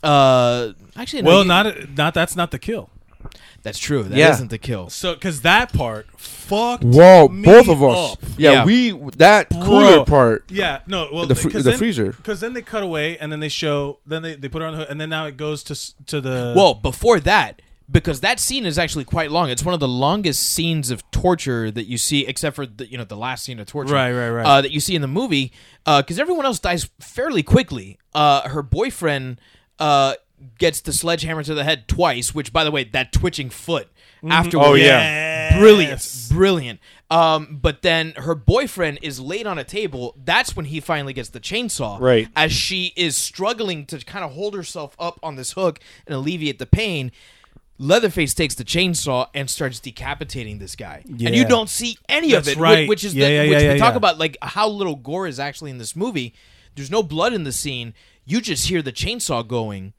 [SPEAKER 9] Uh, actually, no,
[SPEAKER 10] Well,
[SPEAKER 9] you-
[SPEAKER 10] not not that's not the kill.
[SPEAKER 9] that's true. That
[SPEAKER 11] Yeah.
[SPEAKER 9] not the kill.
[SPEAKER 10] So because that part fucked.
[SPEAKER 8] Whoa,
[SPEAKER 10] me
[SPEAKER 8] both of us.
[SPEAKER 10] up.
[SPEAKER 8] Yeah,
[SPEAKER 9] Yeah.
[SPEAKER 8] we that cooler part.
[SPEAKER 10] Yeah, no. Well,
[SPEAKER 8] The fr- the freezer.
[SPEAKER 10] Because then they cut away, and then they show, then they, they put her on the hook, and then now it goes to s- to the.
[SPEAKER 9] Well, before that, because that scene is actually quite long. It's one of the longest scenes of torture that you see, except for the, you know the last scene of torture,
[SPEAKER 10] Right, right, right.
[SPEAKER 9] Uh, that you see in the movie, because everyone else dies fairly quickly. Uh, her boyfriend uh, gets the sledgehammer to the head twice, which, by the way, that twitching foot afterwards.
[SPEAKER 11] Oh, yeah.
[SPEAKER 10] Mm-hmm. yeah.
[SPEAKER 9] brilliant, brilliant. Um, but then her boyfriend is laid on a table. That's when he finally gets the chainsaw.
[SPEAKER 11] Right.
[SPEAKER 9] As she is struggling to kind of hold herself up on this hook and alleviate the pain, Leatherface takes the chainsaw and starts decapitating this guy. And you
[SPEAKER 10] Yeah.
[SPEAKER 9] don't see any of
[SPEAKER 10] That's
[SPEAKER 9] it, whi-
[SPEAKER 10] right.
[SPEAKER 9] which is
[SPEAKER 10] Yeah,
[SPEAKER 9] the,
[SPEAKER 10] yeah,
[SPEAKER 9] which
[SPEAKER 10] yeah,
[SPEAKER 9] we
[SPEAKER 10] yeah,
[SPEAKER 9] talk
[SPEAKER 10] yeah.
[SPEAKER 9] about like how little gore is actually in this movie. There's no blood in the scene. You just hear the chainsaw going,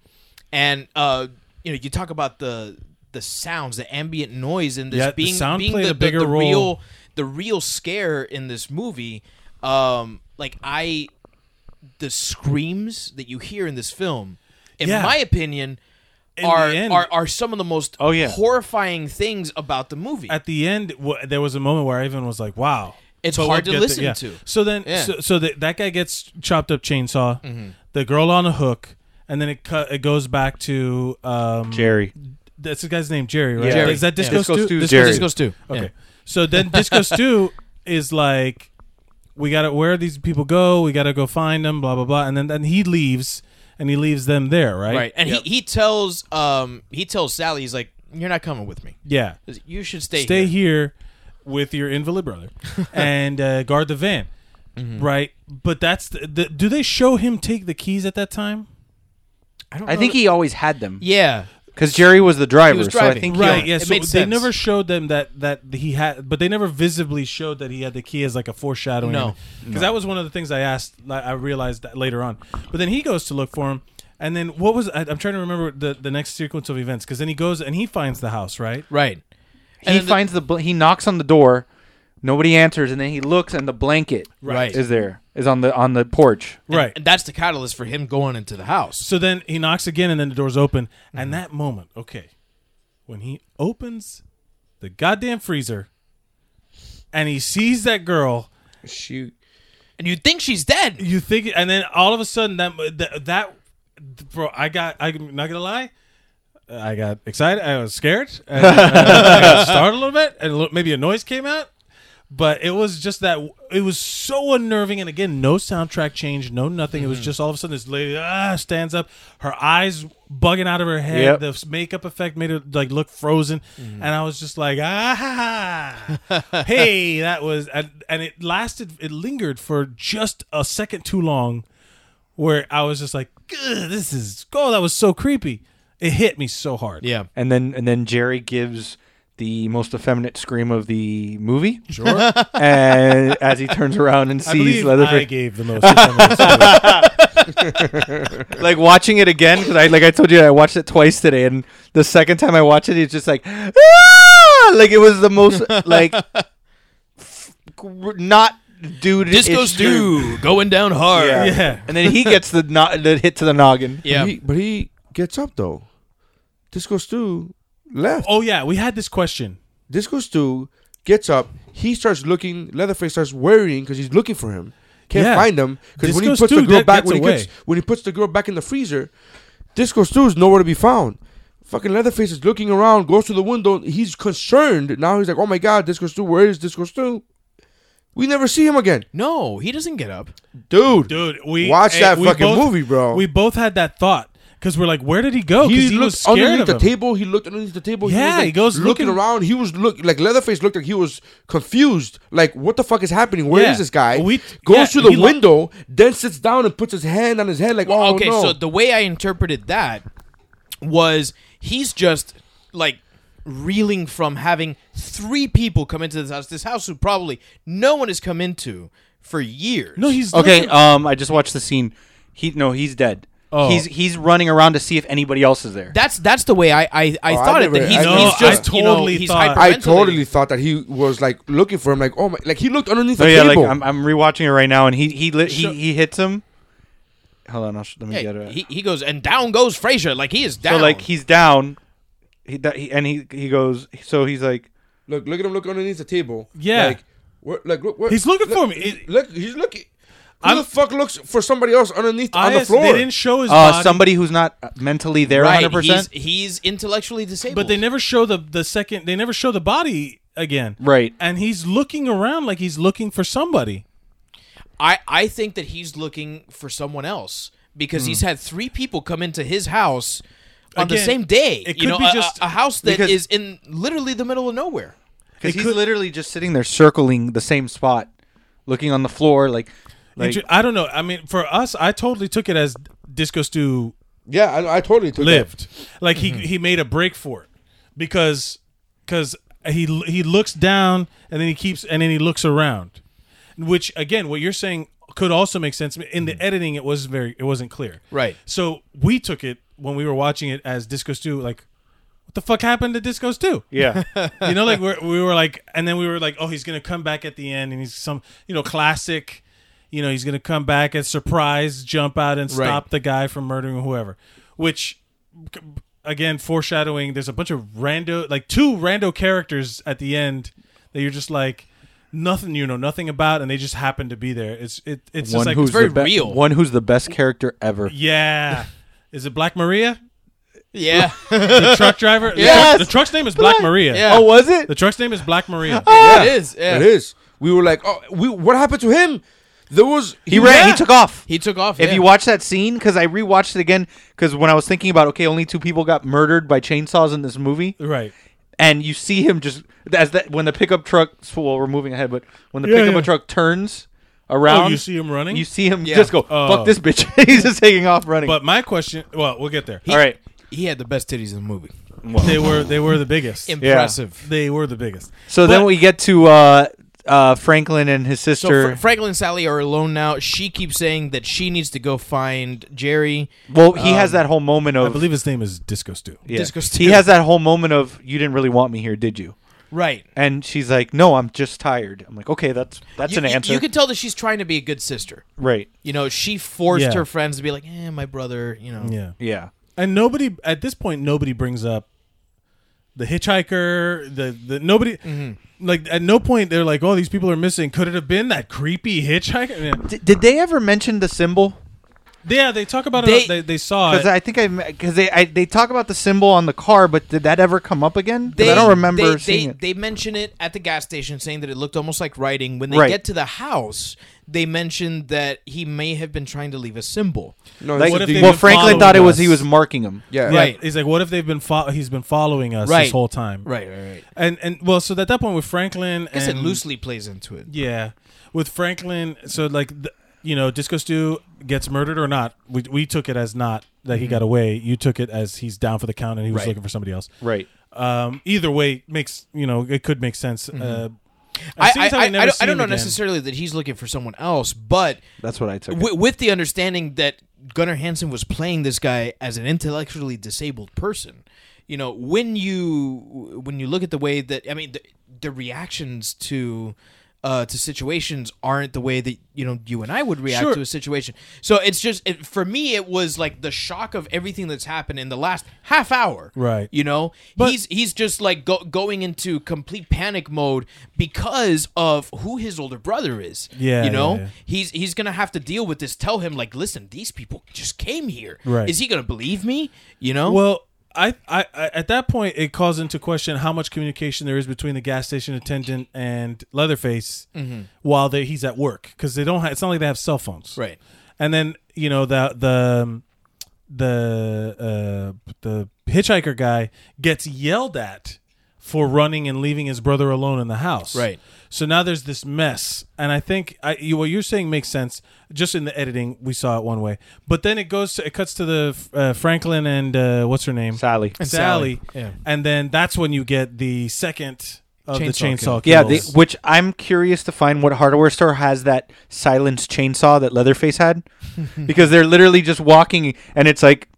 [SPEAKER 9] and uh, you know you talk about the the sounds, the ambient noise in this
[SPEAKER 10] Yeah, the
[SPEAKER 9] being
[SPEAKER 10] sound
[SPEAKER 9] being
[SPEAKER 10] played
[SPEAKER 9] the,
[SPEAKER 10] a bigger
[SPEAKER 9] the, the
[SPEAKER 10] role.
[SPEAKER 9] real the real scare in this movie. Um, like I, the screams that you hear in this film, in
[SPEAKER 10] Yeah.
[SPEAKER 9] my opinion,
[SPEAKER 10] In
[SPEAKER 9] are,
[SPEAKER 10] the end-
[SPEAKER 9] are are some of the most
[SPEAKER 11] Oh, yeah.
[SPEAKER 9] horrifying things about the movie.
[SPEAKER 10] at the end, w- there was a moment where I even was like, "Wow,
[SPEAKER 9] It's
[SPEAKER 10] But
[SPEAKER 9] hard
[SPEAKER 10] what
[SPEAKER 9] to
[SPEAKER 10] get
[SPEAKER 9] listen
[SPEAKER 10] yeah.
[SPEAKER 9] to.
[SPEAKER 10] So then,
[SPEAKER 9] Yeah. Mm-hmm.
[SPEAKER 10] so, so that that guy gets chopped up chainsaw, the girl on a hook, and then it cut. It goes back to um,
[SPEAKER 11] Jerry.
[SPEAKER 10] That's the guy's name, Jerry, right?
[SPEAKER 11] Jerry.
[SPEAKER 10] Is that Disco
[SPEAKER 11] Disco
[SPEAKER 10] Stu?
[SPEAKER 11] Stu, Jerry.
[SPEAKER 9] This goes too.
[SPEAKER 10] Okay. So then Disco Stu is like, we got to where these people go. We got to go find them. Blah blah blah. And then then he leaves, and he leaves them there, right?
[SPEAKER 9] Right. And he, he tells um he tells Sally he's like you're not coming with me.
[SPEAKER 10] Yeah.
[SPEAKER 9] You should stay,
[SPEAKER 10] Stay
[SPEAKER 9] here.
[SPEAKER 10] here with your invalid brother and uh, guard the van,
[SPEAKER 9] Mm-hmm.
[SPEAKER 10] right? But that's the, the, do they show him take the keys at that time?
[SPEAKER 9] I don't
[SPEAKER 11] I think he always had them
[SPEAKER 9] Yeah.
[SPEAKER 11] because Jerry was the driver. so I
[SPEAKER 9] driving.
[SPEAKER 11] think he-
[SPEAKER 9] Yeah,
[SPEAKER 10] Right. Yeah.
[SPEAKER 9] it
[SPEAKER 10] so
[SPEAKER 9] made
[SPEAKER 10] they
[SPEAKER 9] sense.
[SPEAKER 10] never showed them that that he had, but they never visibly showed that he had the key as like a foreshadowing.
[SPEAKER 9] No.
[SPEAKER 10] Because that was one of the things I asked. like, I realized that later on. But then he goes to look for him, and then what was I, I'm trying to remember the the next sequence of events. Because then he goes and he finds the house, right?
[SPEAKER 9] Right.
[SPEAKER 11] he, finds the bl- he knocks on the door. Nobody answers, and then he looks, and the blanket
[SPEAKER 9] Right.
[SPEAKER 11] is there is on the on the porch.
[SPEAKER 10] Right.
[SPEAKER 9] And that's the catalyst for him going into the house.
[SPEAKER 10] So then he knocks again, and then the door's open. And that moment, okay, when he opens the goddamn freezer, and he sees that girl.
[SPEAKER 11] Shoot,
[SPEAKER 9] And you think she's dead.
[SPEAKER 10] you think and then all of a sudden that that, that bro i got i'm not gonna lie i got excited i was scared and, uh, i got startled a little bit and a little- maybe a noise came out but it was just that it was so unnerving and again no soundtrack change no nothing it was just all of a sudden this lady ah, stands up her eyes bugging out of her head
[SPEAKER 11] Yep.
[SPEAKER 10] the makeup effect made her like look frozen and i was just like ah ha, ha. hey that was and, and it lasted it lingered for just a second too long where i was just like "Ugh, this is oh that was so creepy it hit me so hard
[SPEAKER 9] Yeah.
[SPEAKER 11] and then and then Jerry gives the most effeminate scream of the movie.
[SPEAKER 10] sure
[SPEAKER 11] and as he turns around and
[SPEAKER 10] I believe
[SPEAKER 11] sees Leatherface,
[SPEAKER 10] I gave the most. I
[SPEAKER 11] like watching it again because I like I told you I watched it twice today, and the second time I watched it, it's just like "Ah!" like it was the most like f- gr- not dude
[SPEAKER 9] Disco
[SPEAKER 11] ish scream.
[SPEAKER 9] Stew going down hard.
[SPEAKER 11] Yeah.
[SPEAKER 10] Yeah.
[SPEAKER 11] and then he gets the no- the hit to the noggin.
[SPEAKER 9] Yeah.
[SPEAKER 8] He, but he gets up though. Disco Stu left.
[SPEAKER 10] oh yeah, we had this question.
[SPEAKER 8] Disco Stu gets up. He starts looking. Leatherface starts worrying because he's looking for him. Can't
[SPEAKER 10] Yeah.
[SPEAKER 8] find him because when he
[SPEAKER 10] Disco
[SPEAKER 8] puts
[SPEAKER 10] Stu
[SPEAKER 8] the girl
[SPEAKER 10] get-
[SPEAKER 8] back
[SPEAKER 10] gets
[SPEAKER 8] when he,
[SPEAKER 10] away.
[SPEAKER 8] gets, when he puts the girl back in the freezer, Disco Stu's nowhere to be found. Fucking Leatherface is looking around, goes to the window. He's concerned now. He's like, "Oh my god, Disco Stu, where is Disco Stu?" We never see him again,
[SPEAKER 9] No, he doesn't get up.
[SPEAKER 8] dude.
[SPEAKER 10] Dude, we
[SPEAKER 8] watch
[SPEAKER 10] eh,
[SPEAKER 8] that
[SPEAKER 10] we
[SPEAKER 8] fucking
[SPEAKER 10] both-
[SPEAKER 8] movie, bro.
[SPEAKER 10] We both had that thought because we're like, where did he go? 'Cause
[SPEAKER 8] he,
[SPEAKER 10] he,
[SPEAKER 8] looked
[SPEAKER 10] was scared
[SPEAKER 8] underneath
[SPEAKER 10] of
[SPEAKER 8] the
[SPEAKER 10] him.
[SPEAKER 8] table. He looked underneath the table.
[SPEAKER 10] Yeah,
[SPEAKER 8] he, was, like,
[SPEAKER 10] he goes
[SPEAKER 8] looking,
[SPEAKER 10] looking-
[SPEAKER 8] around. He was look like Leatherface looked like he was confused. Like, what the fuck is happening? Where is
[SPEAKER 10] Yeah.
[SPEAKER 8] this guy?
[SPEAKER 10] We-
[SPEAKER 8] goes
[SPEAKER 10] yeah,
[SPEAKER 8] to the
[SPEAKER 10] he lo-
[SPEAKER 8] window, then sits down and puts his hand on his head. Like, oh
[SPEAKER 9] okay,
[SPEAKER 8] no.
[SPEAKER 9] so the way I interpreted that was he's just like reeling from having three people come into this house. This house who probably no one has come into for years.
[SPEAKER 10] No, he's
[SPEAKER 11] Okay,
[SPEAKER 10] looking-
[SPEAKER 8] uh,
[SPEAKER 11] um, I just watched the scene. He no, he's dead.
[SPEAKER 10] Oh.
[SPEAKER 11] He's he's running around to see if anybody else is there.
[SPEAKER 9] That's that's the way I I, I
[SPEAKER 8] Oh, I
[SPEAKER 9] thought it.
[SPEAKER 8] never-
[SPEAKER 9] That he's,
[SPEAKER 8] I
[SPEAKER 9] he's
[SPEAKER 8] never-
[SPEAKER 9] just
[SPEAKER 10] I
[SPEAKER 9] you know,
[SPEAKER 10] totally
[SPEAKER 9] he's
[SPEAKER 10] thought-
[SPEAKER 8] I
[SPEAKER 9] hyperventilating.
[SPEAKER 8] totally thought that he was like looking for him. Like, oh my, like he looked underneath
[SPEAKER 11] No,
[SPEAKER 8] the
[SPEAKER 11] yeah, like
[SPEAKER 8] table.
[SPEAKER 11] I'm, I'm rewatching it right now, and he he li-
[SPEAKER 10] Sure.
[SPEAKER 11] he, he hits him. Hold on, I'll sh- let me
[SPEAKER 9] Hey,
[SPEAKER 11] get it.
[SPEAKER 9] he, he goes and down goes Frazier like he is down.
[SPEAKER 11] so like he's down, he, that, he and he he goes. So he's like,
[SPEAKER 8] look, look at him. Look underneath the table.
[SPEAKER 10] Yeah.
[SPEAKER 8] like, where, like look, where,
[SPEAKER 10] He's looking
[SPEAKER 8] look-
[SPEAKER 10] for me. It-
[SPEAKER 8] Look, he's looking. Who
[SPEAKER 10] I'm-
[SPEAKER 8] the fuck looks for somebody else underneath
[SPEAKER 10] I
[SPEAKER 8] on the
[SPEAKER 10] asked-
[SPEAKER 8] floor?
[SPEAKER 10] They didn't show his
[SPEAKER 11] uh,
[SPEAKER 10] body,
[SPEAKER 11] somebody who's not uh, mentally there
[SPEAKER 9] right,
[SPEAKER 11] 100%.
[SPEAKER 9] he's, he's intellectually disabled.
[SPEAKER 10] but they never show the the second. They never show the body again.
[SPEAKER 11] Right.
[SPEAKER 10] and he's looking around like he's looking for somebody.
[SPEAKER 9] I I think that he's looking for someone else because he's had three people come into his house on the
[SPEAKER 10] Again,
[SPEAKER 9] same day.
[SPEAKER 10] it
[SPEAKER 9] you
[SPEAKER 10] could
[SPEAKER 9] know,
[SPEAKER 10] be
[SPEAKER 9] a- a-
[SPEAKER 10] just-
[SPEAKER 9] a, house that
[SPEAKER 11] because-
[SPEAKER 9] is in literally the middle of nowhere.
[SPEAKER 11] because
[SPEAKER 10] It
[SPEAKER 11] he's
[SPEAKER 10] could-
[SPEAKER 11] literally just sitting there circling the same spot, looking on the floor like, like
[SPEAKER 10] Inter- I don't know. I mean, for us, I totally took it as Disco Stew
[SPEAKER 8] Yeah, I, I totally took
[SPEAKER 10] lived. Like he he made a break for it because because he he looks down and then he keeps and then he looks around, which again, what you're saying could also make sense. In the editing, it was very it wasn't clear.
[SPEAKER 9] Right.
[SPEAKER 10] So we took it when we were watching it as Disco Stew like. What the fuck happened to Disco Stew?
[SPEAKER 11] yeah,
[SPEAKER 10] you know, like we're, we were like, and then we were like, oh, he's gonna come back at the end, and he's some, you know, classic, you know, he's gonna come back and surprise, jump out and stop the guy from murdering whoever, which, c- again, foreshadowing. There's a bunch of rando, like two rando characters at the end that you're just like, nothing, you know, nothing about, and they just happen to be there. It's it, it's just
[SPEAKER 11] one
[SPEAKER 10] like
[SPEAKER 11] who's
[SPEAKER 9] very
[SPEAKER 11] the be-
[SPEAKER 9] real.
[SPEAKER 11] one who's the best character ever.
[SPEAKER 10] yeah. Is it Black Maria,
[SPEAKER 9] Yeah.
[SPEAKER 10] the truck driver?
[SPEAKER 11] Yes!
[SPEAKER 10] The, truck- the truck's name is Black Maria.
[SPEAKER 9] Yeah.
[SPEAKER 11] Oh, was it?
[SPEAKER 10] The truck's name is Black Maria.
[SPEAKER 9] yeah. It is. Yeah.
[SPEAKER 8] it. It is. We were like, oh, we what happened to him? There was
[SPEAKER 11] He ran.
[SPEAKER 9] Yeah.
[SPEAKER 11] He took off.
[SPEAKER 9] He took off.
[SPEAKER 11] If
[SPEAKER 9] yeah.
[SPEAKER 11] you watch that scene, because I rewatched it again, because when I was thinking about okay, only two people got murdered by chainsaws in this movie,
[SPEAKER 10] Right.
[SPEAKER 11] and you see him just as that when the pickup truck. Well, we're moving ahead, but when the
[SPEAKER 10] Yeah,
[SPEAKER 11] pickup
[SPEAKER 10] yeah.
[SPEAKER 11] truck turns around,
[SPEAKER 10] Oh, you see him running?
[SPEAKER 11] You see him just go
[SPEAKER 10] Oh.
[SPEAKER 11] fuck this bitch. He's just taking off running.
[SPEAKER 10] But my question, well, we'll get there.
[SPEAKER 11] All right,
[SPEAKER 9] he had the best titties in the movie.
[SPEAKER 10] They were they were the biggest.
[SPEAKER 9] Impressive.
[SPEAKER 10] They were the biggest.
[SPEAKER 11] so
[SPEAKER 10] But-
[SPEAKER 11] then we get to uh, uh, Franklin and his
[SPEAKER 9] So
[SPEAKER 11] sister.
[SPEAKER 9] Fra- Franklin and Sally are alone now. She keeps saying that she needs to go find Jerry.
[SPEAKER 11] well, he has that whole moment of
[SPEAKER 10] um, I believe his name is Disco Stew.
[SPEAKER 11] yeah.
[SPEAKER 9] Disco
[SPEAKER 11] he
[SPEAKER 9] Steve.
[SPEAKER 11] has that whole moment of you didn't really want me here, did you?
[SPEAKER 9] Right.
[SPEAKER 11] And she's like, "No, I'm just tired." I'm like, "Okay, that's that's
[SPEAKER 9] You-
[SPEAKER 11] an
[SPEAKER 9] you-
[SPEAKER 11] answer."
[SPEAKER 9] You can tell that she's trying to be a good sister.
[SPEAKER 11] right.
[SPEAKER 9] You know, she forced
[SPEAKER 10] Yeah.
[SPEAKER 9] her friends to be like, eh, my brother, you know.
[SPEAKER 10] Yeah.
[SPEAKER 11] Yeah.
[SPEAKER 10] And nobody at this point nobody brings up the hitchhiker, the the nobody
[SPEAKER 11] Mm-hmm.
[SPEAKER 10] like at no point they're like, "Oh, these people are missing. Could it have been that creepy hitchhiker?" Yeah,
[SPEAKER 11] D- did they ever mention the symbol?
[SPEAKER 10] yeah they talk about
[SPEAKER 9] They-
[SPEAKER 10] it. They, they saw
[SPEAKER 11] Because
[SPEAKER 10] it.
[SPEAKER 11] I think I because they I, they talk about the symbol on the car, but did that ever come up again? 'Cause I don't remember
[SPEAKER 9] They,
[SPEAKER 11] seeing
[SPEAKER 9] they,
[SPEAKER 11] it.
[SPEAKER 9] they mention it at the gas station, saying that it looked almost like writing. When they
[SPEAKER 11] Right.
[SPEAKER 9] get to the house, they mentioned that he may have been trying to leave a symbol.
[SPEAKER 8] no,
[SPEAKER 11] Like,
[SPEAKER 8] this
[SPEAKER 10] what
[SPEAKER 8] is
[SPEAKER 10] if
[SPEAKER 8] the-
[SPEAKER 10] they
[SPEAKER 11] well,
[SPEAKER 10] been
[SPEAKER 11] Franklin thought it
[SPEAKER 10] following
[SPEAKER 11] was he
[SPEAKER 10] us?
[SPEAKER 11] was marking him.
[SPEAKER 8] yeah,
[SPEAKER 10] Yeah,
[SPEAKER 9] Right.
[SPEAKER 10] He's like, "What if they've been fo- he's been following us
[SPEAKER 9] Right.
[SPEAKER 10] this whole time?"
[SPEAKER 9] Right, right, right.
[SPEAKER 10] And and well, so at that point with Franklin
[SPEAKER 9] I guess
[SPEAKER 10] and
[SPEAKER 9] it loosely plays into it.
[SPEAKER 10] Yeah, with Franklin. So like, th- you know, Disco Stew gets murdered or not. We we took it as not that he got away. You took it as he's down for the count and he was
[SPEAKER 9] Mm-hmm. Right.
[SPEAKER 10] looking for somebody else.
[SPEAKER 11] Right.
[SPEAKER 10] Um, either way makes you know it could make sense. Uh,
[SPEAKER 9] I,
[SPEAKER 10] and seeing
[SPEAKER 9] Mm-hmm. I,
[SPEAKER 10] as how we
[SPEAKER 9] I, I
[SPEAKER 10] never
[SPEAKER 9] don't,
[SPEAKER 10] see
[SPEAKER 9] I don't
[SPEAKER 10] him
[SPEAKER 9] know
[SPEAKER 10] again-
[SPEAKER 9] necessarily that he's looking for someone else, but
[SPEAKER 11] That's what I took.
[SPEAKER 9] w- with the understanding that Gunnar Hansen was playing this guy as an intellectually disabled person. You know, when you when you look at the way that I mean, the, the reactions to uh, to situations aren't the way that you know you and I would react
[SPEAKER 10] Sure.
[SPEAKER 9] to a situation. So it's just it, for me, it was like the shock of everything that's happened in the last half hour.
[SPEAKER 10] Right.
[SPEAKER 9] You know, he's he's just like go, going into complete panic mode because of who his older brother is.
[SPEAKER 10] Yeah,
[SPEAKER 9] You know,
[SPEAKER 10] yeah, yeah.
[SPEAKER 9] he's he's gonna have to deal with this. Tell him like, listen, these people just came here.
[SPEAKER 10] Right.
[SPEAKER 9] Is he gonna believe me? You know.
[SPEAKER 10] Well, I, I, I at that point it calls into question how much communication there is between the gas station attendant and Leatherface
[SPEAKER 9] Mm-hmm.
[SPEAKER 10] while they, he's at work because they don't. Ha- it's not like they have cell phones,
[SPEAKER 9] Right.
[SPEAKER 10] And then you know the the the uh, the hitchhiker guy gets yelled at for running and leaving his brother alone in the house,
[SPEAKER 9] Right.
[SPEAKER 10] So now there's this mess, and I think I, you, what you're saying makes sense. Just in the editing, we saw it one way, but then it goes to it cuts to the uh, Franklin and uh, what's her name,
[SPEAKER 11] Sally.
[SPEAKER 10] and
[SPEAKER 9] Sally,
[SPEAKER 10] Sally,
[SPEAKER 9] yeah.
[SPEAKER 10] and then that's when you get the second of the
[SPEAKER 9] Chainsaw
[SPEAKER 10] chainsaw.
[SPEAKER 11] Yeah, they,
[SPEAKER 10] kills.
[SPEAKER 11] which I'm curious to find what hardware store has that silenced chainsaw that Leatherface had, because they're literally just walking and it's like,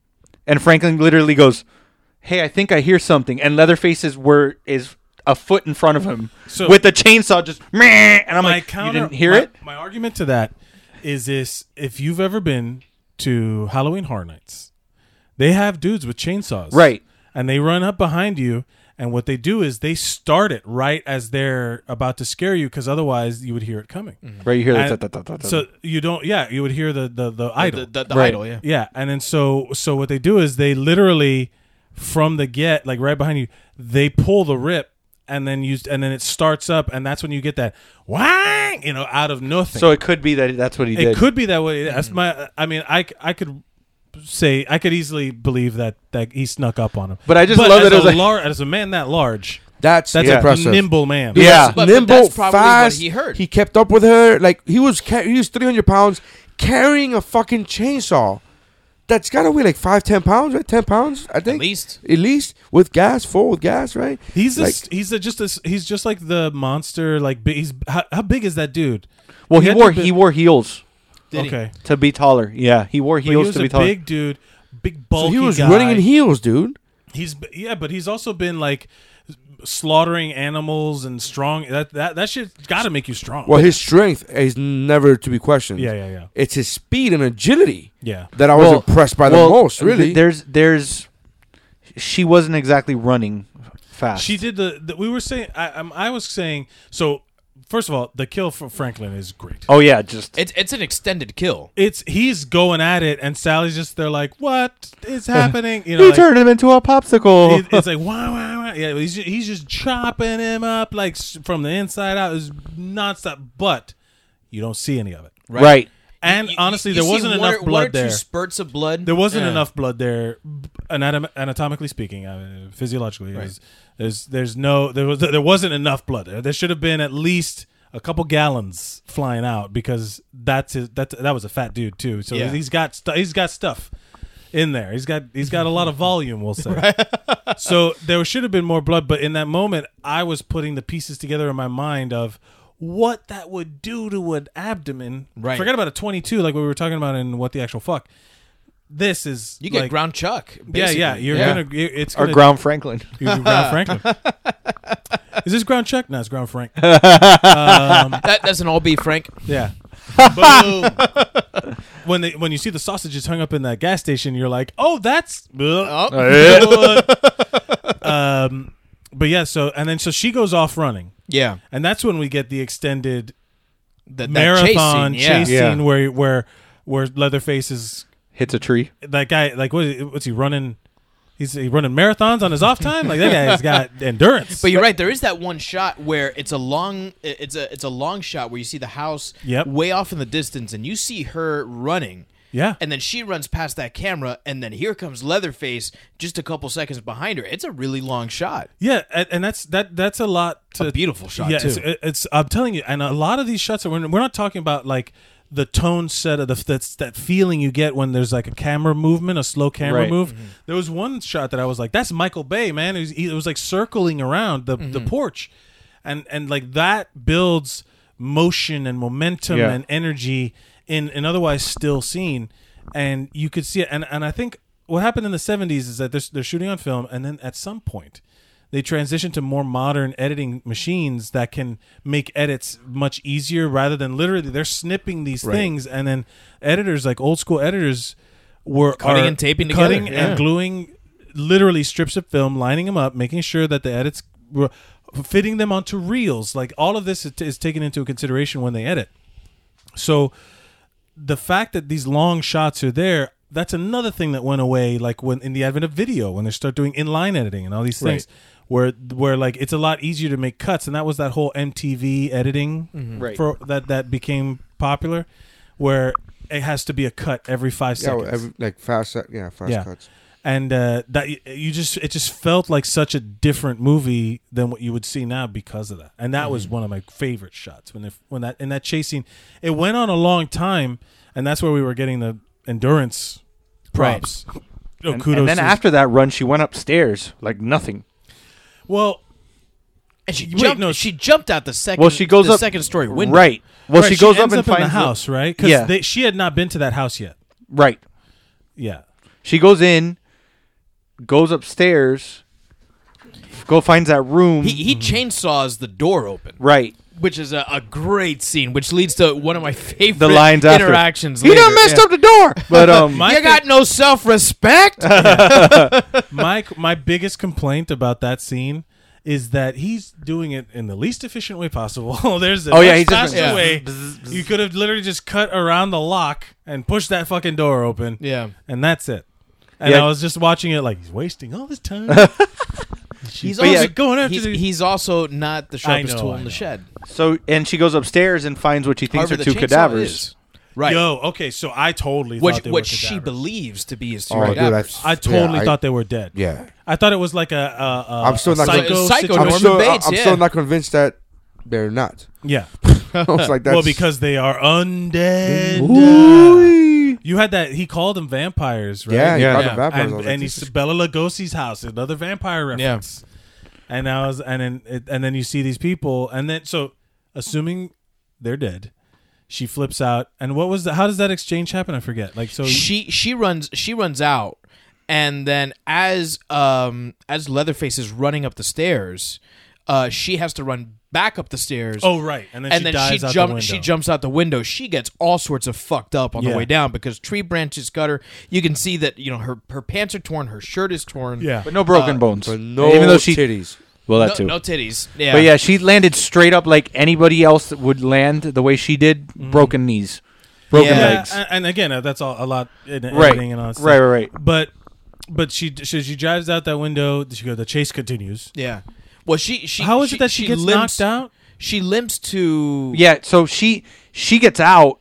[SPEAKER 11] and Franklin literally goes, "Hey, I think I hear something," and Leatherface is where is a foot in front of him
[SPEAKER 10] So-
[SPEAKER 11] with the chainsaw, just meh, and I'm
[SPEAKER 10] my
[SPEAKER 11] like,
[SPEAKER 10] counter,
[SPEAKER 11] "You didn't hear
[SPEAKER 10] my-
[SPEAKER 11] it?"
[SPEAKER 10] My argument to that is this: if you've ever been to Halloween Horror Nights, they have dudes with chainsaws,
[SPEAKER 11] Right.
[SPEAKER 10] And they run up behind you, and what they do is they start it right as they're about to scare you, because otherwise you would hear it coming.
[SPEAKER 11] Right, you hear
[SPEAKER 10] And
[SPEAKER 11] that? da- da- da- da-
[SPEAKER 10] so you don't, yeah, you would hear the the the idol,
[SPEAKER 9] the, the, the
[SPEAKER 11] Right.
[SPEAKER 9] idol, yeah.
[SPEAKER 10] yeah, and then so so what they do is they literally from the get like right behind you, they pull the rip and then you and then it starts up and that's when you get that whang, you know, out of nothing.
[SPEAKER 11] so it could be that that's what he
[SPEAKER 10] it
[SPEAKER 11] did.
[SPEAKER 10] could be that way. That's my I mean, I c- I could say I could easily believe that that he snuck up on him.
[SPEAKER 11] But I just love
[SPEAKER 10] as
[SPEAKER 11] that it was
[SPEAKER 10] a
[SPEAKER 11] like-
[SPEAKER 10] lar- as a man that large.
[SPEAKER 8] That's
[SPEAKER 10] That's a
[SPEAKER 8] impressive.
[SPEAKER 10] nimble man.
[SPEAKER 9] Yeah.
[SPEAKER 8] Yes,
[SPEAKER 9] But- but
[SPEAKER 8] nimble,
[SPEAKER 9] that's probably what
[SPEAKER 8] fast.
[SPEAKER 9] he heard.
[SPEAKER 8] kept up with her. Like he was, ca- he was three hundred pounds, carrying a fucking chainsaw. That's gotta weigh like five, ten pounds, right? Ten pounds, I think.
[SPEAKER 9] least.
[SPEAKER 8] at least with gas, full with gas, right?
[SPEAKER 10] He's
[SPEAKER 8] like,
[SPEAKER 10] this, he's a, just this, he's just like the monster. Like bi- he's how, how big is that dude?
[SPEAKER 11] Well, he,
[SPEAKER 10] had to
[SPEAKER 11] wore
[SPEAKER 10] be-
[SPEAKER 11] he wore heels
[SPEAKER 9] Did he?
[SPEAKER 10] okay,
[SPEAKER 11] to be taller. Yeah, he wore
[SPEAKER 10] but he
[SPEAKER 11] heels
[SPEAKER 10] was
[SPEAKER 11] to
[SPEAKER 10] a
[SPEAKER 11] be taller.
[SPEAKER 10] big dude, big bulky.
[SPEAKER 8] so he was
[SPEAKER 10] guy.
[SPEAKER 8] running in heels, dude.
[SPEAKER 10] He's b- yeah, but he's also been like slaughtering animals and strong. That that that shit got to make you strong.
[SPEAKER 8] Well, his strength is never to be questioned.
[SPEAKER 10] Yeah, yeah, yeah.
[SPEAKER 8] It's his speed and agility
[SPEAKER 10] yeah.
[SPEAKER 8] that I was
[SPEAKER 11] Well,
[SPEAKER 8] impressed by
[SPEAKER 11] well,
[SPEAKER 8] the most. Really,
[SPEAKER 11] th- there's there's she wasn't exactly running fast.
[SPEAKER 10] She did the, the we were saying I um, I was saying so first of all the kill for Franklin is great.
[SPEAKER 11] Oh yeah, just
[SPEAKER 9] It's it's an extended kill.
[SPEAKER 10] It's he's going at it and Sally's just there like what is happening? You know,
[SPEAKER 11] he
[SPEAKER 10] like,
[SPEAKER 11] turned him into a popsicle.
[SPEAKER 10] it- it's like wow wow wow. Yeah, he's just, he's just chopping him up like s- from the inside out. It's nonstop, but you don't see any of it.
[SPEAKER 11] right.
[SPEAKER 10] And
[SPEAKER 9] You- you-
[SPEAKER 10] honestly,
[SPEAKER 9] you
[SPEAKER 10] there
[SPEAKER 9] see
[SPEAKER 10] wasn't
[SPEAKER 9] one or-
[SPEAKER 10] enough
[SPEAKER 9] one or
[SPEAKER 10] blood
[SPEAKER 9] two
[SPEAKER 10] there.
[SPEAKER 9] spurts of blood.
[SPEAKER 10] There wasn't
[SPEAKER 9] Mm-hmm. Yeah.
[SPEAKER 10] enough blood there, b- anatom- anatomically speaking, I mean, physiologically. it was- There's, there's no, there was, there wasn't enough blood. There There should have been at least a couple gallons flying out because that's his, that that was a fat dude too. So
[SPEAKER 9] Yeah.
[SPEAKER 10] he's got stu- he's got stuff in there. He's got he's got a lot of volume. We'll say. so there should have been more blood, but in that moment, I was putting the pieces together in my mind of what that would do to an abdomen.
[SPEAKER 9] Right.
[SPEAKER 10] Forget about a 22, like we were talking about in what the actual fuck. This is
[SPEAKER 9] You get
[SPEAKER 10] like,
[SPEAKER 9] ground chuck.
[SPEAKER 10] Yeah, yeah.
[SPEAKER 9] basically.
[SPEAKER 10] You're
[SPEAKER 8] Yeah.
[SPEAKER 10] gonna. you- It's
[SPEAKER 11] Or
[SPEAKER 10] gonna,
[SPEAKER 11] Ground Franklin.
[SPEAKER 10] you're ground Franklin. is this ground chuck? No, it's ground Frank.
[SPEAKER 9] That doesn't all be Frank.
[SPEAKER 10] Yeah. Boom. when they when you see the sausages hung up in that gas station, you're like, oh, that's.
[SPEAKER 9] Oh,
[SPEAKER 10] um, but yeah, so and then so she goes off running,
[SPEAKER 9] Yeah,
[SPEAKER 10] and that's when we get the extended
[SPEAKER 9] that, that
[SPEAKER 10] marathon
[SPEAKER 9] chase scene, yeah.
[SPEAKER 10] chase
[SPEAKER 11] Yeah.
[SPEAKER 10] scene where where where Leatherface is
[SPEAKER 11] Hits a tree.
[SPEAKER 10] that guy like what is, what's he running? He's he running marathons on his off time. Like that guy's got endurance.
[SPEAKER 9] But you're right. There is that one shot where it's a long, it's a it's a long shot where you see the house
[SPEAKER 10] Yep.
[SPEAKER 9] way off in the distance, and you see her running.
[SPEAKER 10] yeah,
[SPEAKER 9] And then she runs past that camera, and then here comes Leatherface just a couple seconds behind her. It's a really long shot.
[SPEAKER 10] Yeah, and, and that's that. That's a lot. To,
[SPEAKER 9] A beautiful shot,
[SPEAKER 10] yeah,
[SPEAKER 9] too.
[SPEAKER 10] It's, it's- I'm telling you, and a lot of these shots that we're we're not talking about like the tone set of the that's that feeling you get when there's like a camera movement, a slow camera
[SPEAKER 11] Right.
[SPEAKER 10] move. There was one shot that I was like, "That's Michael Bay, man." It was, he- it was like circling around the the porch, and and like that builds motion and momentum
[SPEAKER 11] Yeah.
[SPEAKER 10] and energy in an otherwise still scene, and you could see it. And and I think what happened in the '70s is that they're they're shooting on film, and then at some point, they transition to more modern editing machines that can make edits much easier rather than literally they're snipping these things, and then editors like old school editors were
[SPEAKER 9] Cutting
[SPEAKER 10] are
[SPEAKER 9] and taping together,
[SPEAKER 10] cutting
[SPEAKER 9] yeah.
[SPEAKER 10] and gluing literally strips of film, lining them up, making sure that the edits were fitting them onto reels. Like all of this is, is taken into consideration when they edit. So the fact that these long shots are there, that's another thing that went away. Like when in the advent of video, when they start doing inline editing and all these things, where where like it's a lot easier to make cuts, and that was that whole MTV editing
[SPEAKER 8] Mm-hmm.
[SPEAKER 11] Right.
[SPEAKER 10] for that that became popular, where it has to be a cut every five
[SPEAKER 8] yeah,
[SPEAKER 10] seconds.
[SPEAKER 8] every- like fast, uh, yeah, fast cuts.
[SPEAKER 10] And uh, that y- you just it just felt like such a different movie than what you would see now because of that. And that was
[SPEAKER 11] Mm-hmm.
[SPEAKER 10] one of my favorite shots when they, when that in that chase scene. It went on a long time, and that's where we were getting the endurance props. Oh,
[SPEAKER 11] And,
[SPEAKER 10] kudos.
[SPEAKER 11] and then
[SPEAKER 10] to-
[SPEAKER 11] after that run, she went upstairs like nothing.
[SPEAKER 10] well,
[SPEAKER 9] And she
[SPEAKER 10] Wait,
[SPEAKER 9] jumped.
[SPEAKER 10] no,
[SPEAKER 9] she jumped out the second.
[SPEAKER 11] Well, she goes
[SPEAKER 9] the
[SPEAKER 11] up
[SPEAKER 9] second story window.
[SPEAKER 11] Right. Well,
[SPEAKER 10] right,
[SPEAKER 11] she goes up
[SPEAKER 10] ends
[SPEAKER 11] and
[SPEAKER 10] in
[SPEAKER 11] finds
[SPEAKER 10] the house, right? Because
[SPEAKER 11] Yeah.
[SPEAKER 10] she had not been to that house yet.
[SPEAKER 11] Right.
[SPEAKER 10] Yeah,
[SPEAKER 11] She goes in, goes upstairs, go finds that room.
[SPEAKER 9] He
[SPEAKER 10] Mm-hmm.
[SPEAKER 9] he chainsaws the door open,
[SPEAKER 11] right.
[SPEAKER 9] which is a, a great scene, which leads to one of my favorite
[SPEAKER 11] The lines after
[SPEAKER 9] interactions.
[SPEAKER 11] He done
[SPEAKER 9] later.
[SPEAKER 11] messed up the door. But um,
[SPEAKER 10] My
[SPEAKER 9] you
[SPEAKER 10] fa-
[SPEAKER 9] got no self respect.
[SPEAKER 10] my my biggest complaint about that scene is that he's doing it in the least efficient way possible. There's a
[SPEAKER 11] Oh,
[SPEAKER 10] much
[SPEAKER 11] yeah, he just-
[SPEAKER 10] faster
[SPEAKER 9] yeah.
[SPEAKER 10] way. You could have literally just cut around the lock and pushed that fucking door open.
[SPEAKER 9] Yeah.
[SPEAKER 10] and that's it. And
[SPEAKER 11] Yeah.
[SPEAKER 10] I was just watching it like he's wasting all this time.
[SPEAKER 9] He's
[SPEAKER 11] But
[SPEAKER 9] also
[SPEAKER 11] yeah,
[SPEAKER 10] going after
[SPEAKER 9] he's,
[SPEAKER 10] the-
[SPEAKER 9] he's also not the sharpest
[SPEAKER 10] know,
[SPEAKER 9] tool
[SPEAKER 10] I
[SPEAKER 9] in
[SPEAKER 10] know.
[SPEAKER 9] the shed.
[SPEAKER 11] so and she goes upstairs and finds what she thinks
[SPEAKER 9] However,
[SPEAKER 11] are
[SPEAKER 9] the
[SPEAKER 11] two
[SPEAKER 9] chainsaw
[SPEAKER 11] cadavers.
[SPEAKER 9] is. Right.
[SPEAKER 10] Yo, okay, so I totally
[SPEAKER 9] What,
[SPEAKER 10] thought they were
[SPEAKER 9] what she
[SPEAKER 10] cadavers.
[SPEAKER 9] believes to be his two
[SPEAKER 8] Oh, dude,
[SPEAKER 9] cadavers.
[SPEAKER 8] that's-
[SPEAKER 10] I totally
[SPEAKER 8] yeah, I-
[SPEAKER 10] thought they were dead.
[SPEAKER 8] Yeah.
[SPEAKER 10] I thought it was like a, a, a
[SPEAKER 8] I'm still
[SPEAKER 10] a
[SPEAKER 8] not
[SPEAKER 10] psycho.
[SPEAKER 8] convinced-
[SPEAKER 9] Psycho,
[SPEAKER 10] situation.
[SPEAKER 8] I'm
[SPEAKER 9] Norman
[SPEAKER 8] still,
[SPEAKER 9] Bates,
[SPEAKER 8] I'm
[SPEAKER 9] yeah.
[SPEAKER 8] still not convinced that they're not.
[SPEAKER 10] Yeah.
[SPEAKER 8] I was like, that's
[SPEAKER 10] well, because they are undead. You had that. He called them vampires, right?
[SPEAKER 8] yeah,
[SPEAKER 11] Yeah.
[SPEAKER 8] yeah,
[SPEAKER 9] Yeah.
[SPEAKER 8] yeah. Vampires.
[SPEAKER 10] And,
[SPEAKER 8] I was like,
[SPEAKER 10] and
[SPEAKER 8] this
[SPEAKER 10] he's
[SPEAKER 8] is-
[SPEAKER 10] Bella Lugosi's house, another vampire reference. And I was, and then, it, and then you see these people, and then so, assuming they're dead, she flips out. And what was the? How does that exchange happen? I forget. Like so,
[SPEAKER 9] she she runs she runs out and then as um as leatherface is running up the stairs uh she has to run back up the stairs
[SPEAKER 10] oh right, and then
[SPEAKER 9] and
[SPEAKER 10] she
[SPEAKER 9] then she
[SPEAKER 10] dies out the
[SPEAKER 9] jumps
[SPEAKER 10] window.
[SPEAKER 9] she jumps out the window she gets all sorts of fucked up on
[SPEAKER 10] Yeah.
[SPEAKER 9] the way down because tree branches cut her you can see that you know her her pants are torn her shirt is torn
[SPEAKER 10] Yeah,
[SPEAKER 11] But no
[SPEAKER 9] Uh,
[SPEAKER 11] broken bones.
[SPEAKER 8] but no
[SPEAKER 11] Even though she,
[SPEAKER 8] titties.
[SPEAKER 11] well, that
[SPEAKER 9] no,
[SPEAKER 11] too.
[SPEAKER 9] no titties yeah
[SPEAKER 11] But yeah, she landed straight up like anybody else that would land the way she did. Broken knees, broken
[SPEAKER 9] Mm-hmm. Yeah.
[SPEAKER 10] yeah,
[SPEAKER 11] legs.
[SPEAKER 10] and, and again, uh, that's all a lot in
[SPEAKER 11] Right.
[SPEAKER 10] editing and all that stuff.
[SPEAKER 11] Right, right, right.
[SPEAKER 10] But, but she, she she drives out that window. She goes. The chase continues.
[SPEAKER 9] yeah well she she
[SPEAKER 10] How is it that she, gets
[SPEAKER 9] limps,
[SPEAKER 10] knocked out?
[SPEAKER 9] she limps to
[SPEAKER 11] Yeah. So she she gets out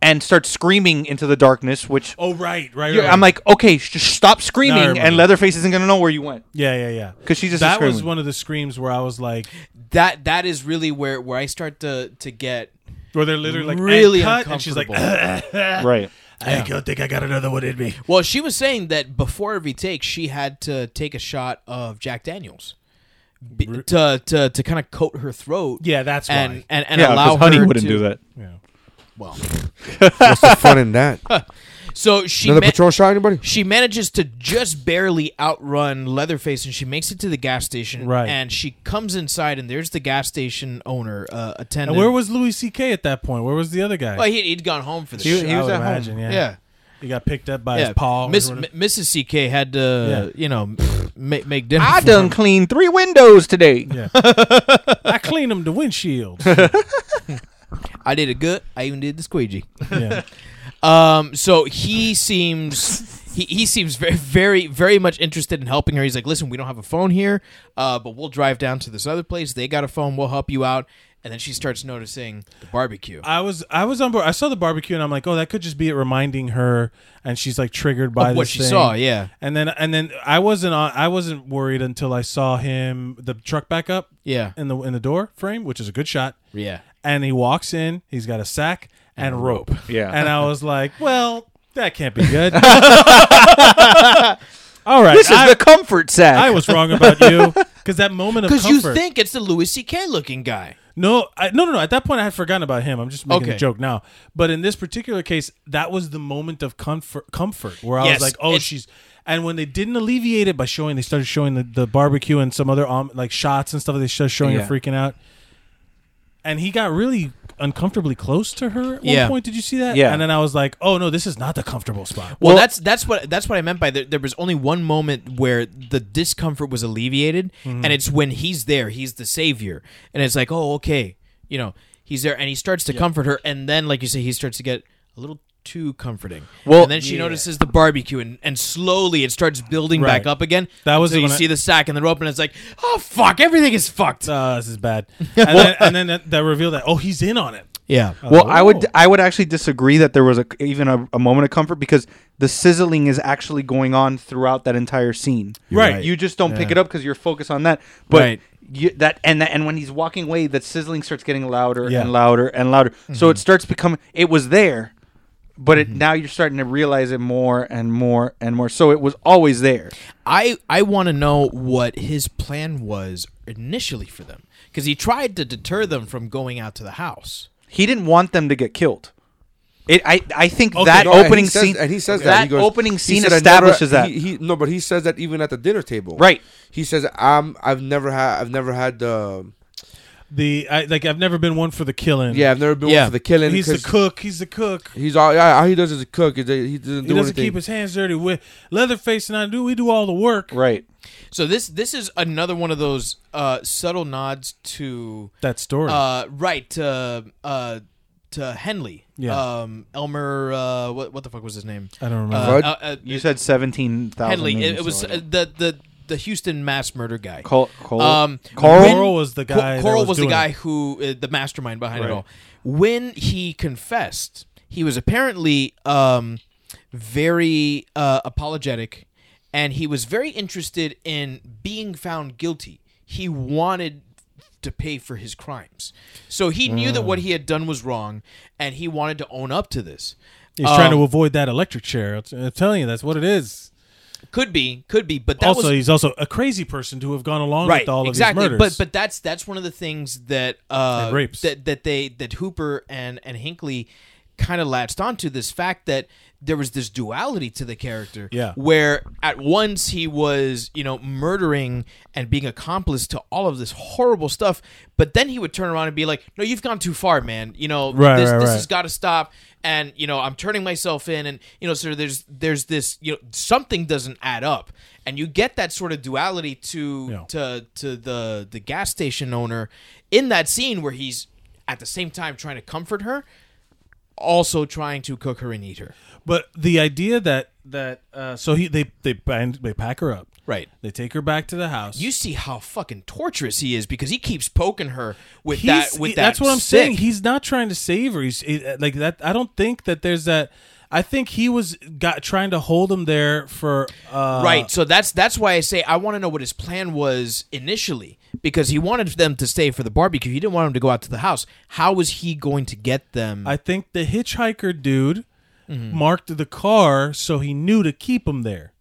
[SPEAKER 11] and starts screaming into the darkness, which
[SPEAKER 10] Oh right, right.
[SPEAKER 11] Yeah,
[SPEAKER 10] right.
[SPEAKER 11] I'm like, okay, sh- just stop screaming,
[SPEAKER 10] remember.
[SPEAKER 11] and Leatherface isn't gonna know where you went.
[SPEAKER 10] yeah, yeah, yeah.
[SPEAKER 11] 'Cause she just
[SPEAKER 10] that was
[SPEAKER 11] screamed.
[SPEAKER 10] one of the screams where I was like,
[SPEAKER 9] that that is really where where i start to to get
[SPEAKER 10] where they're literally like
[SPEAKER 9] really
[SPEAKER 10] really cut, and she's like,
[SPEAKER 9] uncomfortable.
[SPEAKER 11] Right.
[SPEAKER 10] I don't think I got another one in me.
[SPEAKER 9] Well, she was saying that before every take, she had to take a shot of Jack Daniels b- to to, to kind of coat her throat.
[SPEAKER 10] Yeah, that's
[SPEAKER 9] and
[SPEAKER 10] why.
[SPEAKER 9] and, and
[SPEAKER 11] Yeah,
[SPEAKER 9] allow
[SPEAKER 11] because Honey
[SPEAKER 9] her
[SPEAKER 11] wouldn't
[SPEAKER 9] to-
[SPEAKER 11] do that.
[SPEAKER 9] Well,
[SPEAKER 8] What's the fun in that?
[SPEAKER 9] so she
[SPEAKER 8] Another
[SPEAKER 9] ma-
[SPEAKER 8] patrol shot, anybody?
[SPEAKER 9] she manages to just barely outrun Leatherface, and she makes it to the gas station.
[SPEAKER 10] Right.
[SPEAKER 9] and she comes inside, and there's the gas station owner uh, attendant.
[SPEAKER 10] And where was Louis C.K. at that point? Where was the other guy?
[SPEAKER 9] Well, he, he'd gone home for the
[SPEAKER 11] He-
[SPEAKER 9] show.
[SPEAKER 11] he was
[SPEAKER 10] I would
[SPEAKER 11] at home.
[SPEAKER 10] imagine, Yeah.
[SPEAKER 9] yeah.
[SPEAKER 10] he got picked up by
[SPEAKER 9] Yeah,
[SPEAKER 10] his paw. or
[SPEAKER 9] Miss, M-
[SPEAKER 10] whatever.
[SPEAKER 9] Mrs. CK had to,
[SPEAKER 10] Yeah.
[SPEAKER 9] you know, make, make dinner.
[SPEAKER 11] I
[SPEAKER 9] for
[SPEAKER 11] done
[SPEAKER 9] him.
[SPEAKER 11] cleaned three windows today.
[SPEAKER 10] I cleaned him the windshield.
[SPEAKER 9] I did it good. I even did the squeegee.
[SPEAKER 10] yeah.
[SPEAKER 9] Um, so he seems he, he seems very very very much interested in helping her. He's like, listen, we don't have a phone here, uh, but we'll drive down to this other place. They got a phone. We'll help you out. And then she starts noticing the barbecue.
[SPEAKER 10] I was I was on board. I saw the barbecue and I'm like, oh, that could just be it reminding her, and she's like triggered by
[SPEAKER 9] Of what
[SPEAKER 10] this
[SPEAKER 9] she
[SPEAKER 10] thing.
[SPEAKER 9] saw, yeah.
[SPEAKER 10] And then and then I wasn't on. I wasn't worried until I saw him the truck back up.
[SPEAKER 9] Yeah.
[SPEAKER 10] In the in the door frame, which is a good shot.
[SPEAKER 9] Yeah.
[SPEAKER 10] And he walks in. He's got a sack and, rope.
[SPEAKER 11] Yeah.
[SPEAKER 10] And I was like, well, that can't be good. All right.
[SPEAKER 11] This is
[SPEAKER 10] I,
[SPEAKER 11] the comfort sack.
[SPEAKER 10] I was wrong about you because that moment of
[SPEAKER 9] Because you
[SPEAKER 10] comfort.
[SPEAKER 9] think it's the Louis C.K. looking guy.
[SPEAKER 10] No, I, no, no, no. At that point, I had forgotten about him. I'm just making
[SPEAKER 9] Okay.
[SPEAKER 10] a joke now. But in this particular case, that was the moment of comfort, comfort where I
[SPEAKER 9] Yes,
[SPEAKER 10] was like, "Oh,
[SPEAKER 9] it-
[SPEAKER 10] she's." And when they didn't alleviate it by showing, they started showing the, the barbecue and some other um, like shots and stuff. They started showing
[SPEAKER 11] Yeah.
[SPEAKER 10] her freaking out, and he got really uncomfortably close to her. At
[SPEAKER 9] Yeah.
[SPEAKER 10] one point, did you see that?
[SPEAKER 11] Yeah.
[SPEAKER 10] And then I was like, "Oh no, this is not the comfortable spot."
[SPEAKER 9] Well,
[SPEAKER 11] Well-
[SPEAKER 9] that's that's what that's what I meant by there, there was only one moment where the discomfort was alleviated,
[SPEAKER 10] Mm-hmm.
[SPEAKER 9] and it's when he's there, he's the savior, and it's like, oh, okay, you know, he's there, and he starts to comfort her, and then, like you say, he starts to get a little too comforting.
[SPEAKER 11] Well-
[SPEAKER 9] and then she notices the barbecue, and, and slowly it starts building back
[SPEAKER 10] Right.
[SPEAKER 9] up again.
[SPEAKER 10] That was
[SPEAKER 9] until you
[SPEAKER 10] when I-
[SPEAKER 9] see the sack and the rope, and it's like, oh fuck, everything is fucked.
[SPEAKER 10] Uh, this is bad. And then, and then that, that revealed that oh, he's in on it.
[SPEAKER 9] yeah,
[SPEAKER 11] well, I would
[SPEAKER 8] Oh.
[SPEAKER 11] I would actually disagree that there was a, even a, a moment of comfort because the sizzling is actually going on throughout that entire scene.
[SPEAKER 10] Right. right.
[SPEAKER 11] You just don't pick it up because you're focused on that. But
[SPEAKER 9] Right.
[SPEAKER 11] you, that and that, and when he's walking away, that sizzling starts getting louder
[SPEAKER 10] Yeah.
[SPEAKER 11] and louder and louder. So it
[SPEAKER 8] Mm-hmm.
[SPEAKER 11] starts becoming. It was there, but it now you're starting to realize it more and more and more. So it was always there.
[SPEAKER 9] I I want to know what his plan was initially for them because he tried to deter them from going out to the house.
[SPEAKER 11] He didn't want them to get killed. It, I, I think
[SPEAKER 10] Okay.
[SPEAKER 11] that
[SPEAKER 10] No,
[SPEAKER 8] and he
[SPEAKER 11] opening
[SPEAKER 8] says-
[SPEAKER 11] scene
[SPEAKER 8] and he says
[SPEAKER 11] that
[SPEAKER 8] that he goes-
[SPEAKER 11] opening
[SPEAKER 8] he
[SPEAKER 11] scene
[SPEAKER 8] said, "I never-
[SPEAKER 11] establishes that.
[SPEAKER 8] he- he- no, but he says that even at the dinner table,
[SPEAKER 11] Right.
[SPEAKER 8] He says, "I'm I've never had I've never had the
[SPEAKER 10] The I, like I've never been one for the killing.
[SPEAKER 8] yeah I've never been
[SPEAKER 9] Yeah.
[SPEAKER 8] one for the killing.
[SPEAKER 10] He's the
[SPEAKER 8] 'cause
[SPEAKER 10] cook. He's the cook.
[SPEAKER 8] He's all yeah, all he does is cook. He doesn't he doesn't
[SPEAKER 10] He
[SPEAKER 8] do
[SPEAKER 10] doesn't
[SPEAKER 8] anything.
[SPEAKER 10] keep his hands dirty. With Leatherface and I do, we do all the work.
[SPEAKER 11] right.
[SPEAKER 9] So this this is another one of those uh, subtle nods to
[SPEAKER 10] That story.
[SPEAKER 9] uh, right to uh, to Henley.
[SPEAKER 10] Yeah.
[SPEAKER 9] Um, Elmer. Uh, what what the fuck was his name?
[SPEAKER 10] I don't remember.
[SPEAKER 8] Fudd?
[SPEAKER 9] Uh, uh, uh,
[SPEAKER 11] You said seventeen thousand.
[SPEAKER 9] Henley. It, it was uh, the the the Houston mass murder guy.
[SPEAKER 11] Col- Col-
[SPEAKER 9] Um,
[SPEAKER 11] Carl.
[SPEAKER 9] when-
[SPEAKER 10] Coral was the
[SPEAKER 9] Cor-
[SPEAKER 10] guy that
[SPEAKER 9] Coral
[SPEAKER 10] was
[SPEAKER 9] was the
[SPEAKER 10] doing
[SPEAKER 9] guy
[SPEAKER 10] it.
[SPEAKER 9] who uh, the mastermind behind it all. When he confessed, he was apparently um, very uh, apologetic, and he was very interested in being found guilty. He wanted to pay for his crimes, so he knew that what
[SPEAKER 10] Mm.
[SPEAKER 9] he had done was wrong, and he wanted to own up to this.
[SPEAKER 10] He's trying
[SPEAKER 9] Um,
[SPEAKER 10] to avoid that electric chair. I'm t- I'm telling you, that's what it is.
[SPEAKER 9] could be, could be, but that
[SPEAKER 10] also,
[SPEAKER 9] was
[SPEAKER 10] he's also a crazy person to have gone along with all of
[SPEAKER 9] exactly.
[SPEAKER 10] these murders.
[SPEAKER 9] But but that's that's one of the things that uh,
[SPEAKER 10] And rapes.
[SPEAKER 9] that that they that Hooper and and Hinckley kind of latched onto this fact that there was this duality to the character
[SPEAKER 10] Yeah.
[SPEAKER 9] where at once he was you know murdering and being accomplice to all of this horrible stuff but then he would turn around and be like no you've gone too far man you know
[SPEAKER 10] Right,
[SPEAKER 9] this,
[SPEAKER 10] right,
[SPEAKER 9] this
[SPEAKER 10] right.
[SPEAKER 9] has got to stop and you know i'm turning myself in and you know so there's there's this you know something doesn't add up and you get that sort of duality to
[SPEAKER 10] Yeah.
[SPEAKER 9] to to the the gas station owner in that scene where he's at the same time trying to comfort her also trying to cook her and eat her
[SPEAKER 10] But the idea that that uh, so he they they bind, they pack her up.
[SPEAKER 9] Right.
[SPEAKER 10] They take her back to the house.
[SPEAKER 9] you see how fucking torturous he is because he keeps poking her with
[SPEAKER 10] He's-
[SPEAKER 9] that with
[SPEAKER 10] he-
[SPEAKER 9] that
[SPEAKER 10] That's what I'm
[SPEAKER 9] stick.
[SPEAKER 10] saying. He's not trying to save her. He's he- uh, like that. I don't think that there's that. I think he was got trying to hold him there for uh,
[SPEAKER 9] right so that's that's why i say i want to know what his plan was initially because he wanted them to stay for the barbecue he didn't want them to go out to the house how was he going to get them
[SPEAKER 10] I think the hitchhiker dude marked the car so he knew to keep him there.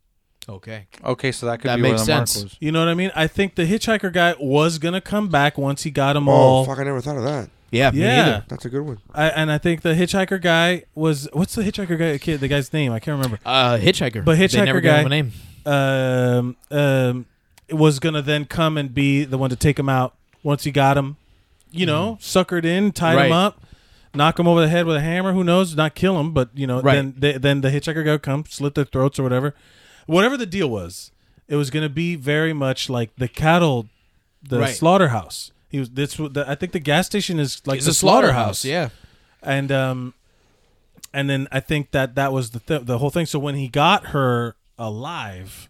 [SPEAKER 9] okay
[SPEAKER 11] Okay, so that could
[SPEAKER 9] That
[SPEAKER 11] be
[SPEAKER 9] makes
[SPEAKER 11] where the mark
[SPEAKER 9] sense.
[SPEAKER 11] was.
[SPEAKER 10] You know what I mean? I think the hitchhiker guy was gonna come back once he got him
[SPEAKER 8] Oh,
[SPEAKER 10] all.
[SPEAKER 8] fuck! I never thought of that.
[SPEAKER 9] yeah me
[SPEAKER 10] Yeah,
[SPEAKER 9] neither.
[SPEAKER 8] That's a good one.
[SPEAKER 10] I, and I think the hitchhiker guy was what's the hitchhiker guy kid the guy's name I can't remember.
[SPEAKER 9] uh hitchhiker
[SPEAKER 10] But
[SPEAKER 9] they never
[SPEAKER 10] hitchhiker
[SPEAKER 9] gave
[SPEAKER 10] guy
[SPEAKER 9] him a name
[SPEAKER 10] um, um, was gonna then come and be the one to take him out once he got him, you know, suckered in, tied
[SPEAKER 9] Mm. Right.
[SPEAKER 10] him up, knock him over the head with a hammer. Who knows? Not kill him, but you know,
[SPEAKER 9] Right.
[SPEAKER 10] then they, then the hitchhiker guy come, slit their throats or whatever, whatever the deal was. It was gonna be very much like the cattle, the
[SPEAKER 9] Right.
[SPEAKER 10] slaughterhouse. He was this. was The, I think the gas station is like
[SPEAKER 9] it's
[SPEAKER 10] the
[SPEAKER 9] a slaughterhouse yeah
[SPEAKER 10] and um and then i think that that was the th- the whole thing so when he got her alive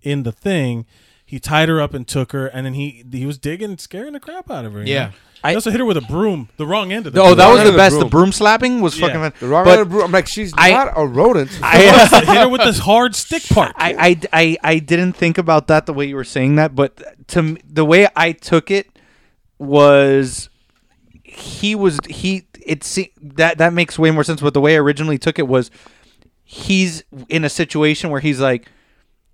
[SPEAKER 10] in the thing he tied her up and took her and then he he was digging scaring the crap out of her you
[SPEAKER 9] Yeah.
[SPEAKER 10] know? he also hit her with a broom the wrong end of the
[SPEAKER 11] Oh, that
[SPEAKER 10] broom.
[SPEAKER 11] was
[SPEAKER 8] end of
[SPEAKER 11] the
[SPEAKER 8] the
[SPEAKER 11] best.
[SPEAKER 8] broom.
[SPEAKER 11] The broom slapping was
[SPEAKER 10] Yeah.
[SPEAKER 11] fucking.
[SPEAKER 8] The wrong
[SPEAKER 11] but
[SPEAKER 8] end of the broom. I'm like, she's
[SPEAKER 11] I-
[SPEAKER 8] not a rodent.
[SPEAKER 11] I,
[SPEAKER 10] hit her with this hard stick part
[SPEAKER 11] I, I, I, I didn't think about that the way you were saying that, but to m- the way I took it was he was he it se- that that makes way more sense. But the way I originally took it was he's in a situation where he's like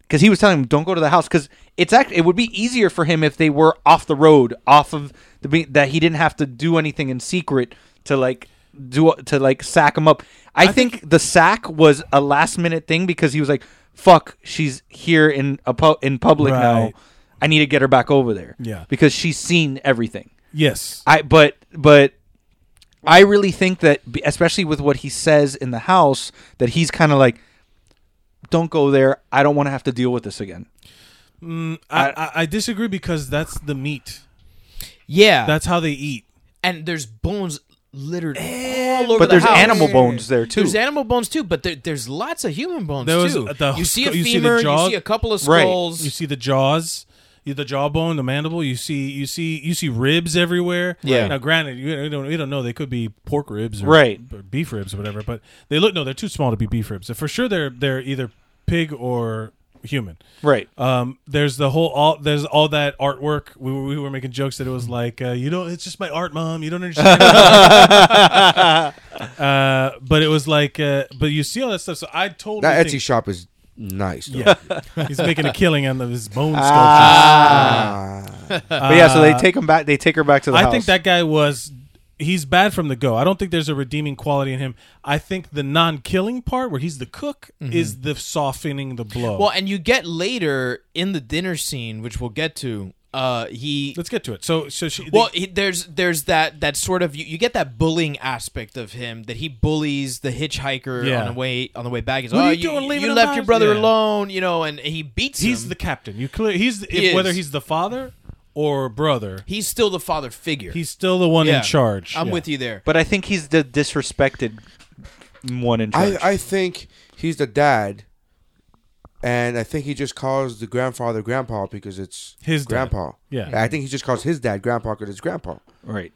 [SPEAKER 11] because he was telling him don't go to the house because it's act it would be easier for him if they were off the road off of the be- that he didn't have to do anything in secret to like do to like sack him up i, think, the sack was a last minute thing because he was like fuck she's here in a pu- in public now
[SPEAKER 10] Right.
[SPEAKER 11] i need to get her back over there
[SPEAKER 10] Yeah.
[SPEAKER 11] because she's seen everything
[SPEAKER 10] yes
[SPEAKER 11] I but but I really think that b- especially with what he says in the house that he's kind of like don't go there. I don't want to have to deal with this again.
[SPEAKER 10] I, I i disagree because that's the meat
[SPEAKER 9] yeah
[SPEAKER 10] that's how they eat
[SPEAKER 9] and there's bones littered all over the
[SPEAKER 11] But there's
[SPEAKER 9] house.
[SPEAKER 11] animal bones there too.
[SPEAKER 9] There's animal bones too, but there, there's lots of human bones
[SPEAKER 10] There was
[SPEAKER 9] too.
[SPEAKER 10] the-
[SPEAKER 9] you see a
[SPEAKER 10] you see the
[SPEAKER 9] femur, you see,
[SPEAKER 10] jaw-
[SPEAKER 9] a couple of
[SPEAKER 11] Right.
[SPEAKER 9] skulls.
[SPEAKER 10] You see the jaws, you- the jawbone, the mandible. You see, you see, you see ribs everywhere.
[SPEAKER 9] Yeah.
[SPEAKER 10] Now, granted, you you don't, you don't know. They could be pork ribs, or,
[SPEAKER 11] Right.
[SPEAKER 10] or beef ribs or whatever. But they look no, they're too small to be beef ribs. For sure, they're they're either pig or human.
[SPEAKER 11] Right.
[SPEAKER 8] Uh,
[SPEAKER 10] Um, there's the whole all there's all that artwork. We, were- we were making jokes that it was like uh, you know it's just my art, mom. You don't understand. uh, but it was like uh, but you see all that stuff. So I totally
[SPEAKER 8] That Etsy
[SPEAKER 10] think-
[SPEAKER 8] shop is nice. Though.
[SPEAKER 10] Yeah, he's making a killing on his bone sculptures.
[SPEAKER 11] but yeah, so they take him back. They take her back to the
[SPEAKER 10] I
[SPEAKER 11] house.
[SPEAKER 10] think that guy was he's bad from the go. I don't think there's a redeeming quality in him. I think the non-killing part where he's the cook is the softening the blow.
[SPEAKER 9] Mm-hmm. well, and you get later in the dinner scene, which we'll get to. Uh, he
[SPEAKER 10] let's get to it. So so she
[SPEAKER 9] well, he, there's there's that that sort of you, you get that bullying aspect of him that he bullies the hitchhiker
[SPEAKER 10] Yeah.
[SPEAKER 9] on the way on the way back. He's,
[SPEAKER 10] What are
[SPEAKER 9] "Oh,
[SPEAKER 10] you doing leaving
[SPEAKER 9] You
[SPEAKER 10] him
[SPEAKER 9] left
[SPEAKER 10] out?"
[SPEAKER 9] your brother
[SPEAKER 10] Yeah.
[SPEAKER 9] alone, you know, and he beats
[SPEAKER 10] he's
[SPEAKER 9] him.
[SPEAKER 10] the captain. You clear he's if,
[SPEAKER 9] He is.
[SPEAKER 10] whether he's the father or brother,
[SPEAKER 9] he's still the father figure.
[SPEAKER 10] he's still the one
[SPEAKER 9] Yeah.
[SPEAKER 10] in charge.
[SPEAKER 9] I'm
[SPEAKER 10] Yeah.
[SPEAKER 9] with you there.
[SPEAKER 11] but I think he's the disrespected one in charge.
[SPEAKER 8] I, I think he's the dad, and I think he just calls the grandfather grandpa because it's
[SPEAKER 10] His dad.
[SPEAKER 8] grandpa.
[SPEAKER 10] Yeah.
[SPEAKER 8] I think he just calls his dad grandpa because it's grandpa.
[SPEAKER 11] right.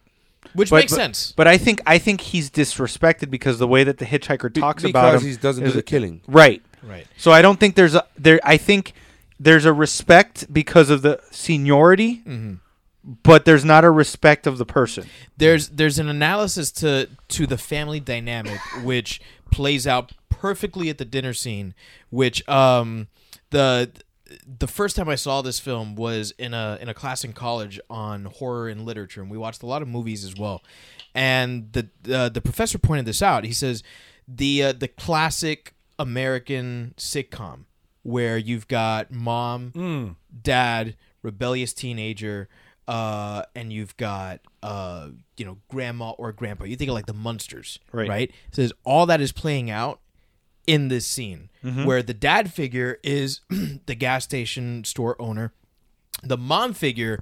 [SPEAKER 9] Which
[SPEAKER 11] But-
[SPEAKER 9] makes
[SPEAKER 11] but-
[SPEAKER 9] sense.
[SPEAKER 11] But I think I think he's disrespected because the way that the hitchhiker talks about
[SPEAKER 8] because
[SPEAKER 11] him
[SPEAKER 8] he doesn't do
[SPEAKER 11] is-
[SPEAKER 8] the killing.
[SPEAKER 11] Right.
[SPEAKER 9] Right.
[SPEAKER 11] So I don't think there's a there. I think there's a respect because of the seniority,
[SPEAKER 9] Mm-hmm.
[SPEAKER 11] but there's not a respect of the person.
[SPEAKER 9] there's there's an analysis to to the family dynamic which plays out perfectly at the dinner scene which um the the first time I saw this film was in a in a class in college on horror and literature and we watched a lot of movies as well and the uh, the professor pointed this out he says the uh, the classic American sitcom where you've got mom, dad, rebellious teenager, uh, and you've got uh, you know grandma or grandpa. You think of like the Munsters, right? Right. So there's all that is playing out in this scene
[SPEAKER 10] Mm-hmm.
[SPEAKER 9] where the dad figure is the gas station store owner, the mom figure.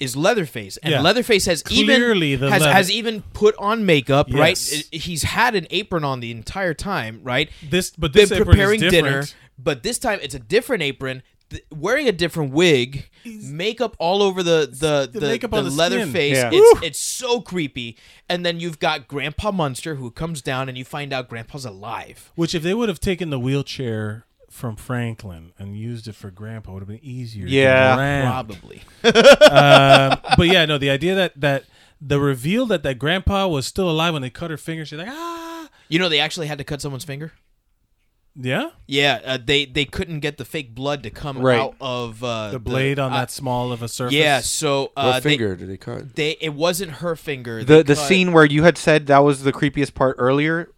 [SPEAKER 9] Is Leatherface and
[SPEAKER 10] Yeah.
[SPEAKER 9] Leatherface has
[SPEAKER 10] Clearly
[SPEAKER 9] even
[SPEAKER 10] the
[SPEAKER 9] has,
[SPEAKER 10] leather-
[SPEAKER 9] has even put on makeup, right?
[SPEAKER 10] Yes.
[SPEAKER 9] He's had an apron on the entire time, right?
[SPEAKER 10] This- but this apron is different.
[SPEAKER 9] but this time it's a different apron, th- wearing a different wig, makeup all over the the the,
[SPEAKER 10] the
[SPEAKER 9] the,
[SPEAKER 10] makeup on the
[SPEAKER 9] leather
[SPEAKER 10] skin.
[SPEAKER 9] face.
[SPEAKER 11] Yeah.
[SPEAKER 9] It's it's so creepy. And then you've got Grandpa Munster who comes down and you find out Grandpa's alive.
[SPEAKER 10] Which, if they would have taken the wheelchair from Franklin and used it for Grandpa, would have been easier. to get
[SPEAKER 11] Yeah.
[SPEAKER 10] around.
[SPEAKER 9] Probably.
[SPEAKER 10] um, but yeah, no, the idea that that the reveal that that grandpa was still alive when they cut her finger, she's like, ah,
[SPEAKER 9] You know they actually had to cut someone's finger.
[SPEAKER 10] yeah,
[SPEAKER 9] Yeah, uh, they they couldn't get the fake blood to come
[SPEAKER 11] Right.
[SPEAKER 9] out of uh,
[SPEAKER 10] the blade on
[SPEAKER 9] uh,
[SPEAKER 10] that small of a surface.
[SPEAKER 9] Yeah, so uh,
[SPEAKER 8] What
[SPEAKER 9] they-
[SPEAKER 8] finger did they cut?
[SPEAKER 9] They it wasn't her finger.
[SPEAKER 11] The the
[SPEAKER 9] cut-
[SPEAKER 11] scene where you had said that was the creepiest part earlier.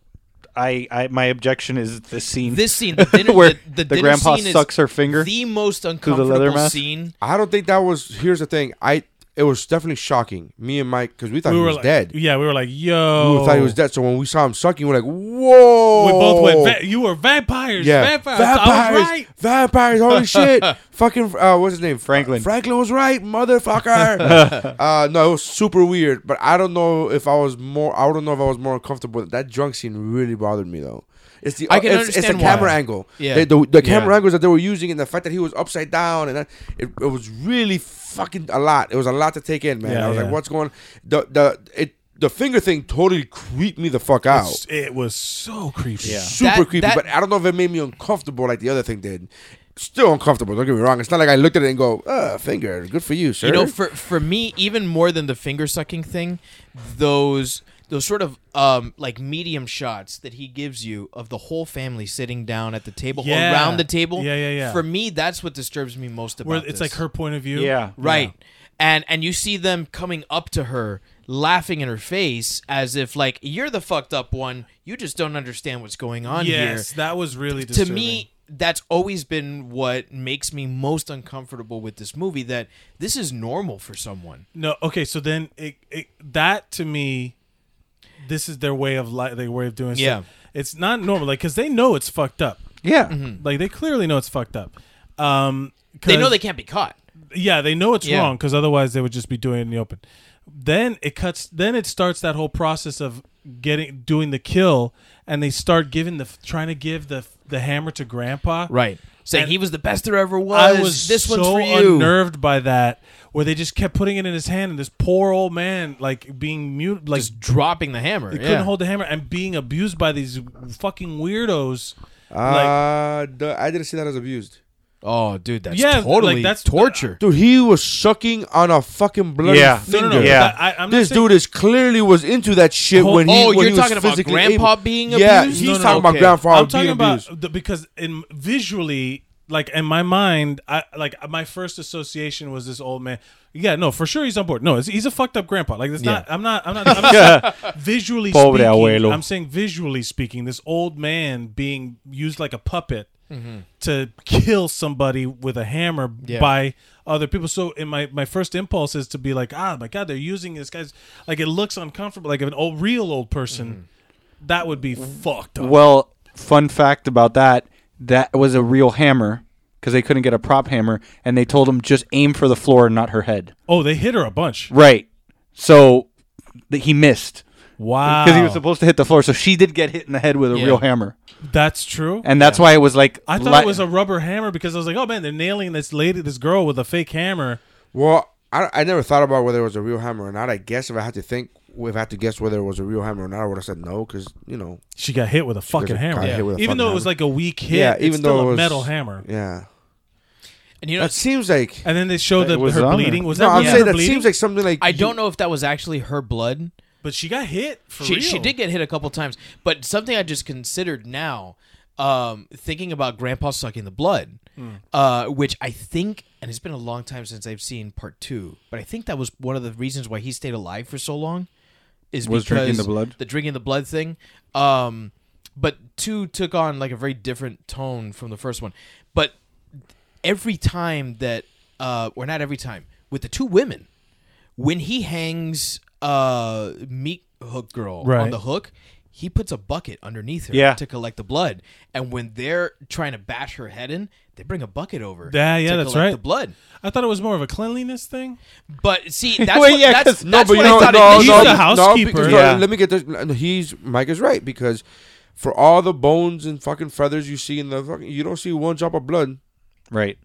[SPEAKER 11] I, I my objection is the scene.
[SPEAKER 9] This scene, the dinner,
[SPEAKER 11] Where
[SPEAKER 9] the,
[SPEAKER 11] the
[SPEAKER 9] dinner
[SPEAKER 11] grandpa
[SPEAKER 9] scene is
[SPEAKER 11] sucks her finger
[SPEAKER 9] The most
[SPEAKER 11] the leather
[SPEAKER 9] uncomfortable
[SPEAKER 11] mask?
[SPEAKER 9] scene.
[SPEAKER 8] I don't think that was. Here's the thing. I it was definitely shocking. Me and Mike because we thought he was
[SPEAKER 10] like,
[SPEAKER 8] dead.
[SPEAKER 10] Yeah, we were like,
[SPEAKER 8] We
[SPEAKER 10] yo,
[SPEAKER 8] thought he was dead. So when we saw him sucking, we're like, whoa.
[SPEAKER 10] We both went. Va- you were vampires. vampires. I was right.
[SPEAKER 8] Vampires. Holy shit. Fucking. Uh, what's his name?
[SPEAKER 11] Franklin.
[SPEAKER 8] Franklin was right, motherfucker. uh, no, it was super weird. But I don't know if I was more. I don't know if I was more uncomfortable. That drunk scene really bothered me though. It's the
[SPEAKER 9] I can
[SPEAKER 8] it's, it's the
[SPEAKER 9] understand why.
[SPEAKER 8] camera angle.
[SPEAKER 9] Yeah.
[SPEAKER 8] They- the, the camera
[SPEAKER 10] Yeah.
[SPEAKER 8] angles that they were using and the fact that he was upside down and that it, it was really fucking a lot. It was a lot to take in, man.
[SPEAKER 10] Yeah,
[SPEAKER 8] I was
[SPEAKER 10] yeah.
[SPEAKER 8] like, what's going? The the it the finger thing totally creeped me the fuck out
[SPEAKER 10] It was so creepy. Yeah.
[SPEAKER 8] super
[SPEAKER 9] That-
[SPEAKER 8] creepy,
[SPEAKER 9] that-
[SPEAKER 8] but I don't know if it made me uncomfortable like the other thing did. Still uncomfortable. Don't get me wrong. It's not like I looked at it and go, "Uh, finger, good for you, sir."
[SPEAKER 9] You know, for for me, even more than the finger sucking thing, those those sort of um like medium shots that he gives you of the whole family sitting down at the table
[SPEAKER 10] Yeah.
[SPEAKER 9] around the table.
[SPEAKER 10] Yeah, yeah, yeah.
[SPEAKER 9] For me, that's what disturbs me most about
[SPEAKER 10] Where it's
[SPEAKER 9] this.
[SPEAKER 10] like her point of view.
[SPEAKER 11] Yeah.
[SPEAKER 9] right and and you see them coming up to her laughing in her face as if like you're the fucked up one you just don't understand what's going on
[SPEAKER 10] Yes,
[SPEAKER 9] here
[SPEAKER 10] that was really
[SPEAKER 9] to
[SPEAKER 10] disturbing.
[SPEAKER 9] me that's always been what makes me most uncomfortable with this movie that this is normal for someone
[SPEAKER 10] No, okay, so then it, it that to me, this is their way of life, their way of doing.
[SPEAKER 9] Yeah.
[SPEAKER 10] stuff. it's not normal, like because they know it's fucked up.
[SPEAKER 11] yeah,
[SPEAKER 9] Mm-hmm.
[SPEAKER 10] Like they clearly know it's fucked up. Um,
[SPEAKER 9] Hmm. they know
[SPEAKER 10] 'cause-
[SPEAKER 9] they can't be caught
[SPEAKER 10] yeah, they know it's
[SPEAKER 9] Yeah.
[SPEAKER 10] wrong because otherwise they would just be doing it in the open. Then it cuts. Then it starts that whole process of getting doing the kill, and they start giving the trying to give the the hammer to Grandpa.
[SPEAKER 9] saying
[SPEAKER 10] And
[SPEAKER 9] he was the best there ever was,
[SPEAKER 10] I was
[SPEAKER 9] this
[SPEAKER 10] so
[SPEAKER 9] one's for you
[SPEAKER 10] unnerved by that, where they just kept putting it in his hand, and this poor old man like being mute, like
[SPEAKER 9] just dropping the hammer
[SPEAKER 10] he
[SPEAKER 9] yeah.
[SPEAKER 10] couldn't hold the hammer, and being abused by these fucking weirdos.
[SPEAKER 8] uh, duh, I didn't see that as abused,
[SPEAKER 9] oh dude that's
[SPEAKER 10] Yeah, like,
[SPEAKER 9] totally
[SPEAKER 10] that's-
[SPEAKER 9] torture
[SPEAKER 8] dude. He was sucking on a fucking bloody
[SPEAKER 11] Yeah.
[SPEAKER 10] no,
[SPEAKER 8] finger.
[SPEAKER 10] no, no.
[SPEAKER 11] Yeah.
[SPEAKER 10] I, I'm not
[SPEAKER 8] This
[SPEAKER 10] saying-
[SPEAKER 8] dude is clearly was into that shit
[SPEAKER 10] Oh,
[SPEAKER 8] when he.
[SPEAKER 9] oh,
[SPEAKER 8] when
[SPEAKER 9] you're
[SPEAKER 8] he was
[SPEAKER 9] talking about
[SPEAKER 8] physically
[SPEAKER 9] grandpa
[SPEAKER 8] able-
[SPEAKER 9] being
[SPEAKER 8] yeah,
[SPEAKER 9] abused?
[SPEAKER 8] he's
[SPEAKER 9] No, no,
[SPEAKER 8] talking
[SPEAKER 9] no,
[SPEAKER 8] about
[SPEAKER 9] okay.
[SPEAKER 8] grandpa
[SPEAKER 10] I'm
[SPEAKER 8] being
[SPEAKER 10] talking
[SPEAKER 8] abused.
[SPEAKER 10] about the, because in visually, like in my mind, I like my first association was this old man. Yeah, no, for sure he's on board. No, it's, he's a fucked up grandpa. Like it's not. I'm not. I'm not. I'm not saying visually
[SPEAKER 11] Pobre
[SPEAKER 10] speaking,
[SPEAKER 11] abuelo.
[SPEAKER 10] I'm saying visually speaking, this old man being used like a puppet to kill somebody with a hammer
[SPEAKER 9] Yeah.
[SPEAKER 10] by other people. So in my my first impulse is to be like, ah, my god, they're using this guy's like it looks uncomfortable. Like if an old real old person.
[SPEAKER 8] Mm-hmm.
[SPEAKER 10] That would be fucked up.
[SPEAKER 11] Well, fun fact about that: that was a real hammer because they couldn't get a prop hammer, and they told him just aim for the floor and not her head.
[SPEAKER 10] Oh, they hit her a bunch.
[SPEAKER 11] Right. So th- he missed
[SPEAKER 10] Wow.
[SPEAKER 11] because he was supposed to hit the floor. So she did get hit in the head with a
[SPEAKER 9] Yeah.
[SPEAKER 11] real hammer,
[SPEAKER 10] That's true.
[SPEAKER 11] and that's why it was like
[SPEAKER 10] I thought
[SPEAKER 11] li-
[SPEAKER 10] it was a rubber hammer because I was like, oh man, they're nailing this lady, this girl with a fake hammer.
[SPEAKER 8] Well, I, I never thought about whether it was a real hammer or not. I guess if I had to think, if I had to guess whether it was a real hammer or not, I would have said no because you know
[SPEAKER 10] She got hit with a fucking
[SPEAKER 8] got
[SPEAKER 10] hammer.
[SPEAKER 8] hit with a
[SPEAKER 10] even
[SPEAKER 8] fucking
[SPEAKER 10] though it was
[SPEAKER 8] hammer.
[SPEAKER 10] like a weak hit,
[SPEAKER 8] yeah,
[SPEAKER 10] it's
[SPEAKER 8] even though
[SPEAKER 10] still
[SPEAKER 8] it
[SPEAKER 10] a
[SPEAKER 8] was,
[SPEAKER 10] metal hammer.
[SPEAKER 8] Yeah,
[SPEAKER 9] And you know,
[SPEAKER 8] that seems like
[SPEAKER 10] And then they showed that
[SPEAKER 11] was
[SPEAKER 10] her
[SPEAKER 11] on her.
[SPEAKER 10] bleeding. Was
[SPEAKER 8] no.
[SPEAKER 10] that
[SPEAKER 8] I'm
[SPEAKER 10] really
[SPEAKER 8] saying
[SPEAKER 10] her
[SPEAKER 8] that
[SPEAKER 10] bleeding?
[SPEAKER 8] seems like something like
[SPEAKER 9] I don't know if that was actually her blood.
[SPEAKER 10] But she got hit. For
[SPEAKER 9] She
[SPEAKER 10] real.
[SPEAKER 9] she did get hit a couple times, but something I just considered now, um, thinking about Grandpa sucking the blood,
[SPEAKER 11] Hmm.
[SPEAKER 9] uh, which I think, and it's been a long time since I've seen part two, but I think that was one of the reasons why he stayed alive for so long, is
[SPEAKER 11] Was
[SPEAKER 9] because
[SPEAKER 11] drinking the blood?
[SPEAKER 9] the drinking the blood thing. Um, but two took on like a very different tone from the first one, but every time that uh or not every time with the two women when he hangs uh meat hook girl on
[SPEAKER 10] Right.
[SPEAKER 9] the hook he puts a bucket underneath her
[SPEAKER 11] Yeah.
[SPEAKER 9] to collect the blood and when they're trying to bash her head in they bring a bucket over
[SPEAKER 10] Yeah, yeah,
[SPEAKER 9] to
[SPEAKER 10] that's
[SPEAKER 9] collect
[SPEAKER 10] right.
[SPEAKER 9] the blood
[SPEAKER 10] I thought it was more of a cleanliness thing.
[SPEAKER 9] but see that's
[SPEAKER 11] Well,
[SPEAKER 9] what,
[SPEAKER 11] yeah,
[SPEAKER 9] that's,
[SPEAKER 11] 'cause-
[SPEAKER 9] no, that's
[SPEAKER 8] but
[SPEAKER 9] what
[SPEAKER 8] you
[SPEAKER 9] I
[SPEAKER 8] know-
[SPEAKER 9] thought
[SPEAKER 10] no,
[SPEAKER 9] initially.
[SPEAKER 10] no,
[SPEAKER 11] the
[SPEAKER 10] no, housekeeper.
[SPEAKER 8] because-
[SPEAKER 11] Yeah.
[SPEAKER 8] let me get this. no, He's Mike is right because for all the bones and fucking feathers you see in the fucking, you don't see one drop of blood.
[SPEAKER 11] Right.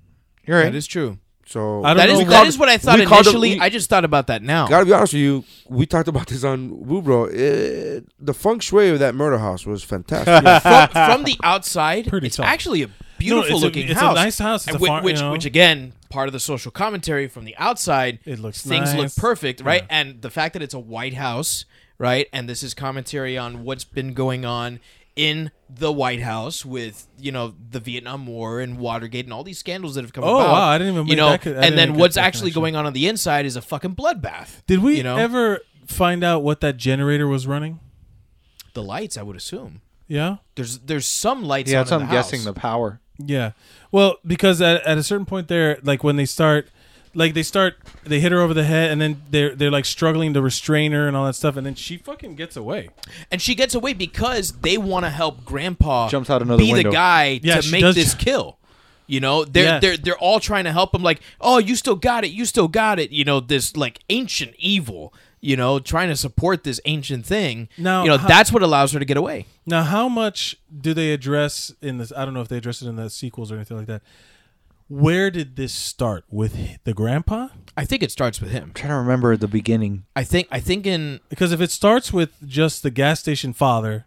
[SPEAKER 11] You're right.
[SPEAKER 9] that is true
[SPEAKER 8] So
[SPEAKER 10] I don't
[SPEAKER 9] that
[SPEAKER 10] know
[SPEAKER 9] is,
[SPEAKER 10] why-
[SPEAKER 9] that is what I thought
[SPEAKER 8] we called it-
[SPEAKER 9] initially
[SPEAKER 8] we-
[SPEAKER 9] I just thought about that now
[SPEAKER 8] Gotta be honest with you, we talked about this on Woobro. It, the feng shui of that murder house was fantastic.
[SPEAKER 9] from, from the outside,
[SPEAKER 10] Pretty
[SPEAKER 9] it's
[SPEAKER 10] tough.
[SPEAKER 9] actually a beautiful
[SPEAKER 10] No, it's a-
[SPEAKER 9] looking
[SPEAKER 10] it's a
[SPEAKER 9] house.
[SPEAKER 10] nice house. It's
[SPEAKER 9] And
[SPEAKER 10] a
[SPEAKER 9] whi-
[SPEAKER 10] farm, you
[SPEAKER 9] which,
[SPEAKER 10] know.
[SPEAKER 9] which again, part of the social commentary from the outside,
[SPEAKER 10] It looks
[SPEAKER 9] things look
[SPEAKER 10] nice.
[SPEAKER 9] perfect, right?
[SPEAKER 10] Yeah.
[SPEAKER 9] And the fact that it's a White House, right? And this is commentary on what's been going on in the White House with you know the Vietnam War and Watergate and all these scandals that have come
[SPEAKER 10] Oh,
[SPEAKER 9] about.
[SPEAKER 10] wow, I didn't even
[SPEAKER 9] you
[SPEAKER 10] make
[SPEAKER 9] know,
[SPEAKER 10] that co- I
[SPEAKER 9] and
[SPEAKER 10] didn't
[SPEAKER 9] then
[SPEAKER 10] make
[SPEAKER 9] what's
[SPEAKER 10] that
[SPEAKER 9] actually
[SPEAKER 10] connection.
[SPEAKER 9] going on on the inside is a fucking bloodbath.
[SPEAKER 10] Did we
[SPEAKER 9] you know?
[SPEAKER 10] ever find out what that generator was running?
[SPEAKER 9] the lights? I would assume
[SPEAKER 10] Yeah.
[SPEAKER 9] there's there's some lights.
[SPEAKER 11] Yeah,
[SPEAKER 9] on
[SPEAKER 11] that's
[SPEAKER 9] in
[SPEAKER 11] what I'm
[SPEAKER 9] the house.
[SPEAKER 11] guessing the power.
[SPEAKER 10] Yeah. Well, because at, at a certain point there, like when they start, like they start, they hit her over the head, and then they're they're like struggling to restrain her and all that stuff, and then she fucking gets away.
[SPEAKER 9] and she gets away because they want to help Grandpa
[SPEAKER 11] Jumps out another
[SPEAKER 9] be
[SPEAKER 11] window.
[SPEAKER 9] the guy
[SPEAKER 10] Yeah,
[SPEAKER 9] to
[SPEAKER 10] she
[SPEAKER 9] make
[SPEAKER 10] does
[SPEAKER 9] this
[SPEAKER 10] ju-
[SPEAKER 9] kill. You know, they're
[SPEAKER 10] Yes.
[SPEAKER 9] they're they're all trying to help him. Like, oh, you still got it, you still got it. You know, this like ancient evil. You know, trying to support this ancient thing.
[SPEAKER 10] Now,
[SPEAKER 9] you know
[SPEAKER 10] how-
[SPEAKER 9] that's what allows her to get away.
[SPEAKER 10] Now, how much do they address in this? I don't know if they address it in the sequels or anything like that. Where did this start with the grandpa?
[SPEAKER 9] I think it starts with him.
[SPEAKER 11] trying to remember at the beginning.
[SPEAKER 9] I think I think in
[SPEAKER 10] Because if it starts with just the gas station father,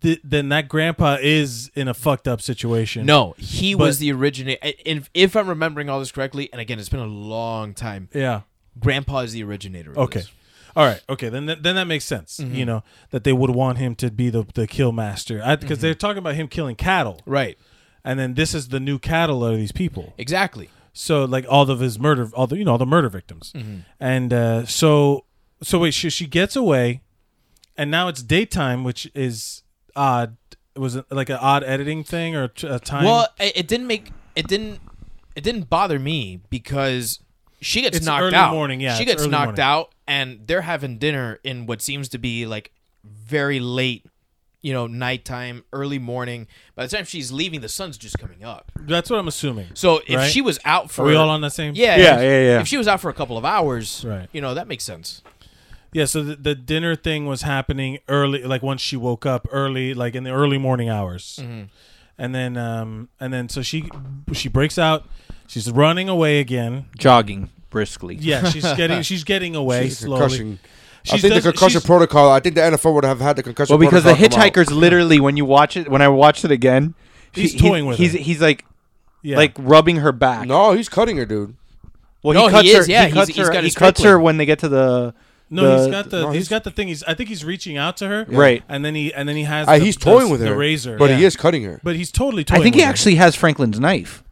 [SPEAKER 10] th- then that grandpa is in a fucked up situation.
[SPEAKER 9] no, he
[SPEAKER 10] But-
[SPEAKER 9] was the originator. If, if I'm remembering all this correctly, and again, it's been a long time.
[SPEAKER 10] Yeah.
[SPEAKER 9] Grandpa is Mm-hmm. the originator. Of
[SPEAKER 10] Okay.
[SPEAKER 9] this.
[SPEAKER 10] All right. Okay. Then that- then that makes sense. You know that they would want him to be the the kill master because
[SPEAKER 9] Mm-hmm.
[SPEAKER 10] they're talking about him killing cattle,
[SPEAKER 9] right,
[SPEAKER 10] and then this is the new cattle of these people.
[SPEAKER 9] exactly.
[SPEAKER 10] So like all of his murder, all the you know all the murder victims,
[SPEAKER 9] Mm-hmm.
[SPEAKER 10] and uh, so so wait, she, she gets away, and now it's daytime, which is odd. It was it like an odd editing thing or t- a time.
[SPEAKER 9] Well, it, it didn't make it didn't it didn't bother me because she gets
[SPEAKER 10] It's
[SPEAKER 9] knocked
[SPEAKER 10] early
[SPEAKER 9] out.
[SPEAKER 10] morning, yeah,
[SPEAKER 9] she
[SPEAKER 10] it's
[SPEAKER 9] gets
[SPEAKER 10] early
[SPEAKER 9] knocked
[SPEAKER 10] morning.
[SPEAKER 9] out, and they're having dinner in what seems to be like very late, you know, nighttime, early morning. By the time she's leaving, the sun's just coming up.
[SPEAKER 10] that's what I'm assuming.
[SPEAKER 9] So if
[SPEAKER 10] Right?
[SPEAKER 9] she was out for
[SPEAKER 10] Are we all on the same?
[SPEAKER 9] yeah,
[SPEAKER 11] Yeah,
[SPEAKER 9] if-
[SPEAKER 11] yeah, yeah.
[SPEAKER 9] If she was out for a couple of hours,
[SPEAKER 10] Right.
[SPEAKER 9] You know, that makes sense.
[SPEAKER 10] yeah. So the, the dinner thing was happening early, like once she woke up early, like in the early morning hours,
[SPEAKER 9] Mm-hmm.
[SPEAKER 10] and then um and then so she she breaks out. She's running away again.
[SPEAKER 11] Jogging briskly.
[SPEAKER 10] Yeah, she's getting she's getting away
[SPEAKER 8] She's
[SPEAKER 10] slowly.
[SPEAKER 8] concussion. I
[SPEAKER 10] She's
[SPEAKER 8] think the
[SPEAKER 10] does-
[SPEAKER 8] concussion
[SPEAKER 10] she's-
[SPEAKER 8] protocol. I think the NFL would have had the concussion.
[SPEAKER 11] Well, because the
[SPEAKER 8] protocol come out.
[SPEAKER 11] hitchhiker's literally when you watch it, when I watched it again,
[SPEAKER 10] He's
[SPEAKER 11] he-
[SPEAKER 10] toying with
[SPEAKER 11] he's,
[SPEAKER 10] her.
[SPEAKER 11] He's he's like
[SPEAKER 10] Yeah.
[SPEAKER 11] like rubbing her back.
[SPEAKER 8] No, he's cutting her, dude.
[SPEAKER 11] well,
[SPEAKER 9] No,
[SPEAKER 11] he
[SPEAKER 9] he
[SPEAKER 11] cuts
[SPEAKER 9] is,
[SPEAKER 11] her.
[SPEAKER 9] yeah,
[SPEAKER 11] he
[SPEAKER 9] he's-
[SPEAKER 11] cuts
[SPEAKER 9] he's
[SPEAKER 11] her.
[SPEAKER 9] got
[SPEAKER 11] he
[SPEAKER 9] his
[SPEAKER 11] cuts
[SPEAKER 9] crippling.
[SPEAKER 11] her when they get to the.
[SPEAKER 10] No,
[SPEAKER 11] the-
[SPEAKER 10] he's got the
[SPEAKER 8] no,
[SPEAKER 10] he's
[SPEAKER 8] he's-
[SPEAKER 10] got the thing. He's I think he's reaching out to her,
[SPEAKER 11] Right.
[SPEAKER 10] And then he and then he has
[SPEAKER 8] Uh,
[SPEAKER 10] the,
[SPEAKER 8] he's
[SPEAKER 10] the-
[SPEAKER 8] toying with
[SPEAKER 10] the
[SPEAKER 8] her,
[SPEAKER 10] razor,
[SPEAKER 8] but he
[SPEAKER 10] Yeah.
[SPEAKER 8] is cutting her.
[SPEAKER 10] But he's totally toying.
[SPEAKER 11] I think he
[SPEAKER 10] with her.
[SPEAKER 11] actually has Franklin's knife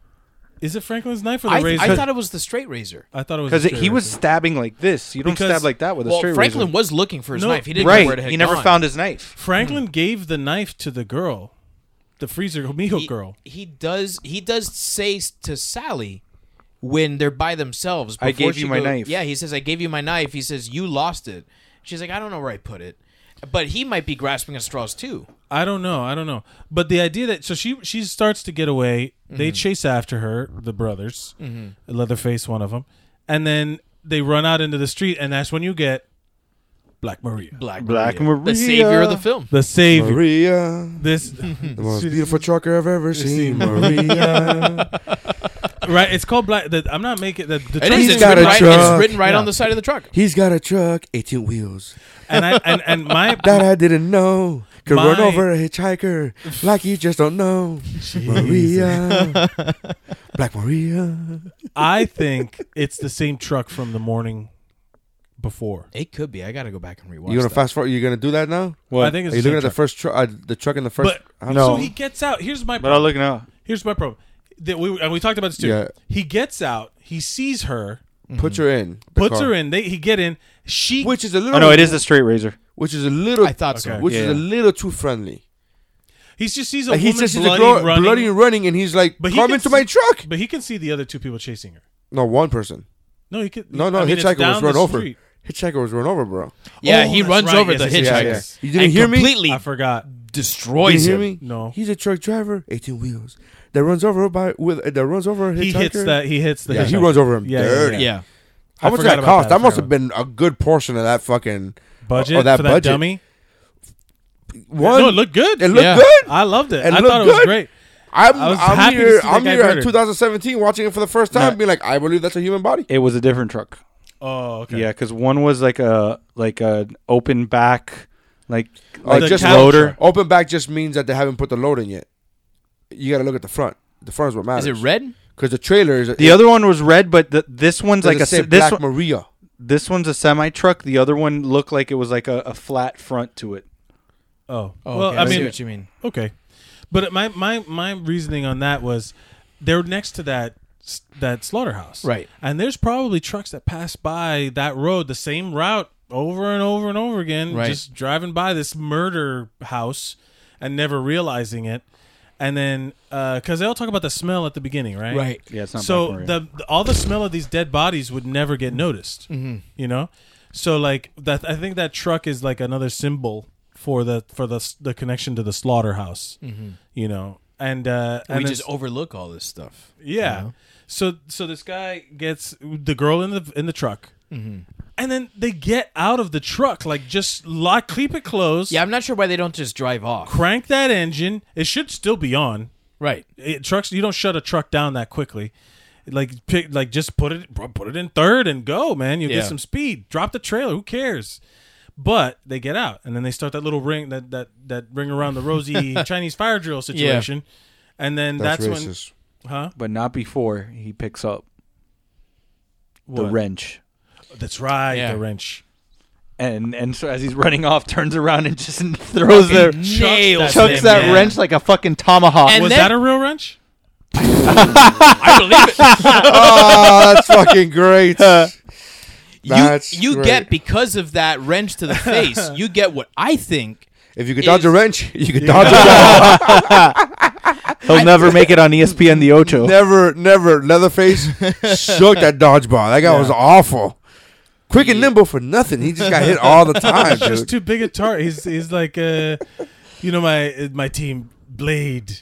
[SPEAKER 10] is it Franklin's knife or the
[SPEAKER 9] I,
[SPEAKER 10] razor.
[SPEAKER 9] I thought it was the straight razor.
[SPEAKER 10] I thought it was
[SPEAKER 11] because
[SPEAKER 10] a straight
[SPEAKER 11] he was
[SPEAKER 10] razor.
[SPEAKER 11] stabbing like this. You don't
[SPEAKER 10] Because-
[SPEAKER 11] stab like that with a
[SPEAKER 9] Well,
[SPEAKER 11] straight
[SPEAKER 9] Franklin
[SPEAKER 11] razor.
[SPEAKER 9] was looking for his
[SPEAKER 10] No,
[SPEAKER 9] knife. He didn't know where
[SPEAKER 11] right.
[SPEAKER 9] it had
[SPEAKER 11] He never
[SPEAKER 9] gone.
[SPEAKER 11] found his knife.
[SPEAKER 10] Franklin
[SPEAKER 8] Hmm.
[SPEAKER 10] gave the knife to the girl, the freezer Miho
[SPEAKER 9] he-
[SPEAKER 10] girl.
[SPEAKER 9] He does. He does say s- to Sally when they're by themselves.
[SPEAKER 11] I
[SPEAKER 9] before
[SPEAKER 11] gave you
[SPEAKER 9] she
[SPEAKER 11] my knife.
[SPEAKER 9] Yeah, he says, "I gave you my knife." He says, "You lost it." She's like, "I don't know where I put it," but he might be grasping at straws too.
[SPEAKER 10] I don't know. I don't know. But the idea that so she she starts to get away.
[SPEAKER 8] Mm-hmm.
[SPEAKER 10] They chase after her, the brothers, Leatherface, one of them, and then they run out into the street, and that's when you get Black Maria,
[SPEAKER 9] Black,
[SPEAKER 11] Black Maria.
[SPEAKER 9] the savior of the film.
[SPEAKER 10] the savior.
[SPEAKER 8] Maria,
[SPEAKER 10] This
[SPEAKER 8] the most beautiful trucker I've ever seen. Maria,
[SPEAKER 10] right? It's called black. The, I'm not making the. the
[SPEAKER 9] It
[SPEAKER 10] truck
[SPEAKER 9] is.
[SPEAKER 10] is
[SPEAKER 9] It's written,
[SPEAKER 10] black.
[SPEAKER 9] right, it's written right on the side of the truck.
[SPEAKER 12] He's got a truck, 18 wheels.
[SPEAKER 10] And I and, and my
[SPEAKER 12] that I didn't know could run
[SPEAKER 10] My-
[SPEAKER 12] over a hitchhiker like you just don't know. Maria, Black Maria.
[SPEAKER 10] I think it's the same truck from the morning before.
[SPEAKER 9] It could be. I gotta go back and rewatch.
[SPEAKER 8] You gonna fast forward? You gonna do that now?
[SPEAKER 10] What? I think it's
[SPEAKER 8] Are you
[SPEAKER 10] the
[SPEAKER 8] looking at
[SPEAKER 10] same
[SPEAKER 8] the first truck, uh, the truck in the first.
[SPEAKER 10] But so he gets out. Here's my.
[SPEAKER 11] But I'm looking out.
[SPEAKER 10] Here's my problem. That we and we talked about this too.
[SPEAKER 8] Yeah.
[SPEAKER 10] He gets out. He sees her.
[SPEAKER 8] Put her in. the
[SPEAKER 10] Puts
[SPEAKER 8] car.
[SPEAKER 10] her in. They he get in. She
[SPEAKER 8] which is a little.
[SPEAKER 11] Oh no, it is a straight razor.
[SPEAKER 8] Which is a little.
[SPEAKER 9] I thought so.
[SPEAKER 8] Which
[SPEAKER 11] Yeah.
[SPEAKER 8] is a little too friendly.
[SPEAKER 10] He just sees a
[SPEAKER 8] Like, he
[SPEAKER 10] woman
[SPEAKER 8] just sees a
[SPEAKER 10] bloody,
[SPEAKER 8] girl
[SPEAKER 10] running,
[SPEAKER 8] bloody and running, and he's like,
[SPEAKER 10] But he
[SPEAKER 8] "Come
[SPEAKER 10] can
[SPEAKER 8] into
[SPEAKER 10] see-
[SPEAKER 8] my truck."
[SPEAKER 10] But he can see the other two people chasing her.
[SPEAKER 8] No, one person.
[SPEAKER 10] No, he could.
[SPEAKER 8] No, no,
[SPEAKER 10] I mean, it's
[SPEAKER 8] hitchhiker was
[SPEAKER 10] down
[SPEAKER 8] run
[SPEAKER 10] the
[SPEAKER 8] over.
[SPEAKER 10] street.
[SPEAKER 8] Hitchhiker was run over, bro.
[SPEAKER 9] Yeah,
[SPEAKER 10] Oh,
[SPEAKER 9] he
[SPEAKER 10] that's
[SPEAKER 9] runs
[SPEAKER 10] right.
[SPEAKER 9] over
[SPEAKER 10] Yes,
[SPEAKER 9] the
[SPEAKER 10] yes, yes,
[SPEAKER 9] hitchhiker.
[SPEAKER 10] yes.
[SPEAKER 8] You didn't
[SPEAKER 9] and
[SPEAKER 8] hear me?
[SPEAKER 9] Completely
[SPEAKER 10] I forgot.
[SPEAKER 9] destroys
[SPEAKER 8] you hear
[SPEAKER 9] him.
[SPEAKER 8] me?
[SPEAKER 10] No.
[SPEAKER 8] He's a truck driver, 18 wheels. That runs over by with that runs over a hitchhiker.
[SPEAKER 10] He hits that. He hits the.
[SPEAKER 8] Yeah, he
[SPEAKER 10] hitchhiker.
[SPEAKER 8] runs over him
[SPEAKER 10] Yeah,
[SPEAKER 8] dirty.
[SPEAKER 10] yeah, yeah.
[SPEAKER 9] Yeah.
[SPEAKER 8] How
[SPEAKER 10] I
[SPEAKER 8] much did
[SPEAKER 10] forgot
[SPEAKER 8] that
[SPEAKER 10] about
[SPEAKER 8] cost?
[SPEAKER 10] that. I
[SPEAKER 8] That must have
[SPEAKER 10] forgot
[SPEAKER 8] been a good portion of that fucking
[SPEAKER 10] Budget
[SPEAKER 8] or Oh, that
[SPEAKER 10] for that
[SPEAKER 8] budget.
[SPEAKER 10] dummy.
[SPEAKER 8] one.
[SPEAKER 10] no, it looked good.
[SPEAKER 8] It looked
[SPEAKER 9] Yeah.
[SPEAKER 8] good.
[SPEAKER 10] I loved it.
[SPEAKER 8] It
[SPEAKER 10] I
[SPEAKER 8] looked
[SPEAKER 10] thought it was
[SPEAKER 8] good.
[SPEAKER 10] great.
[SPEAKER 8] I'm,
[SPEAKER 10] I was
[SPEAKER 8] I'm
[SPEAKER 10] happy to
[SPEAKER 8] here.
[SPEAKER 10] see that
[SPEAKER 8] I'm
[SPEAKER 10] guy
[SPEAKER 8] here in
[SPEAKER 10] murdered.
[SPEAKER 8] 2017 watching it for the first time,
[SPEAKER 11] No.
[SPEAKER 8] being like, I believe that's a human body.
[SPEAKER 11] It was a different truck.
[SPEAKER 10] Oh, okay.
[SPEAKER 11] Yeah, because one was like a like an open back, like like
[SPEAKER 10] the
[SPEAKER 11] just
[SPEAKER 10] cattle
[SPEAKER 11] loader.
[SPEAKER 10] truck.
[SPEAKER 8] Open back just means that they haven't put the load in yet. You got to look at the front. The front is what matters.
[SPEAKER 9] Is it red?
[SPEAKER 8] Because the trailer is
[SPEAKER 11] The other one was red, but the, this one's like a se- this
[SPEAKER 8] Black
[SPEAKER 11] one,
[SPEAKER 8] Maria.
[SPEAKER 11] this one's a semi truck. The other one looked like it was like a, a flat front to it.
[SPEAKER 10] Oh,
[SPEAKER 9] Oh,
[SPEAKER 10] well,
[SPEAKER 9] okay,
[SPEAKER 10] I
[SPEAKER 9] see
[SPEAKER 10] mean,
[SPEAKER 9] what you mean.
[SPEAKER 10] okay, but my my my reasoning on that was they're next to that s- that slaughterhouse,
[SPEAKER 9] Right.
[SPEAKER 10] And there's probably trucks that pass by that road, the same route over and over and over again,
[SPEAKER 9] Right.
[SPEAKER 10] just driving by this murder house and never realizing it. And then, because they all talk about the smell at the beginning, right?
[SPEAKER 9] Right.
[SPEAKER 11] Yeah, it's not Black
[SPEAKER 10] so
[SPEAKER 11] Maria.
[SPEAKER 10] the, the- all the smell of these dead bodies would never get noticed
[SPEAKER 9] Mm-hmm.
[SPEAKER 10] you know so like that i think that truck is like another symbol for the for the s- the connection to the slaughterhouse you know and uh and
[SPEAKER 9] we just
[SPEAKER 10] it's-
[SPEAKER 9] overlook all this stuff.
[SPEAKER 10] yeah so so this guy gets the girl in the in the truck and then they get out of the truck like just lock keep it closed
[SPEAKER 9] Yeah, I'm not sure why they don't just drive off.
[SPEAKER 10] crank that engine it should still be on
[SPEAKER 9] Right.
[SPEAKER 10] it, trucks you don't shut a truck down that quickly like pick like just put it put it in third and go man you will
[SPEAKER 9] Yeah.
[SPEAKER 10] get some speed drop the trailer who cares but they get out and then they start that little ring that that that ring around the rosy chinese fire drill situation and then that's,
[SPEAKER 8] That's,
[SPEAKER 10] when
[SPEAKER 8] racist.
[SPEAKER 10] huh
[SPEAKER 11] but not before he picks up the
[SPEAKER 10] What?
[SPEAKER 11] wrench.
[SPEAKER 10] that's right
[SPEAKER 9] Yeah.
[SPEAKER 10] the wrench
[SPEAKER 11] And and so as he's running off, turns around and just throws the
[SPEAKER 9] Nails
[SPEAKER 11] chucks
[SPEAKER 9] him,
[SPEAKER 11] that
[SPEAKER 9] man.
[SPEAKER 11] wrench like a fucking tomahawk.
[SPEAKER 9] And
[SPEAKER 10] was
[SPEAKER 9] then-
[SPEAKER 10] that a real wrench
[SPEAKER 9] I believe it.
[SPEAKER 8] oh, that's fucking great. That's
[SPEAKER 9] you you
[SPEAKER 8] great.
[SPEAKER 9] get because of that wrench to the face. you get what I think.
[SPEAKER 8] If you could dodge a
[SPEAKER 9] is-
[SPEAKER 8] wrench, you could dodge a wrench.
[SPEAKER 11] He'll never make it on E ESPN the Ocho.
[SPEAKER 8] Never, never. Leatherface shook that dodgeball. That guy was awful. Quick and nimble for nothing. He just got hit all the time,
[SPEAKER 10] He's
[SPEAKER 8] dude.
[SPEAKER 10] too big a target. He's he's like uh, you know my my team blade,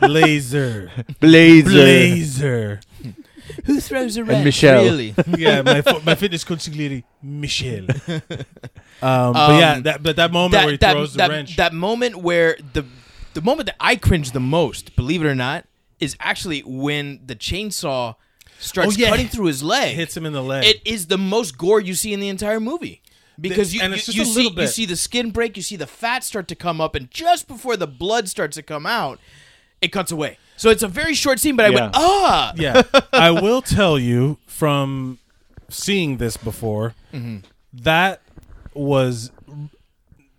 [SPEAKER 10] laser,
[SPEAKER 11] Blazer.
[SPEAKER 10] blazer.
[SPEAKER 9] Who throws a wrench?
[SPEAKER 11] Michelle.
[SPEAKER 9] Really?
[SPEAKER 10] yeah, my fo- my fitness coach lady Michelle. Um, but yeah,
[SPEAKER 9] Um,
[SPEAKER 10] that but that moment where he
[SPEAKER 9] that, that,
[SPEAKER 10] throws the
[SPEAKER 9] that,
[SPEAKER 10] wrench.
[SPEAKER 9] that moment where the the moment that I cringe the most, believe it or not, is actually when the chainsaw starts
[SPEAKER 10] Oh, yeah.
[SPEAKER 9] cutting through his leg.
[SPEAKER 10] Hits him in the leg.
[SPEAKER 9] It is the most gore you see in the entire movie. Because you,
[SPEAKER 10] and
[SPEAKER 9] you,
[SPEAKER 10] it's just
[SPEAKER 9] you
[SPEAKER 10] a
[SPEAKER 9] see
[SPEAKER 10] little
[SPEAKER 9] you
[SPEAKER 10] bit.
[SPEAKER 9] see the skin break, you see the fat start to come up, and just before the blood starts to come out, it cuts away. So it's a very short scene, but I
[SPEAKER 11] Yeah.
[SPEAKER 9] went ah.
[SPEAKER 10] yeah, I will tell you from seeing this before
[SPEAKER 9] Mm-hmm.
[SPEAKER 10] that was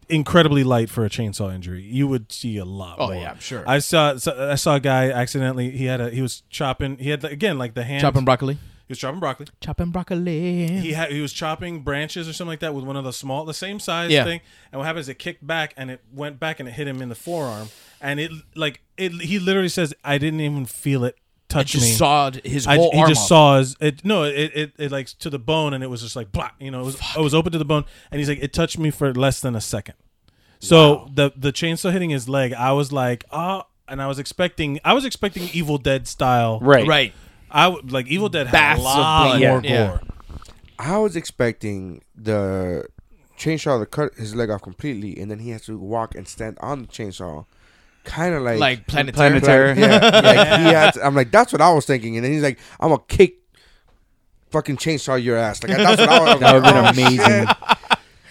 [SPEAKER 10] incredibly light for a chainsaw injury. You would see a lot.
[SPEAKER 9] Oh,
[SPEAKER 10] more.
[SPEAKER 9] yeah, I'm sure.
[SPEAKER 10] I saw so- I saw a guy accidentally. He had a he was chopping. He had again like the hand
[SPEAKER 9] Chopping broccoli.
[SPEAKER 10] He was chopping broccoli.
[SPEAKER 9] Chopping broccoli.
[SPEAKER 10] he had he was chopping branches or something like that with one of the small the same size
[SPEAKER 9] Yeah.
[SPEAKER 10] thing and what happened is it kicked back and it went back and it hit him in the forearm and it like it he literally says i didn't even feel it
[SPEAKER 9] it
[SPEAKER 10] touch
[SPEAKER 9] just
[SPEAKER 10] me
[SPEAKER 9] sawed his
[SPEAKER 10] I,
[SPEAKER 9] whole
[SPEAKER 10] he
[SPEAKER 9] arm
[SPEAKER 10] just
[SPEAKER 9] off.
[SPEAKER 10] saw his it no it, it it like to the bone and it was just like blah you know it was it was open to the bone and he's like it touched me for less than a second so the the chainsaw hitting his leg i was like ah and i was expecting i was expecting evil dead style
[SPEAKER 11] Right.
[SPEAKER 9] Right.
[SPEAKER 10] i w- like evil dead had
[SPEAKER 9] Baths
[SPEAKER 10] a
[SPEAKER 9] of
[SPEAKER 10] lot
[SPEAKER 9] blood.
[SPEAKER 10] more
[SPEAKER 9] Yeah. Yeah.
[SPEAKER 10] gore
[SPEAKER 8] I was expecting the chainsaw to cut his leg off completely, and then he has to walk and stand on the chainsaw kind of like
[SPEAKER 9] Like Planet Planet Terror. Terror.
[SPEAKER 8] yeah.
[SPEAKER 9] Yeah.
[SPEAKER 8] Like, he had to- I'm like, that's what I was thinking, and then he's like, I'm gonna kick, fucking chainsaw your ass. Like that's what I was.
[SPEAKER 10] That
[SPEAKER 8] like,
[SPEAKER 10] would've
[SPEAKER 8] "Oh,
[SPEAKER 10] been amazing."
[SPEAKER 8] shit.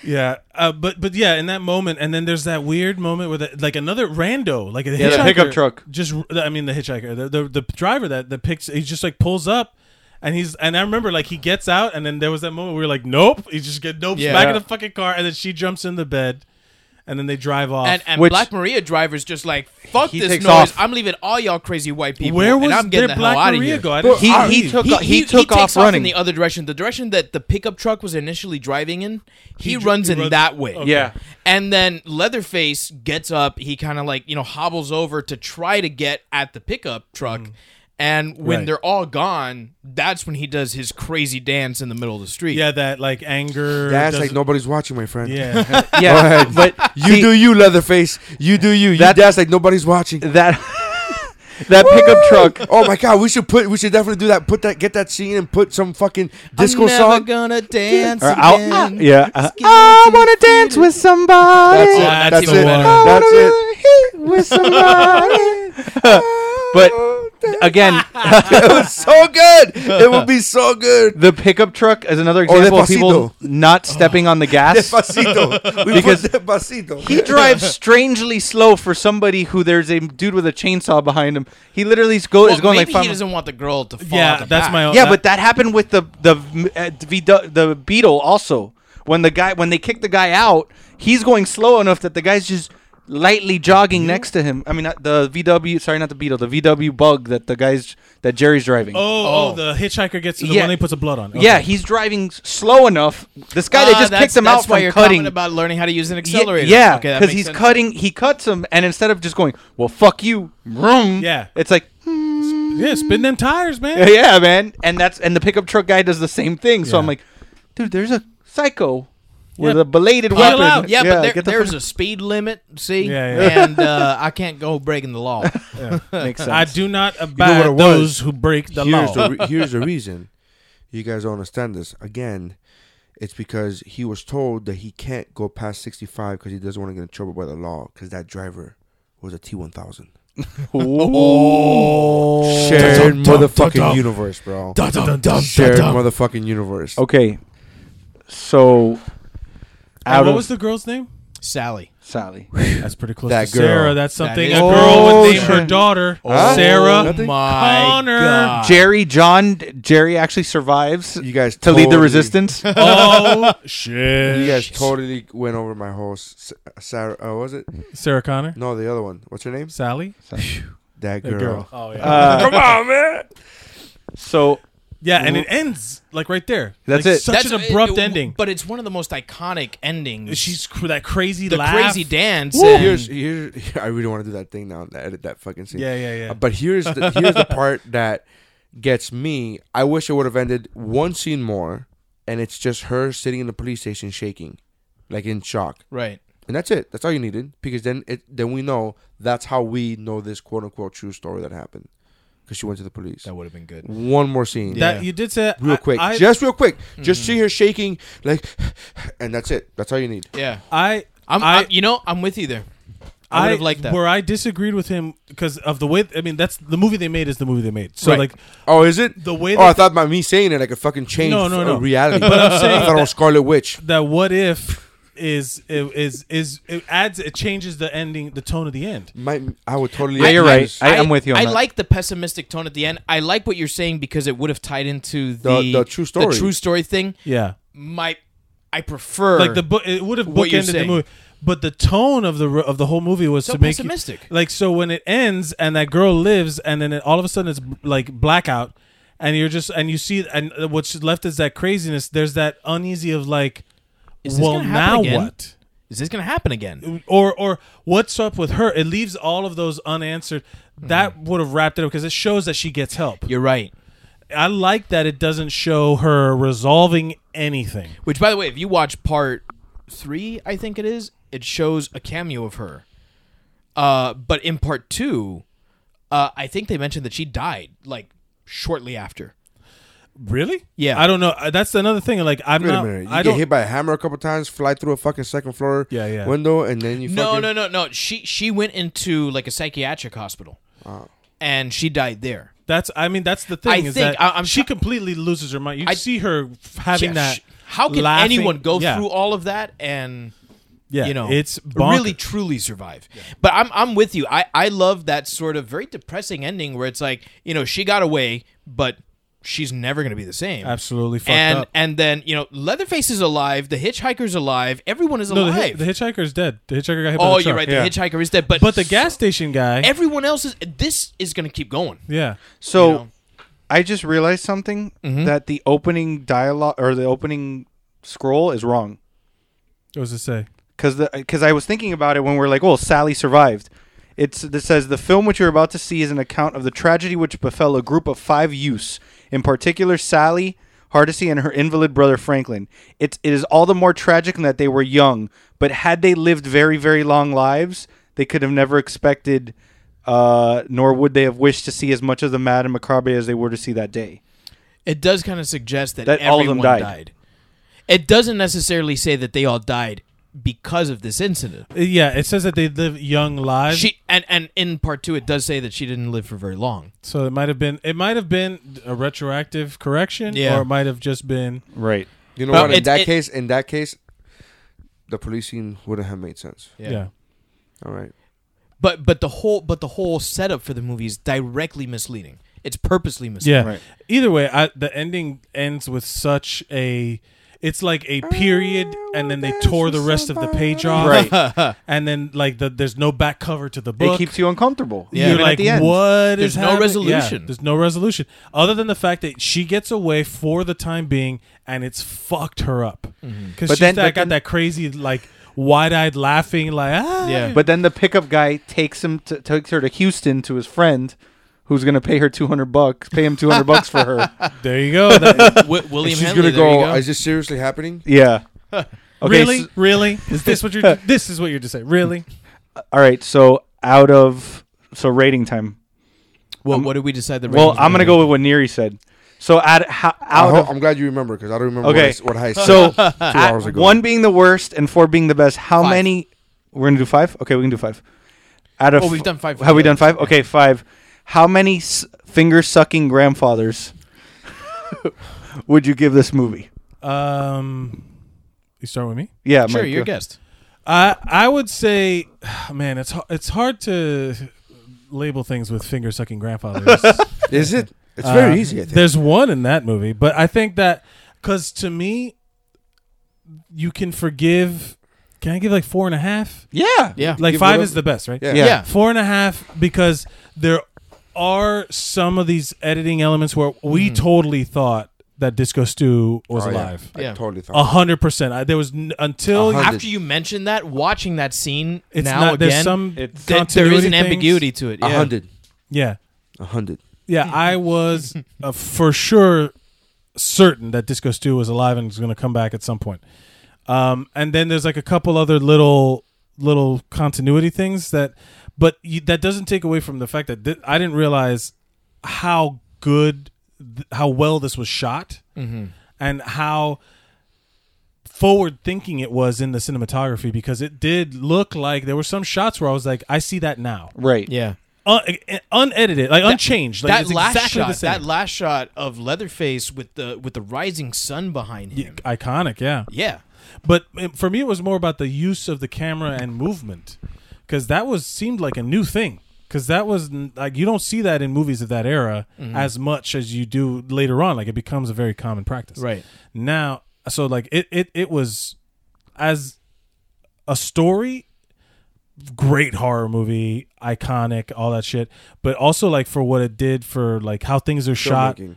[SPEAKER 10] Yeah, uh, but but yeah, in that moment, and then there's that weird moment where the, like another rando, like a
[SPEAKER 11] Yeah, the
[SPEAKER 10] hitchhiker,
[SPEAKER 11] pickup truck.
[SPEAKER 10] Just I mean the hitchhiker, the, the the driver that that picks, he just like pulls up, and he's and I remember like he gets out, and then there was that moment where we are like, nope, he just get nope,
[SPEAKER 9] Yeah.
[SPEAKER 10] back in
[SPEAKER 9] Yeah.
[SPEAKER 10] the fucking car, and then she jumps in the bed, and then they drive off.
[SPEAKER 9] And, and Black Maria driver's just like, fuck
[SPEAKER 10] He
[SPEAKER 9] this
[SPEAKER 10] takes
[SPEAKER 9] noise.
[SPEAKER 10] off.
[SPEAKER 9] I'm leaving all y'all crazy white people.
[SPEAKER 10] Where was
[SPEAKER 9] and I'm getting
[SPEAKER 10] their
[SPEAKER 9] the
[SPEAKER 10] Black
[SPEAKER 9] hell out
[SPEAKER 10] Maria
[SPEAKER 9] of here.
[SPEAKER 10] go? I didn't He- see he it. took
[SPEAKER 9] he,
[SPEAKER 10] off- he
[SPEAKER 9] he
[SPEAKER 10] took
[SPEAKER 9] takes
[SPEAKER 10] off running.
[SPEAKER 9] in the other direction. The direction that the pickup truck was initially driving in, he,
[SPEAKER 11] He dr-
[SPEAKER 9] runs
[SPEAKER 11] he
[SPEAKER 9] in
[SPEAKER 11] runs-
[SPEAKER 9] that way.
[SPEAKER 11] okay. Yeah.
[SPEAKER 9] And then Leatherface gets up. He kind of like you know hobbles over to try to get at the pickup truck. And when
[SPEAKER 10] Mm. Right.
[SPEAKER 9] they're all gone, that's when he does his crazy dance in the middle of the street.
[SPEAKER 10] yeah, that like anger.
[SPEAKER 9] That's
[SPEAKER 10] doesn't-
[SPEAKER 9] like
[SPEAKER 8] Nobody's watching, my friend.
[SPEAKER 10] Yeah.
[SPEAKER 8] Go ahead. you do you, Leatherface. You do you. You dance like nobody's watching.
[SPEAKER 11] That that pickup truck.
[SPEAKER 8] Oh my god, we should put. We should definitely do that. Put that. Get that scene and put some fucking disco
[SPEAKER 9] I'm never
[SPEAKER 8] song.
[SPEAKER 9] gonna dance
[SPEAKER 8] Or I'll-
[SPEAKER 9] again.
[SPEAKER 8] ah,
[SPEAKER 11] Yeah. uh,
[SPEAKER 3] I wanna dance with somebody.
[SPEAKER 10] Oh,
[SPEAKER 11] That's it. That's it. That's it.
[SPEAKER 3] With somebody.
[SPEAKER 11] but again,
[SPEAKER 8] it was so good. It would be so good.
[SPEAKER 11] The pickup truck is another
[SPEAKER 8] Oh,
[SPEAKER 11] example of
[SPEAKER 8] Despacito.
[SPEAKER 11] people not
[SPEAKER 9] Oh.
[SPEAKER 11] stepping on the gas.
[SPEAKER 8] Despacito. We
[SPEAKER 11] because
[SPEAKER 8] put Despacito.
[SPEAKER 11] he drives strangely slow for somebody who there's a dude with a chainsaw behind him. He literally is, go,
[SPEAKER 9] Well,
[SPEAKER 11] is going
[SPEAKER 9] maybe
[SPEAKER 11] like five.
[SPEAKER 9] he doesn't want the girl to fall.
[SPEAKER 11] Yeah,
[SPEAKER 9] out the
[SPEAKER 11] that's
[SPEAKER 9] back.
[SPEAKER 11] my Yeah, but that happened with the the uh, VW the Beetle also. When the guy when they kick the guy out, he's going slow enough that the guy's just lightly jogging next to him. I mean, not the VW. Sorry, not the Beetle. The VW Bug that the guys that Jerry's driving.
[SPEAKER 10] Oh, oh, the hitchhiker gets the one that he puts a blood on. Okay.
[SPEAKER 11] Yeah, he's driving s- slow enough. This guy they
[SPEAKER 9] Ah,
[SPEAKER 11] just
[SPEAKER 9] that's-
[SPEAKER 11] kicked him
[SPEAKER 9] that's
[SPEAKER 11] out
[SPEAKER 9] why
[SPEAKER 11] from
[SPEAKER 9] you're
[SPEAKER 11] cutting.
[SPEAKER 9] comment about learning how to use an
[SPEAKER 11] Ye-
[SPEAKER 9] accelerator.
[SPEAKER 11] Yeah,
[SPEAKER 9] Okay, that
[SPEAKER 11] because
[SPEAKER 9] makes
[SPEAKER 11] he's
[SPEAKER 9] sense.
[SPEAKER 11] cutting. He cuts him, and instead of just going, "Well, fuck you," vroom,
[SPEAKER 10] Yeah.
[SPEAKER 11] it's like, hmm.
[SPEAKER 10] yeah, spin them tires, man.
[SPEAKER 11] yeah, man. And that's and the pickup truck guy does the same thing. So I'm like, dude, there's a psycho with a belated
[SPEAKER 9] Peel
[SPEAKER 11] weapon.
[SPEAKER 9] out. Yeah, but there,
[SPEAKER 11] get the
[SPEAKER 9] there's
[SPEAKER 11] fuck-
[SPEAKER 9] a speed limit. See,
[SPEAKER 11] Yeah, yeah.
[SPEAKER 9] and uh, I can't go breaking the law.
[SPEAKER 10] I do not
[SPEAKER 8] You know
[SPEAKER 10] abide
[SPEAKER 8] what it was?
[SPEAKER 10] those who break the
[SPEAKER 8] here's
[SPEAKER 10] law.
[SPEAKER 8] The re- here's the reason. You guys don't understand this. Again, it's because he was told that he can't go past 65 because he doesn't want to get in trouble by the law because that driver was a T1000.
[SPEAKER 11] Oh.
[SPEAKER 8] Shared
[SPEAKER 11] Dun, dun, dun,
[SPEAKER 8] motherfucking
[SPEAKER 11] dun, dun.
[SPEAKER 8] universe, bro.
[SPEAKER 11] Dun, dun, dun, dun,
[SPEAKER 8] Shared
[SPEAKER 11] dun.
[SPEAKER 8] motherfucking universe.
[SPEAKER 11] Okay, so
[SPEAKER 10] And
[SPEAKER 11] out
[SPEAKER 10] what
[SPEAKER 11] of
[SPEAKER 10] was the girl's name?
[SPEAKER 9] Sally.
[SPEAKER 11] Sally.
[SPEAKER 10] That's pretty close.
[SPEAKER 11] That
[SPEAKER 10] to
[SPEAKER 11] girl.
[SPEAKER 10] Sarah. That's something
[SPEAKER 11] That is-
[SPEAKER 10] a girl
[SPEAKER 11] Oh,
[SPEAKER 10] would name her
[SPEAKER 11] shit.
[SPEAKER 10] daughter.
[SPEAKER 8] Oh,
[SPEAKER 11] Huh?
[SPEAKER 10] Sarah
[SPEAKER 11] Nothing?
[SPEAKER 9] My
[SPEAKER 10] Connor.
[SPEAKER 9] God.
[SPEAKER 11] Jerry John Jerry actually survives. You
[SPEAKER 8] guys
[SPEAKER 11] to lead the
[SPEAKER 8] totally-
[SPEAKER 11] resistance.
[SPEAKER 10] Oh, shit.
[SPEAKER 8] You guys totally went over my whole s- Sarah. Uh, was it
[SPEAKER 10] Sarah Connor?
[SPEAKER 8] No, the other one. What's her name?
[SPEAKER 10] Sally.
[SPEAKER 8] That
[SPEAKER 10] That
[SPEAKER 8] girl.
[SPEAKER 10] girl. Oh, yeah.
[SPEAKER 11] Uh,
[SPEAKER 10] Come on, man.
[SPEAKER 11] So
[SPEAKER 10] Yeah, and it ends like right there.
[SPEAKER 11] That's
[SPEAKER 10] Like,
[SPEAKER 11] it.
[SPEAKER 10] Such an abrupt
[SPEAKER 9] it- it-
[SPEAKER 10] ending.
[SPEAKER 9] uh, but it's one of the most iconic endings.
[SPEAKER 10] She's cr- that crazy
[SPEAKER 9] the
[SPEAKER 10] laugh.
[SPEAKER 9] crazy dance.
[SPEAKER 8] Woo!
[SPEAKER 9] and-
[SPEAKER 8] Here's, here's, I really want to do that thing now. and Edit that fucking scene.
[SPEAKER 10] Yeah, yeah, yeah.
[SPEAKER 8] Uh, But here's the here's the part that gets me. I wish it would have ended one scene more, and it's just her sitting in the police station shaking, like in shock.
[SPEAKER 9] Right.
[SPEAKER 8] And that's it. That's all you needed because then it then we know that's how we know this quote unquote true story that happened. Because she went to the police. That
[SPEAKER 9] would have been good.
[SPEAKER 8] One more scene.
[SPEAKER 10] That- Yeah. Uh, you did say-
[SPEAKER 8] real
[SPEAKER 10] I-
[SPEAKER 8] quick,
[SPEAKER 10] I- Mm-hmm.
[SPEAKER 8] just real quick. Just see her shaking, like, and that's it. That's all you need.
[SPEAKER 9] Yeah.
[SPEAKER 10] I,
[SPEAKER 9] I'm,
[SPEAKER 10] I-
[SPEAKER 9] I'm- you know, I'm with you there. I would have liked that.
[SPEAKER 10] Where I disagreed with him because of the way. I mean, that's the movie they made is the movie they made. So
[SPEAKER 8] Right.
[SPEAKER 10] like,
[SPEAKER 8] oh, is it
[SPEAKER 10] the way?
[SPEAKER 8] Oh, I
[SPEAKER 10] that-
[SPEAKER 8] thought by me saying it, like it fucking changed
[SPEAKER 10] No, no,
[SPEAKER 8] uh,
[SPEAKER 10] no.
[SPEAKER 8] reality.
[SPEAKER 10] But I'm saying
[SPEAKER 8] I thought it was
[SPEAKER 10] that-
[SPEAKER 8] Scarlet Witch.
[SPEAKER 10] that what if is is is, is it adds it changes the ending the tone of the end.
[SPEAKER 8] My, I would totally.
[SPEAKER 11] Yeah, you're right. I, am with you. On
[SPEAKER 9] I
[SPEAKER 11] that.
[SPEAKER 9] like the pessimistic tone at the end. I like what you're saying because it would have tied into the,
[SPEAKER 10] The- the true story.
[SPEAKER 9] true story thing.
[SPEAKER 10] Yeah.
[SPEAKER 9] My, I prefer
[SPEAKER 10] like the book. It would have
[SPEAKER 9] what you're
[SPEAKER 10] bookended the
[SPEAKER 9] saying.
[SPEAKER 10] movie, but the tone of the ro- of the whole movie was
[SPEAKER 9] So
[SPEAKER 10] to make you-
[SPEAKER 9] pessimistic.
[SPEAKER 10] like so when it ends and that girl lives and then it, all of a sudden it's like blackout and you're just and you see and what's left is that craziness. There's that uneasy of like,
[SPEAKER 9] Is this
[SPEAKER 10] well
[SPEAKER 9] gonna happen
[SPEAKER 10] now
[SPEAKER 9] again?
[SPEAKER 10] what?
[SPEAKER 9] Is this going to happen again?
[SPEAKER 10] or or what's up with her it leaves all of those unanswered that
[SPEAKER 9] Hmm.
[SPEAKER 10] would have wrapped it up because it shows that she gets help
[SPEAKER 9] you're right
[SPEAKER 10] i like that it doesn't show her resolving anything
[SPEAKER 9] Which, by the way, if you watch part three, I think it is, it shows a cameo of her. Uh, but in part two, uh, I think they mentioned that she died like shortly after.
[SPEAKER 10] Really?
[SPEAKER 9] Yeah.
[SPEAKER 10] I don't know. Uh, That's another thing. Like I'm
[SPEAKER 8] Wait
[SPEAKER 10] not.
[SPEAKER 8] a minute. You
[SPEAKER 10] I
[SPEAKER 8] get
[SPEAKER 10] don't.
[SPEAKER 8] hit by a hammer a couple times, fly through a fucking second floor
[SPEAKER 10] Yeah, yeah.
[SPEAKER 8] window, and then you
[SPEAKER 9] No,
[SPEAKER 8] fucking,
[SPEAKER 9] no, no, no. She she went into like a psychiatric hospital, and she died there.
[SPEAKER 10] That's. I mean, that's the thing.
[SPEAKER 9] I
[SPEAKER 10] is
[SPEAKER 9] think
[SPEAKER 10] that
[SPEAKER 9] I- I'm
[SPEAKER 10] she completely loses her mind. You
[SPEAKER 9] I-
[SPEAKER 10] see her f- having
[SPEAKER 9] Yeah,
[SPEAKER 10] that.
[SPEAKER 9] sh- How can
[SPEAKER 10] laughing-
[SPEAKER 9] anyone go
[SPEAKER 10] Yeah.
[SPEAKER 9] through all of that and
[SPEAKER 10] Yeah,
[SPEAKER 9] you know
[SPEAKER 10] it's
[SPEAKER 9] really
[SPEAKER 10] bonkers.
[SPEAKER 9] truly survive? But I'm I'm with you. I I love that sort of very depressing ending where it's like you know she got away, but she's never gonna be the same.
[SPEAKER 10] Absolutely fucked
[SPEAKER 9] And
[SPEAKER 10] up.
[SPEAKER 9] and then you know Leatherface is alive, the hitchhiker's alive, everyone is
[SPEAKER 10] No, the,
[SPEAKER 9] alive.
[SPEAKER 10] hi- the hitchhiker's dead. The hitchhiker got hit by
[SPEAKER 9] oh,
[SPEAKER 10] the
[SPEAKER 9] you're
[SPEAKER 10] truck.
[SPEAKER 9] right. The hitchhiker is dead, but
[SPEAKER 10] But the gas station guy.
[SPEAKER 9] everyone else is. This is gonna keep going.
[SPEAKER 10] yeah.
[SPEAKER 11] So
[SPEAKER 9] You know. Mm-hmm.
[SPEAKER 11] I just realized something that the opening dialogue or the opening scroll is wrong
[SPEAKER 10] What does it say?
[SPEAKER 11] because because I was thinking about it when we were like, "Oh, Sally survived." It's it says the film which you're about to see is an account of the tragedy which befell a group of five youths, in particular Sally Hardesty and her invalid brother Franklin. It's it is all the more tragic in that they were young, but had they lived very very long lives, they could have never expected. Uh, nor would they have wished to see as much of the mad and macabre as they were to see that day.
[SPEAKER 9] It does kind of suggest that,
[SPEAKER 11] That
[SPEAKER 9] everyone
[SPEAKER 11] all of them
[SPEAKER 9] died.
[SPEAKER 11] died.
[SPEAKER 9] It doesn't necessarily say that they all died because of this incident.
[SPEAKER 10] Uh, Yeah. It says that they live young lives.
[SPEAKER 9] She and and in part two, it does say that she didn't live for very long.
[SPEAKER 10] so it might have been. It might have been a retroactive correction.
[SPEAKER 9] Yeah.
[SPEAKER 10] Or it might have just been.
[SPEAKER 11] Right.
[SPEAKER 8] You know
[SPEAKER 9] But
[SPEAKER 8] what? In
[SPEAKER 9] it's-
[SPEAKER 8] that
[SPEAKER 9] it-
[SPEAKER 8] case, in that case, the police scene wouldn't have made sense.
[SPEAKER 10] Yeah.
[SPEAKER 8] All right.
[SPEAKER 9] But but the whole but the whole setup for the movie is directly misleading. It's purposely misleading.
[SPEAKER 10] Yeah. Either way, I, the ending ends with such a. It's like a period, and then they tore the rest of the page off,
[SPEAKER 11] Right.
[SPEAKER 10] and then like the, there's no back cover to the book.
[SPEAKER 11] It keeps you uncomfortable.
[SPEAKER 9] Yeah.
[SPEAKER 10] You're
[SPEAKER 11] even at
[SPEAKER 10] like,
[SPEAKER 11] the end.
[SPEAKER 10] what
[SPEAKER 9] There's
[SPEAKER 10] is
[SPEAKER 9] no
[SPEAKER 10] happening?"
[SPEAKER 9] resolution.
[SPEAKER 10] Yeah, there's no resolution other than the fact that she gets away for the time being, and it's fucked her up because
[SPEAKER 11] Mm-hmm. But
[SPEAKER 10] she's
[SPEAKER 11] then-
[SPEAKER 10] that,
[SPEAKER 11] but
[SPEAKER 10] got
[SPEAKER 11] then-
[SPEAKER 10] that crazy like wide-eyed laughing like ah.
[SPEAKER 9] Yeah.
[SPEAKER 11] But then the pickup guy takes him to, takes her to Houston to his friend, who's gonna pay her two hundred bucks, pay him two hundred bucks for her.
[SPEAKER 10] There you go. That-
[SPEAKER 9] Wi- William
[SPEAKER 8] She's
[SPEAKER 9] Henley.
[SPEAKER 8] gonna
[SPEAKER 9] There you
[SPEAKER 8] go.
[SPEAKER 9] go.
[SPEAKER 8] Is this seriously happening?
[SPEAKER 11] Yeah. Okay,
[SPEAKER 10] really,
[SPEAKER 11] so-
[SPEAKER 10] really, is this what you're? This is what you're to say. Really,
[SPEAKER 11] all right. So out of so rating time.
[SPEAKER 9] well, what did we decide? The
[SPEAKER 11] um, Well,
[SPEAKER 9] ratings
[SPEAKER 11] I'm
[SPEAKER 9] were
[SPEAKER 11] gonna go with what Neri said. So out how,
[SPEAKER 8] I
[SPEAKER 11] out
[SPEAKER 8] hope,
[SPEAKER 11] of
[SPEAKER 8] I'm glad you remember because I don't remember
[SPEAKER 11] Okay.
[SPEAKER 8] what, I, s- what I
[SPEAKER 11] so
[SPEAKER 8] said two hours
[SPEAKER 11] at
[SPEAKER 8] ago.
[SPEAKER 11] one being the worst and four being the best. How
[SPEAKER 9] Five.
[SPEAKER 11] many? We're gonna do five. Okay, we can do five. Out of
[SPEAKER 9] Oh, we've done five for
[SPEAKER 11] Have we
[SPEAKER 9] the
[SPEAKER 11] done five? Okay, five. How many s- finger sucking grandfathers would you give this movie?
[SPEAKER 10] um, you start with me.
[SPEAKER 11] Yeah,
[SPEAKER 9] Sure,
[SPEAKER 11] Mike,
[SPEAKER 9] your
[SPEAKER 11] go.
[SPEAKER 9] guest.
[SPEAKER 10] I I would say, man, it's h- it's hard to label things with finger sucking grandfathers.
[SPEAKER 8] Is it? It's very
[SPEAKER 10] Uh,
[SPEAKER 8] easy. I think.
[SPEAKER 10] There's one in that movie, but I think that because to me, you can forgive. Can I give like four and a half?
[SPEAKER 11] Yeah,
[SPEAKER 9] Yeah.
[SPEAKER 10] Like
[SPEAKER 8] Give
[SPEAKER 10] five
[SPEAKER 8] whatever-
[SPEAKER 10] is the best, right?
[SPEAKER 8] Yeah.
[SPEAKER 11] yeah.
[SPEAKER 9] Yeah.
[SPEAKER 10] Four and a half because there are some of these editing elements where we totally thought that Disco Stew was
[SPEAKER 8] Oh, yeah.
[SPEAKER 10] alive.
[SPEAKER 8] I
[SPEAKER 9] Yeah.
[SPEAKER 8] totally thought.
[SPEAKER 10] A hundred percent. I- There was n- until
[SPEAKER 8] hundred.
[SPEAKER 9] After you mentioned that, watching that scene
[SPEAKER 10] it's
[SPEAKER 9] now
[SPEAKER 10] not.
[SPEAKER 9] again,
[SPEAKER 10] There's some
[SPEAKER 11] It's-
[SPEAKER 9] th- there is
[SPEAKER 10] continuity
[SPEAKER 9] an
[SPEAKER 10] things.
[SPEAKER 9] ambiguity to it.
[SPEAKER 8] A
[SPEAKER 9] yeah.
[SPEAKER 8] hundred.
[SPEAKER 10] Yeah.
[SPEAKER 8] A hundred.
[SPEAKER 10] Yeah, I was uh, for sure certain that Disco Stew was alive and was going to come back at some point. Um, and then there's like a couple other little little continuity things that, but you, that doesn't take away from the fact that thi- I didn't realize how good, th- how well this was shot, and how forward thinking it was in the cinematography because it did look like there were some shots where I was like, I see that now,
[SPEAKER 11] right.
[SPEAKER 9] Yeah.
[SPEAKER 10] Un- unedited, like unchanged, like
[SPEAKER 9] that
[SPEAKER 10] it's
[SPEAKER 9] last
[SPEAKER 10] exactly
[SPEAKER 9] shot,
[SPEAKER 10] the same.
[SPEAKER 9] that last shot of Leatherface with the with the rising sun behind him.
[SPEAKER 10] iconic yeah
[SPEAKER 9] Yeah,
[SPEAKER 10] but um, for me it was more about the use of the camera and movement because that was seemed like a new thing because that was n- like you don't see that in movies of that era as much as you do later on like it becomes a very common practice
[SPEAKER 9] Right.
[SPEAKER 10] now so like it it, it was as a story great horror movie iconic all that shit but also like for what it did for like how things are shot
[SPEAKER 8] Filmmaking.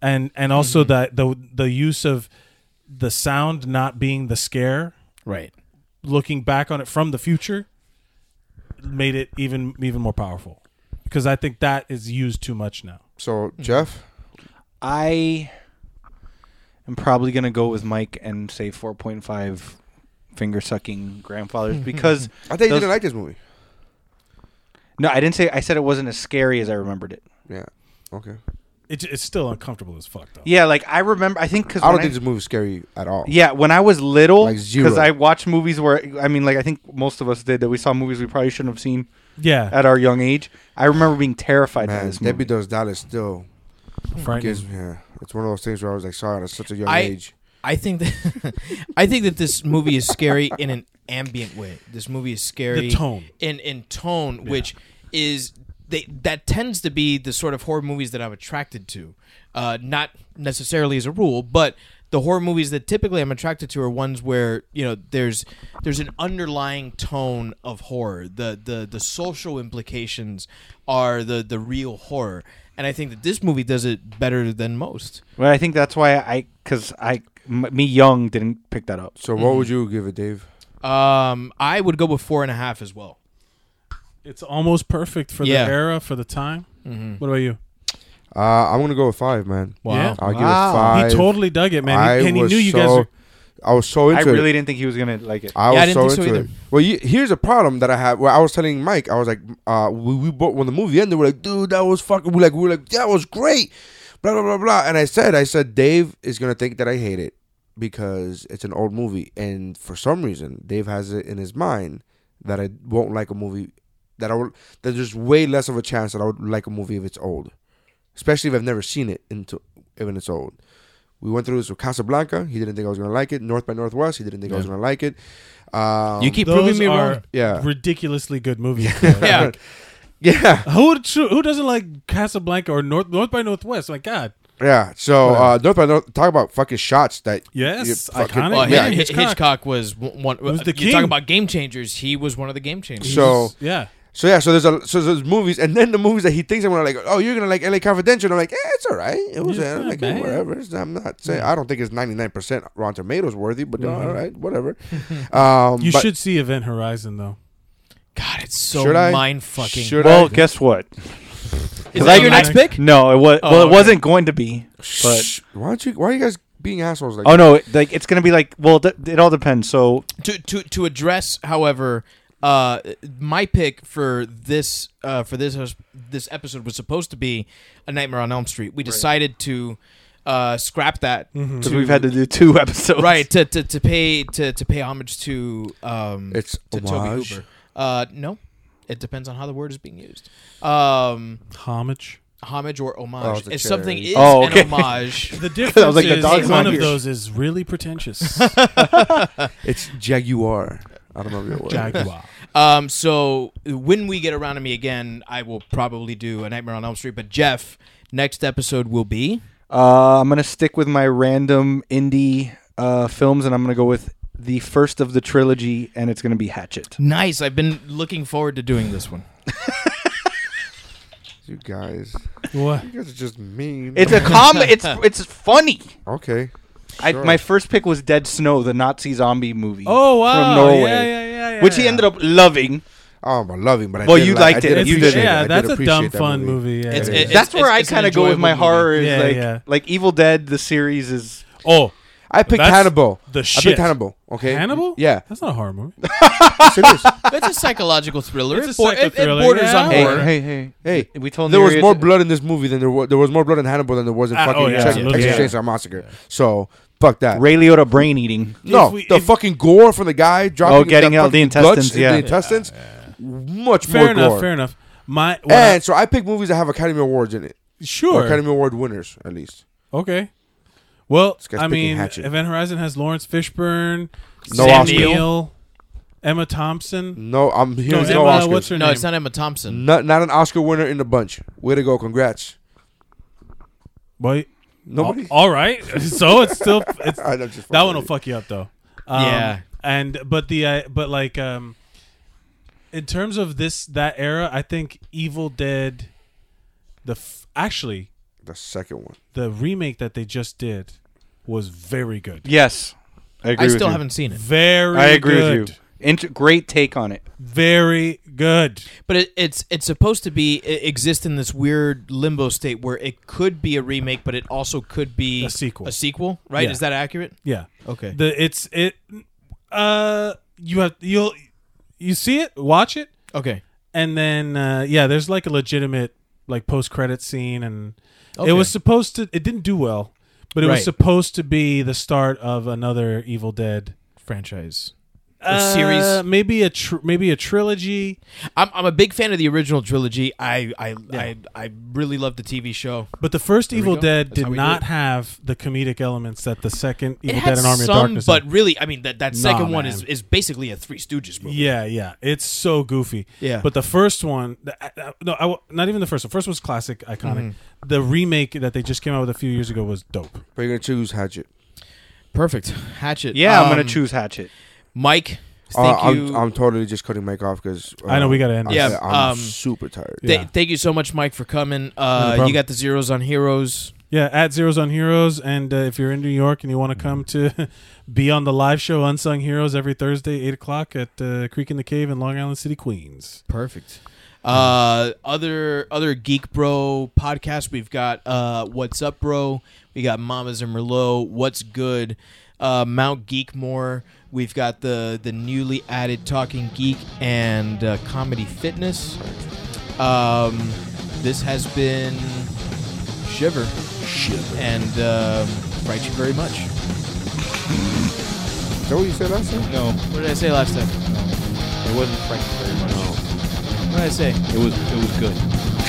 [SPEAKER 10] and and also that the the use of the sound not being the scare
[SPEAKER 9] right.
[SPEAKER 10] looking back on it from the future made it even even more powerful because i think that is used too much now
[SPEAKER 8] So
[SPEAKER 10] Mm-hmm.
[SPEAKER 8] Jeff,
[SPEAKER 11] I am probably gonna go with Mike and say four point five finger sucking grandfathers because
[SPEAKER 8] I think you
[SPEAKER 11] Those-
[SPEAKER 8] didn't like this movie.
[SPEAKER 11] no, I didn't say. I said it wasn't as scary as I remembered it.
[SPEAKER 8] Yeah. Okay.
[SPEAKER 10] It, it's still uncomfortable as fuck though.
[SPEAKER 11] Yeah, like I remember. I think because
[SPEAKER 8] I don't think this movie's scary at all.
[SPEAKER 11] Yeah, when I was little,
[SPEAKER 8] Like zero.
[SPEAKER 11] because I watched movies where I mean, like I think most of us did that. We saw movies we probably shouldn't have seen.
[SPEAKER 8] Yeah.
[SPEAKER 11] at our young age, I remember being terrified by
[SPEAKER 8] Man,
[SPEAKER 11] this movie.
[SPEAKER 8] Debbie Does Dallas still
[SPEAKER 10] Frightening.
[SPEAKER 8] gives me. Yeah, it's one of those things where I was like, sorry, at such a young
[SPEAKER 9] I,
[SPEAKER 8] age.
[SPEAKER 9] I think that I think that this movie is scary in an ambient way. This movie is scary
[SPEAKER 10] The tone.
[SPEAKER 9] in in tone, which is they that tends to be the sort of horror movies that I'm attracted to. Uh, not necessarily as a rule, but the horror movies that typically I'm attracted to are ones where you know there's there's an underlying tone of horror. The the the social implications are the the real horror, and I think that this movie does it better than most.
[SPEAKER 11] Well, I think that's why I, because I, m- me young didn't pick that up.
[SPEAKER 8] So what would you give it, Dave?
[SPEAKER 9] Um, I would go with four and a half as well.
[SPEAKER 10] It's almost perfect for
[SPEAKER 9] Yeah.
[SPEAKER 10] the era, for the time.
[SPEAKER 9] Mhm.
[SPEAKER 10] What about you?
[SPEAKER 8] Uh, I'm gonna go with five, man.
[SPEAKER 10] Wow. Yeah.
[SPEAKER 8] I'll give
[SPEAKER 10] Wow.
[SPEAKER 8] it five.
[SPEAKER 10] He totally dug it, man. He- and he
[SPEAKER 8] was
[SPEAKER 10] knew you guys were-
[SPEAKER 8] I was so
[SPEAKER 11] I
[SPEAKER 8] into it.
[SPEAKER 11] really didn't think he was gonna like it.
[SPEAKER 8] I
[SPEAKER 11] Yeah, I
[SPEAKER 8] was
[SPEAKER 11] didn't
[SPEAKER 8] so
[SPEAKER 11] think so
[SPEAKER 8] into
[SPEAKER 11] either.
[SPEAKER 8] it. Well, you, here's a problem that I had. Where I was telling Mike, I was like, uh, we, we both, when the movie ended, we're like, dude, that was fucking. We like, we were like, that was great. Blah blah blah blah. And I said, I said, Dave is gonna think that I hate it because it's an old movie, and for some reason, Dave has it in his mind that I won't like a movie that I would. That there's way less of a chance that I would like a movie if it's old, especially if I've never seen it until even it's old. We went through this with Casablanca. He didn't think I was gonna like it. North by Northwest. He didn't think I was
[SPEAKER 10] Yeah.
[SPEAKER 8] gonna like it. Um,
[SPEAKER 10] Those are
[SPEAKER 8] Yeah.
[SPEAKER 10] ridiculously good movies.
[SPEAKER 8] Yeah. yeah.
[SPEAKER 10] Who who doesn't like Casablanca or North North by Northwest? My God.
[SPEAKER 8] Yeah. So uh, North by North. Talk about fucking shots that.
[SPEAKER 10] Yes,
[SPEAKER 8] you
[SPEAKER 10] iconic.
[SPEAKER 9] Well,
[SPEAKER 10] Yeah,
[SPEAKER 9] Oh, Hitch- Hitchcock.
[SPEAKER 10] Hitchcock.
[SPEAKER 9] was w- one. uh,
[SPEAKER 10] was the
[SPEAKER 9] you
[SPEAKER 10] king.
[SPEAKER 9] talk about game changers. He was one of the game changers.
[SPEAKER 8] So
[SPEAKER 10] yeah.
[SPEAKER 8] So yeah. So there's a so there's movies, and then the movies that he thinks I'm gonna like. Oh, you're gonna like L.A. Confidential. And I'm like, eh, it's all right. It was
[SPEAKER 12] It's
[SPEAKER 8] eh,
[SPEAKER 12] not
[SPEAKER 8] like eh,
[SPEAKER 12] bad.
[SPEAKER 8] whatever. It's- I'm not saying I don't think it's 99 percent Rotten Tomatoes worthy, but
[SPEAKER 10] Mhm.
[SPEAKER 8] all right, whatever. um,
[SPEAKER 10] you
[SPEAKER 8] but-
[SPEAKER 10] should see Event Horizon though.
[SPEAKER 9] God, it's so
[SPEAKER 8] Should I?
[SPEAKER 9] mind fucking.
[SPEAKER 8] Should
[SPEAKER 11] well,
[SPEAKER 8] I?
[SPEAKER 11] guess what?
[SPEAKER 9] Is that your next pick?
[SPEAKER 11] No, it was.
[SPEAKER 9] Oh,
[SPEAKER 11] well, it
[SPEAKER 9] okay.
[SPEAKER 11] wasn't going to be. But
[SPEAKER 8] Why don't you? Why are you guys being assholes? Like,
[SPEAKER 11] oh no, it- like it's gonna be like. Well, th- it all depends. So
[SPEAKER 9] to to to address, however, uh, my pick for this uh, for this this episode was supposed to be a Nightmare on Elm Street. We decided to uh, scrap that
[SPEAKER 10] Mm-hmm.
[SPEAKER 11] Mhm. 'Cause
[SPEAKER 8] Mm.
[SPEAKER 9] to-
[SPEAKER 11] we've had to do two episodes.
[SPEAKER 9] right? To, to, to pay to, to pay homage to um,
[SPEAKER 8] It's
[SPEAKER 9] to Toby
[SPEAKER 8] homage.
[SPEAKER 9] Hooper. Uh, no, it depends on how the word is being used. Um,
[SPEAKER 10] homage.
[SPEAKER 9] Homage or
[SPEAKER 10] Oh,
[SPEAKER 9] homage.
[SPEAKER 10] it's a
[SPEAKER 9] if something
[SPEAKER 10] charity.
[SPEAKER 9] is
[SPEAKER 10] Oh, okay.
[SPEAKER 9] an homage,
[SPEAKER 10] The difference is one of those is really pretentious.
[SPEAKER 8] it's Jaguar. Automobile. whatever.
[SPEAKER 9] Um, so when we get around to me again, I will probably do a Nightmare on Elm Street. But Jeff, next episode will be
[SPEAKER 11] uh, I'm gonna stick with my random indie uh, films, and I'm gonna go with the first of the trilogy, and it's gonna be Hatchet.
[SPEAKER 9] nice. I've been looking forward to doing this one.
[SPEAKER 8] You guys.
[SPEAKER 10] What?
[SPEAKER 8] You guys are just mean. Oh,
[SPEAKER 11] It's a com. it's it's funny.
[SPEAKER 8] Okay.
[SPEAKER 11] I,
[SPEAKER 8] Sure.
[SPEAKER 11] my first pick was Dead Snow, the Nazi zombie movie.
[SPEAKER 10] Oh, wow.
[SPEAKER 11] From Norway,
[SPEAKER 10] Yeah, yeah, yeah, yeah,
[SPEAKER 11] which he ended up loving.
[SPEAKER 8] Oh, but loving, but I
[SPEAKER 11] well,
[SPEAKER 8] did
[SPEAKER 11] you
[SPEAKER 8] like- I
[SPEAKER 11] liked
[SPEAKER 8] did
[SPEAKER 11] it. You
[SPEAKER 8] appreciate
[SPEAKER 11] did.
[SPEAKER 8] it. Yeah, I did that's a appreciate dumb, that
[SPEAKER 10] fun movie. movie, yeah. It's- it's-
[SPEAKER 11] that's where
[SPEAKER 10] it's-
[SPEAKER 11] I
[SPEAKER 10] it's an
[SPEAKER 11] kind of go with my
[SPEAKER 10] enjoyable
[SPEAKER 11] horror is
[SPEAKER 10] movie. Yeah,
[SPEAKER 11] like
[SPEAKER 10] yeah.
[SPEAKER 11] like Evil Dead. The series is
[SPEAKER 10] oh,
[SPEAKER 8] I picked
[SPEAKER 11] That's
[SPEAKER 8] Hannibal.
[SPEAKER 11] the
[SPEAKER 8] I
[SPEAKER 11] shit.
[SPEAKER 8] picked Hannibal. Okay.
[SPEAKER 10] Hannibal?
[SPEAKER 8] Yeah.
[SPEAKER 10] That's not a horror movie.
[SPEAKER 9] It's a psychological thriller.
[SPEAKER 10] It's a
[SPEAKER 9] It bo- it-
[SPEAKER 10] psycho thriller,
[SPEAKER 9] It borders
[SPEAKER 10] yeah.
[SPEAKER 9] on
[SPEAKER 10] Hey,
[SPEAKER 9] horror.
[SPEAKER 11] hey, hey.
[SPEAKER 8] Hey,
[SPEAKER 11] We told
[SPEAKER 8] there was
[SPEAKER 11] Neri
[SPEAKER 8] more
[SPEAKER 11] it's-
[SPEAKER 8] blood in this movie than there was. There was more blood in Hannibal than there was in
[SPEAKER 11] Ah,
[SPEAKER 8] fucking
[SPEAKER 11] oh, yeah,
[SPEAKER 8] Texas
[SPEAKER 11] absolutely.
[SPEAKER 8] Texas
[SPEAKER 11] Yeah.
[SPEAKER 8] Chainsaw Massacre. So fuck that.
[SPEAKER 11] Ray Liotta brain eating.
[SPEAKER 8] No,
[SPEAKER 11] If we-
[SPEAKER 8] the fucking gore from the guy dropping.
[SPEAKER 11] Oh, getting
[SPEAKER 8] the
[SPEAKER 11] out the
[SPEAKER 8] fucking guts
[SPEAKER 11] intestines,
[SPEAKER 8] in
[SPEAKER 11] yeah.
[SPEAKER 8] the intestines. Much
[SPEAKER 10] Fair
[SPEAKER 8] more
[SPEAKER 10] enough,
[SPEAKER 8] gore.
[SPEAKER 10] fair enough. My- what
[SPEAKER 8] and
[SPEAKER 10] I-
[SPEAKER 8] so I pick movies that have Academy Awards in it.
[SPEAKER 10] Sure.
[SPEAKER 8] Or Academy Award winners at least.
[SPEAKER 10] Okay. Well,
[SPEAKER 8] This guy's
[SPEAKER 10] I
[SPEAKER 8] picking
[SPEAKER 10] mean,
[SPEAKER 8] Hatchet.
[SPEAKER 10] Event Horizon has Lawrence Fishburne,
[SPEAKER 8] No
[SPEAKER 10] Sam
[SPEAKER 8] Oscar.
[SPEAKER 10] Neill, Emma Thompson.
[SPEAKER 8] No, I'm here.
[SPEAKER 10] No,
[SPEAKER 8] No, no
[SPEAKER 10] Emma,
[SPEAKER 8] Oscars.
[SPEAKER 10] what's her No, name? it's
[SPEAKER 9] not Emma
[SPEAKER 10] Mm,
[SPEAKER 9] Thompson.
[SPEAKER 8] Not, not an Oscar winner in the bunch. Way to go! Congrats.
[SPEAKER 10] Wait.
[SPEAKER 8] Nobody.
[SPEAKER 10] All, all right. So it's still it's,
[SPEAKER 8] I know, just
[SPEAKER 10] that
[SPEAKER 8] fucking
[SPEAKER 10] one will
[SPEAKER 8] with you.
[SPEAKER 10] fuck you up though. Um,
[SPEAKER 9] Yeah.
[SPEAKER 10] And but the uh, but like um, in terms of this that era, I think Evil Dead, the f- actually
[SPEAKER 8] the second one,
[SPEAKER 10] the remake that they just did was very good.
[SPEAKER 11] Yes, I agree. with you.
[SPEAKER 10] Very.
[SPEAKER 11] I agree
[SPEAKER 10] good.
[SPEAKER 11] with you. Int- great take on it.
[SPEAKER 10] Very good.
[SPEAKER 9] But it, it's it's supposed to be it exist in this weird limbo state where it could be a remake, but it also could be
[SPEAKER 10] A sequel.
[SPEAKER 9] A sequel, right?
[SPEAKER 10] Yeah.
[SPEAKER 9] Is that accurate?
[SPEAKER 10] Yeah.
[SPEAKER 9] Okay.
[SPEAKER 10] The it's it. Uh, you have you'll you see it, watch it.
[SPEAKER 9] Okay.
[SPEAKER 10] And then uh, yeah, there's like a legitimate like post credit scene, and
[SPEAKER 9] Okay.
[SPEAKER 10] it was supposed to. It didn't do well, but it
[SPEAKER 9] Right.
[SPEAKER 10] was supposed to be the start of another Evil Dead
[SPEAKER 9] franchise.
[SPEAKER 10] Uh,
[SPEAKER 9] series?
[SPEAKER 10] maybe a tr- maybe a trilogy.
[SPEAKER 9] I'm, I'm a big fan of the original trilogy. I I I, I really love the TV show.
[SPEAKER 10] But the first
[SPEAKER 9] There we
[SPEAKER 10] Evil
[SPEAKER 9] go.
[SPEAKER 10] Dead
[SPEAKER 9] That's how
[SPEAKER 10] did
[SPEAKER 9] we do
[SPEAKER 10] not
[SPEAKER 9] it.
[SPEAKER 10] have the comedic elements that the second
[SPEAKER 9] It
[SPEAKER 10] Evil
[SPEAKER 9] had
[SPEAKER 10] Dead and Army
[SPEAKER 9] some,
[SPEAKER 10] of Darkness.
[SPEAKER 9] but
[SPEAKER 10] had.
[SPEAKER 9] really, I mean that that
[SPEAKER 10] Nah,
[SPEAKER 9] second one
[SPEAKER 10] man.
[SPEAKER 9] is is basically a Three Stooges movie.
[SPEAKER 10] Yeah, yeah, it's so goofy.
[SPEAKER 9] Yeah.
[SPEAKER 10] but the first one, the- I- I- no, I, wa- not even the first. one. first was classic, iconic.
[SPEAKER 9] Mhm.
[SPEAKER 10] The remake that they just came out with a few years ago was dope.
[SPEAKER 8] But you're gonna choose Hatchet.
[SPEAKER 9] Perfect. Hatchet.
[SPEAKER 11] Yeah, I'm gonna
[SPEAKER 9] Um,
[SPEAKER 11] choose Hatchet.
[SPEAKER 9] Mike.
[SPEAKER 8] Uh,
[SPEAKER 9] Thank
[SPEAKER 8] I'm,
[SPEAKER 9] you.
[SPEAKER 8] I'm totally just cutting Mike off because
[SPEAKER 10] I know we gotta end
[SPEAKER 9] yeah,
[SPEAKER 8] Yeah, I'm
[SPEAKER 9] um,
[SPEAKER 8] super tired.
[SPEAKER 9] Th- Thank you so much, Mike, for coming. Uh,
[SPEAKER 10] problem.
[SPEAKER 9] you got the zeros on heroes.
[SPEAKER 10] Yeah, at Zeros on Heroes, and uh, if you're in New York and you want to come to be on the live show Unsung Heroes every Thursday, eight o'clock at uh, Creek in the Cave in Long Island City, Queens.
[SPEAKER 9] Perfect. Uh, other other geek bro podcast. We've got uh, what's up, bro. We got Mamas and Merlot. What's good? Uh, Mount Geekmore. We've got the the newly added Talking Geek and uh, Comedy Fitness. Um, this has been Shiver. Shiver. And um, write you very much.
[SPEAKER 8] Is that what you said last time?
[SPEAKER 9] No. What did I say last time?
[SPEAKER 13] It wasn't Frank very much.
[SPEAKER 9] What did I say?
[SPEAKER 13] It was it was good.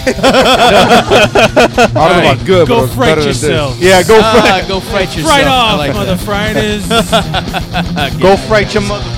[SPEAKER 9] I
[SPEAKER 8] don't know about good, but it
[SPEAKER 10] go
[SPEAKER 8] was
[SPEAKER 10] fright
[SPEAKER 8] better than this.
[SPEAKER 10] yourself.
[SPEAKER 8] Yeah, go
[SPEAKER 9] Ah,
[SPEAKER 8] fright.
[SPEAKER 9] go fright yourself.
[SPEAKER 10] Fright
[SPEAKER 9] I
[SPEAKER 10] off,
[SPEAKER 9] like that.
[SPEAKER 10] mother Fridays.
[SPEAKER 9] Get
[SPEAKER 11] Go
[SPEAKER 9] out of
[SPEAKER 11] fright
[SPEAKER 9] here,
[SPEAKER 11] your
[SPEAKER 9] guys.
[SPEAKER 11] mother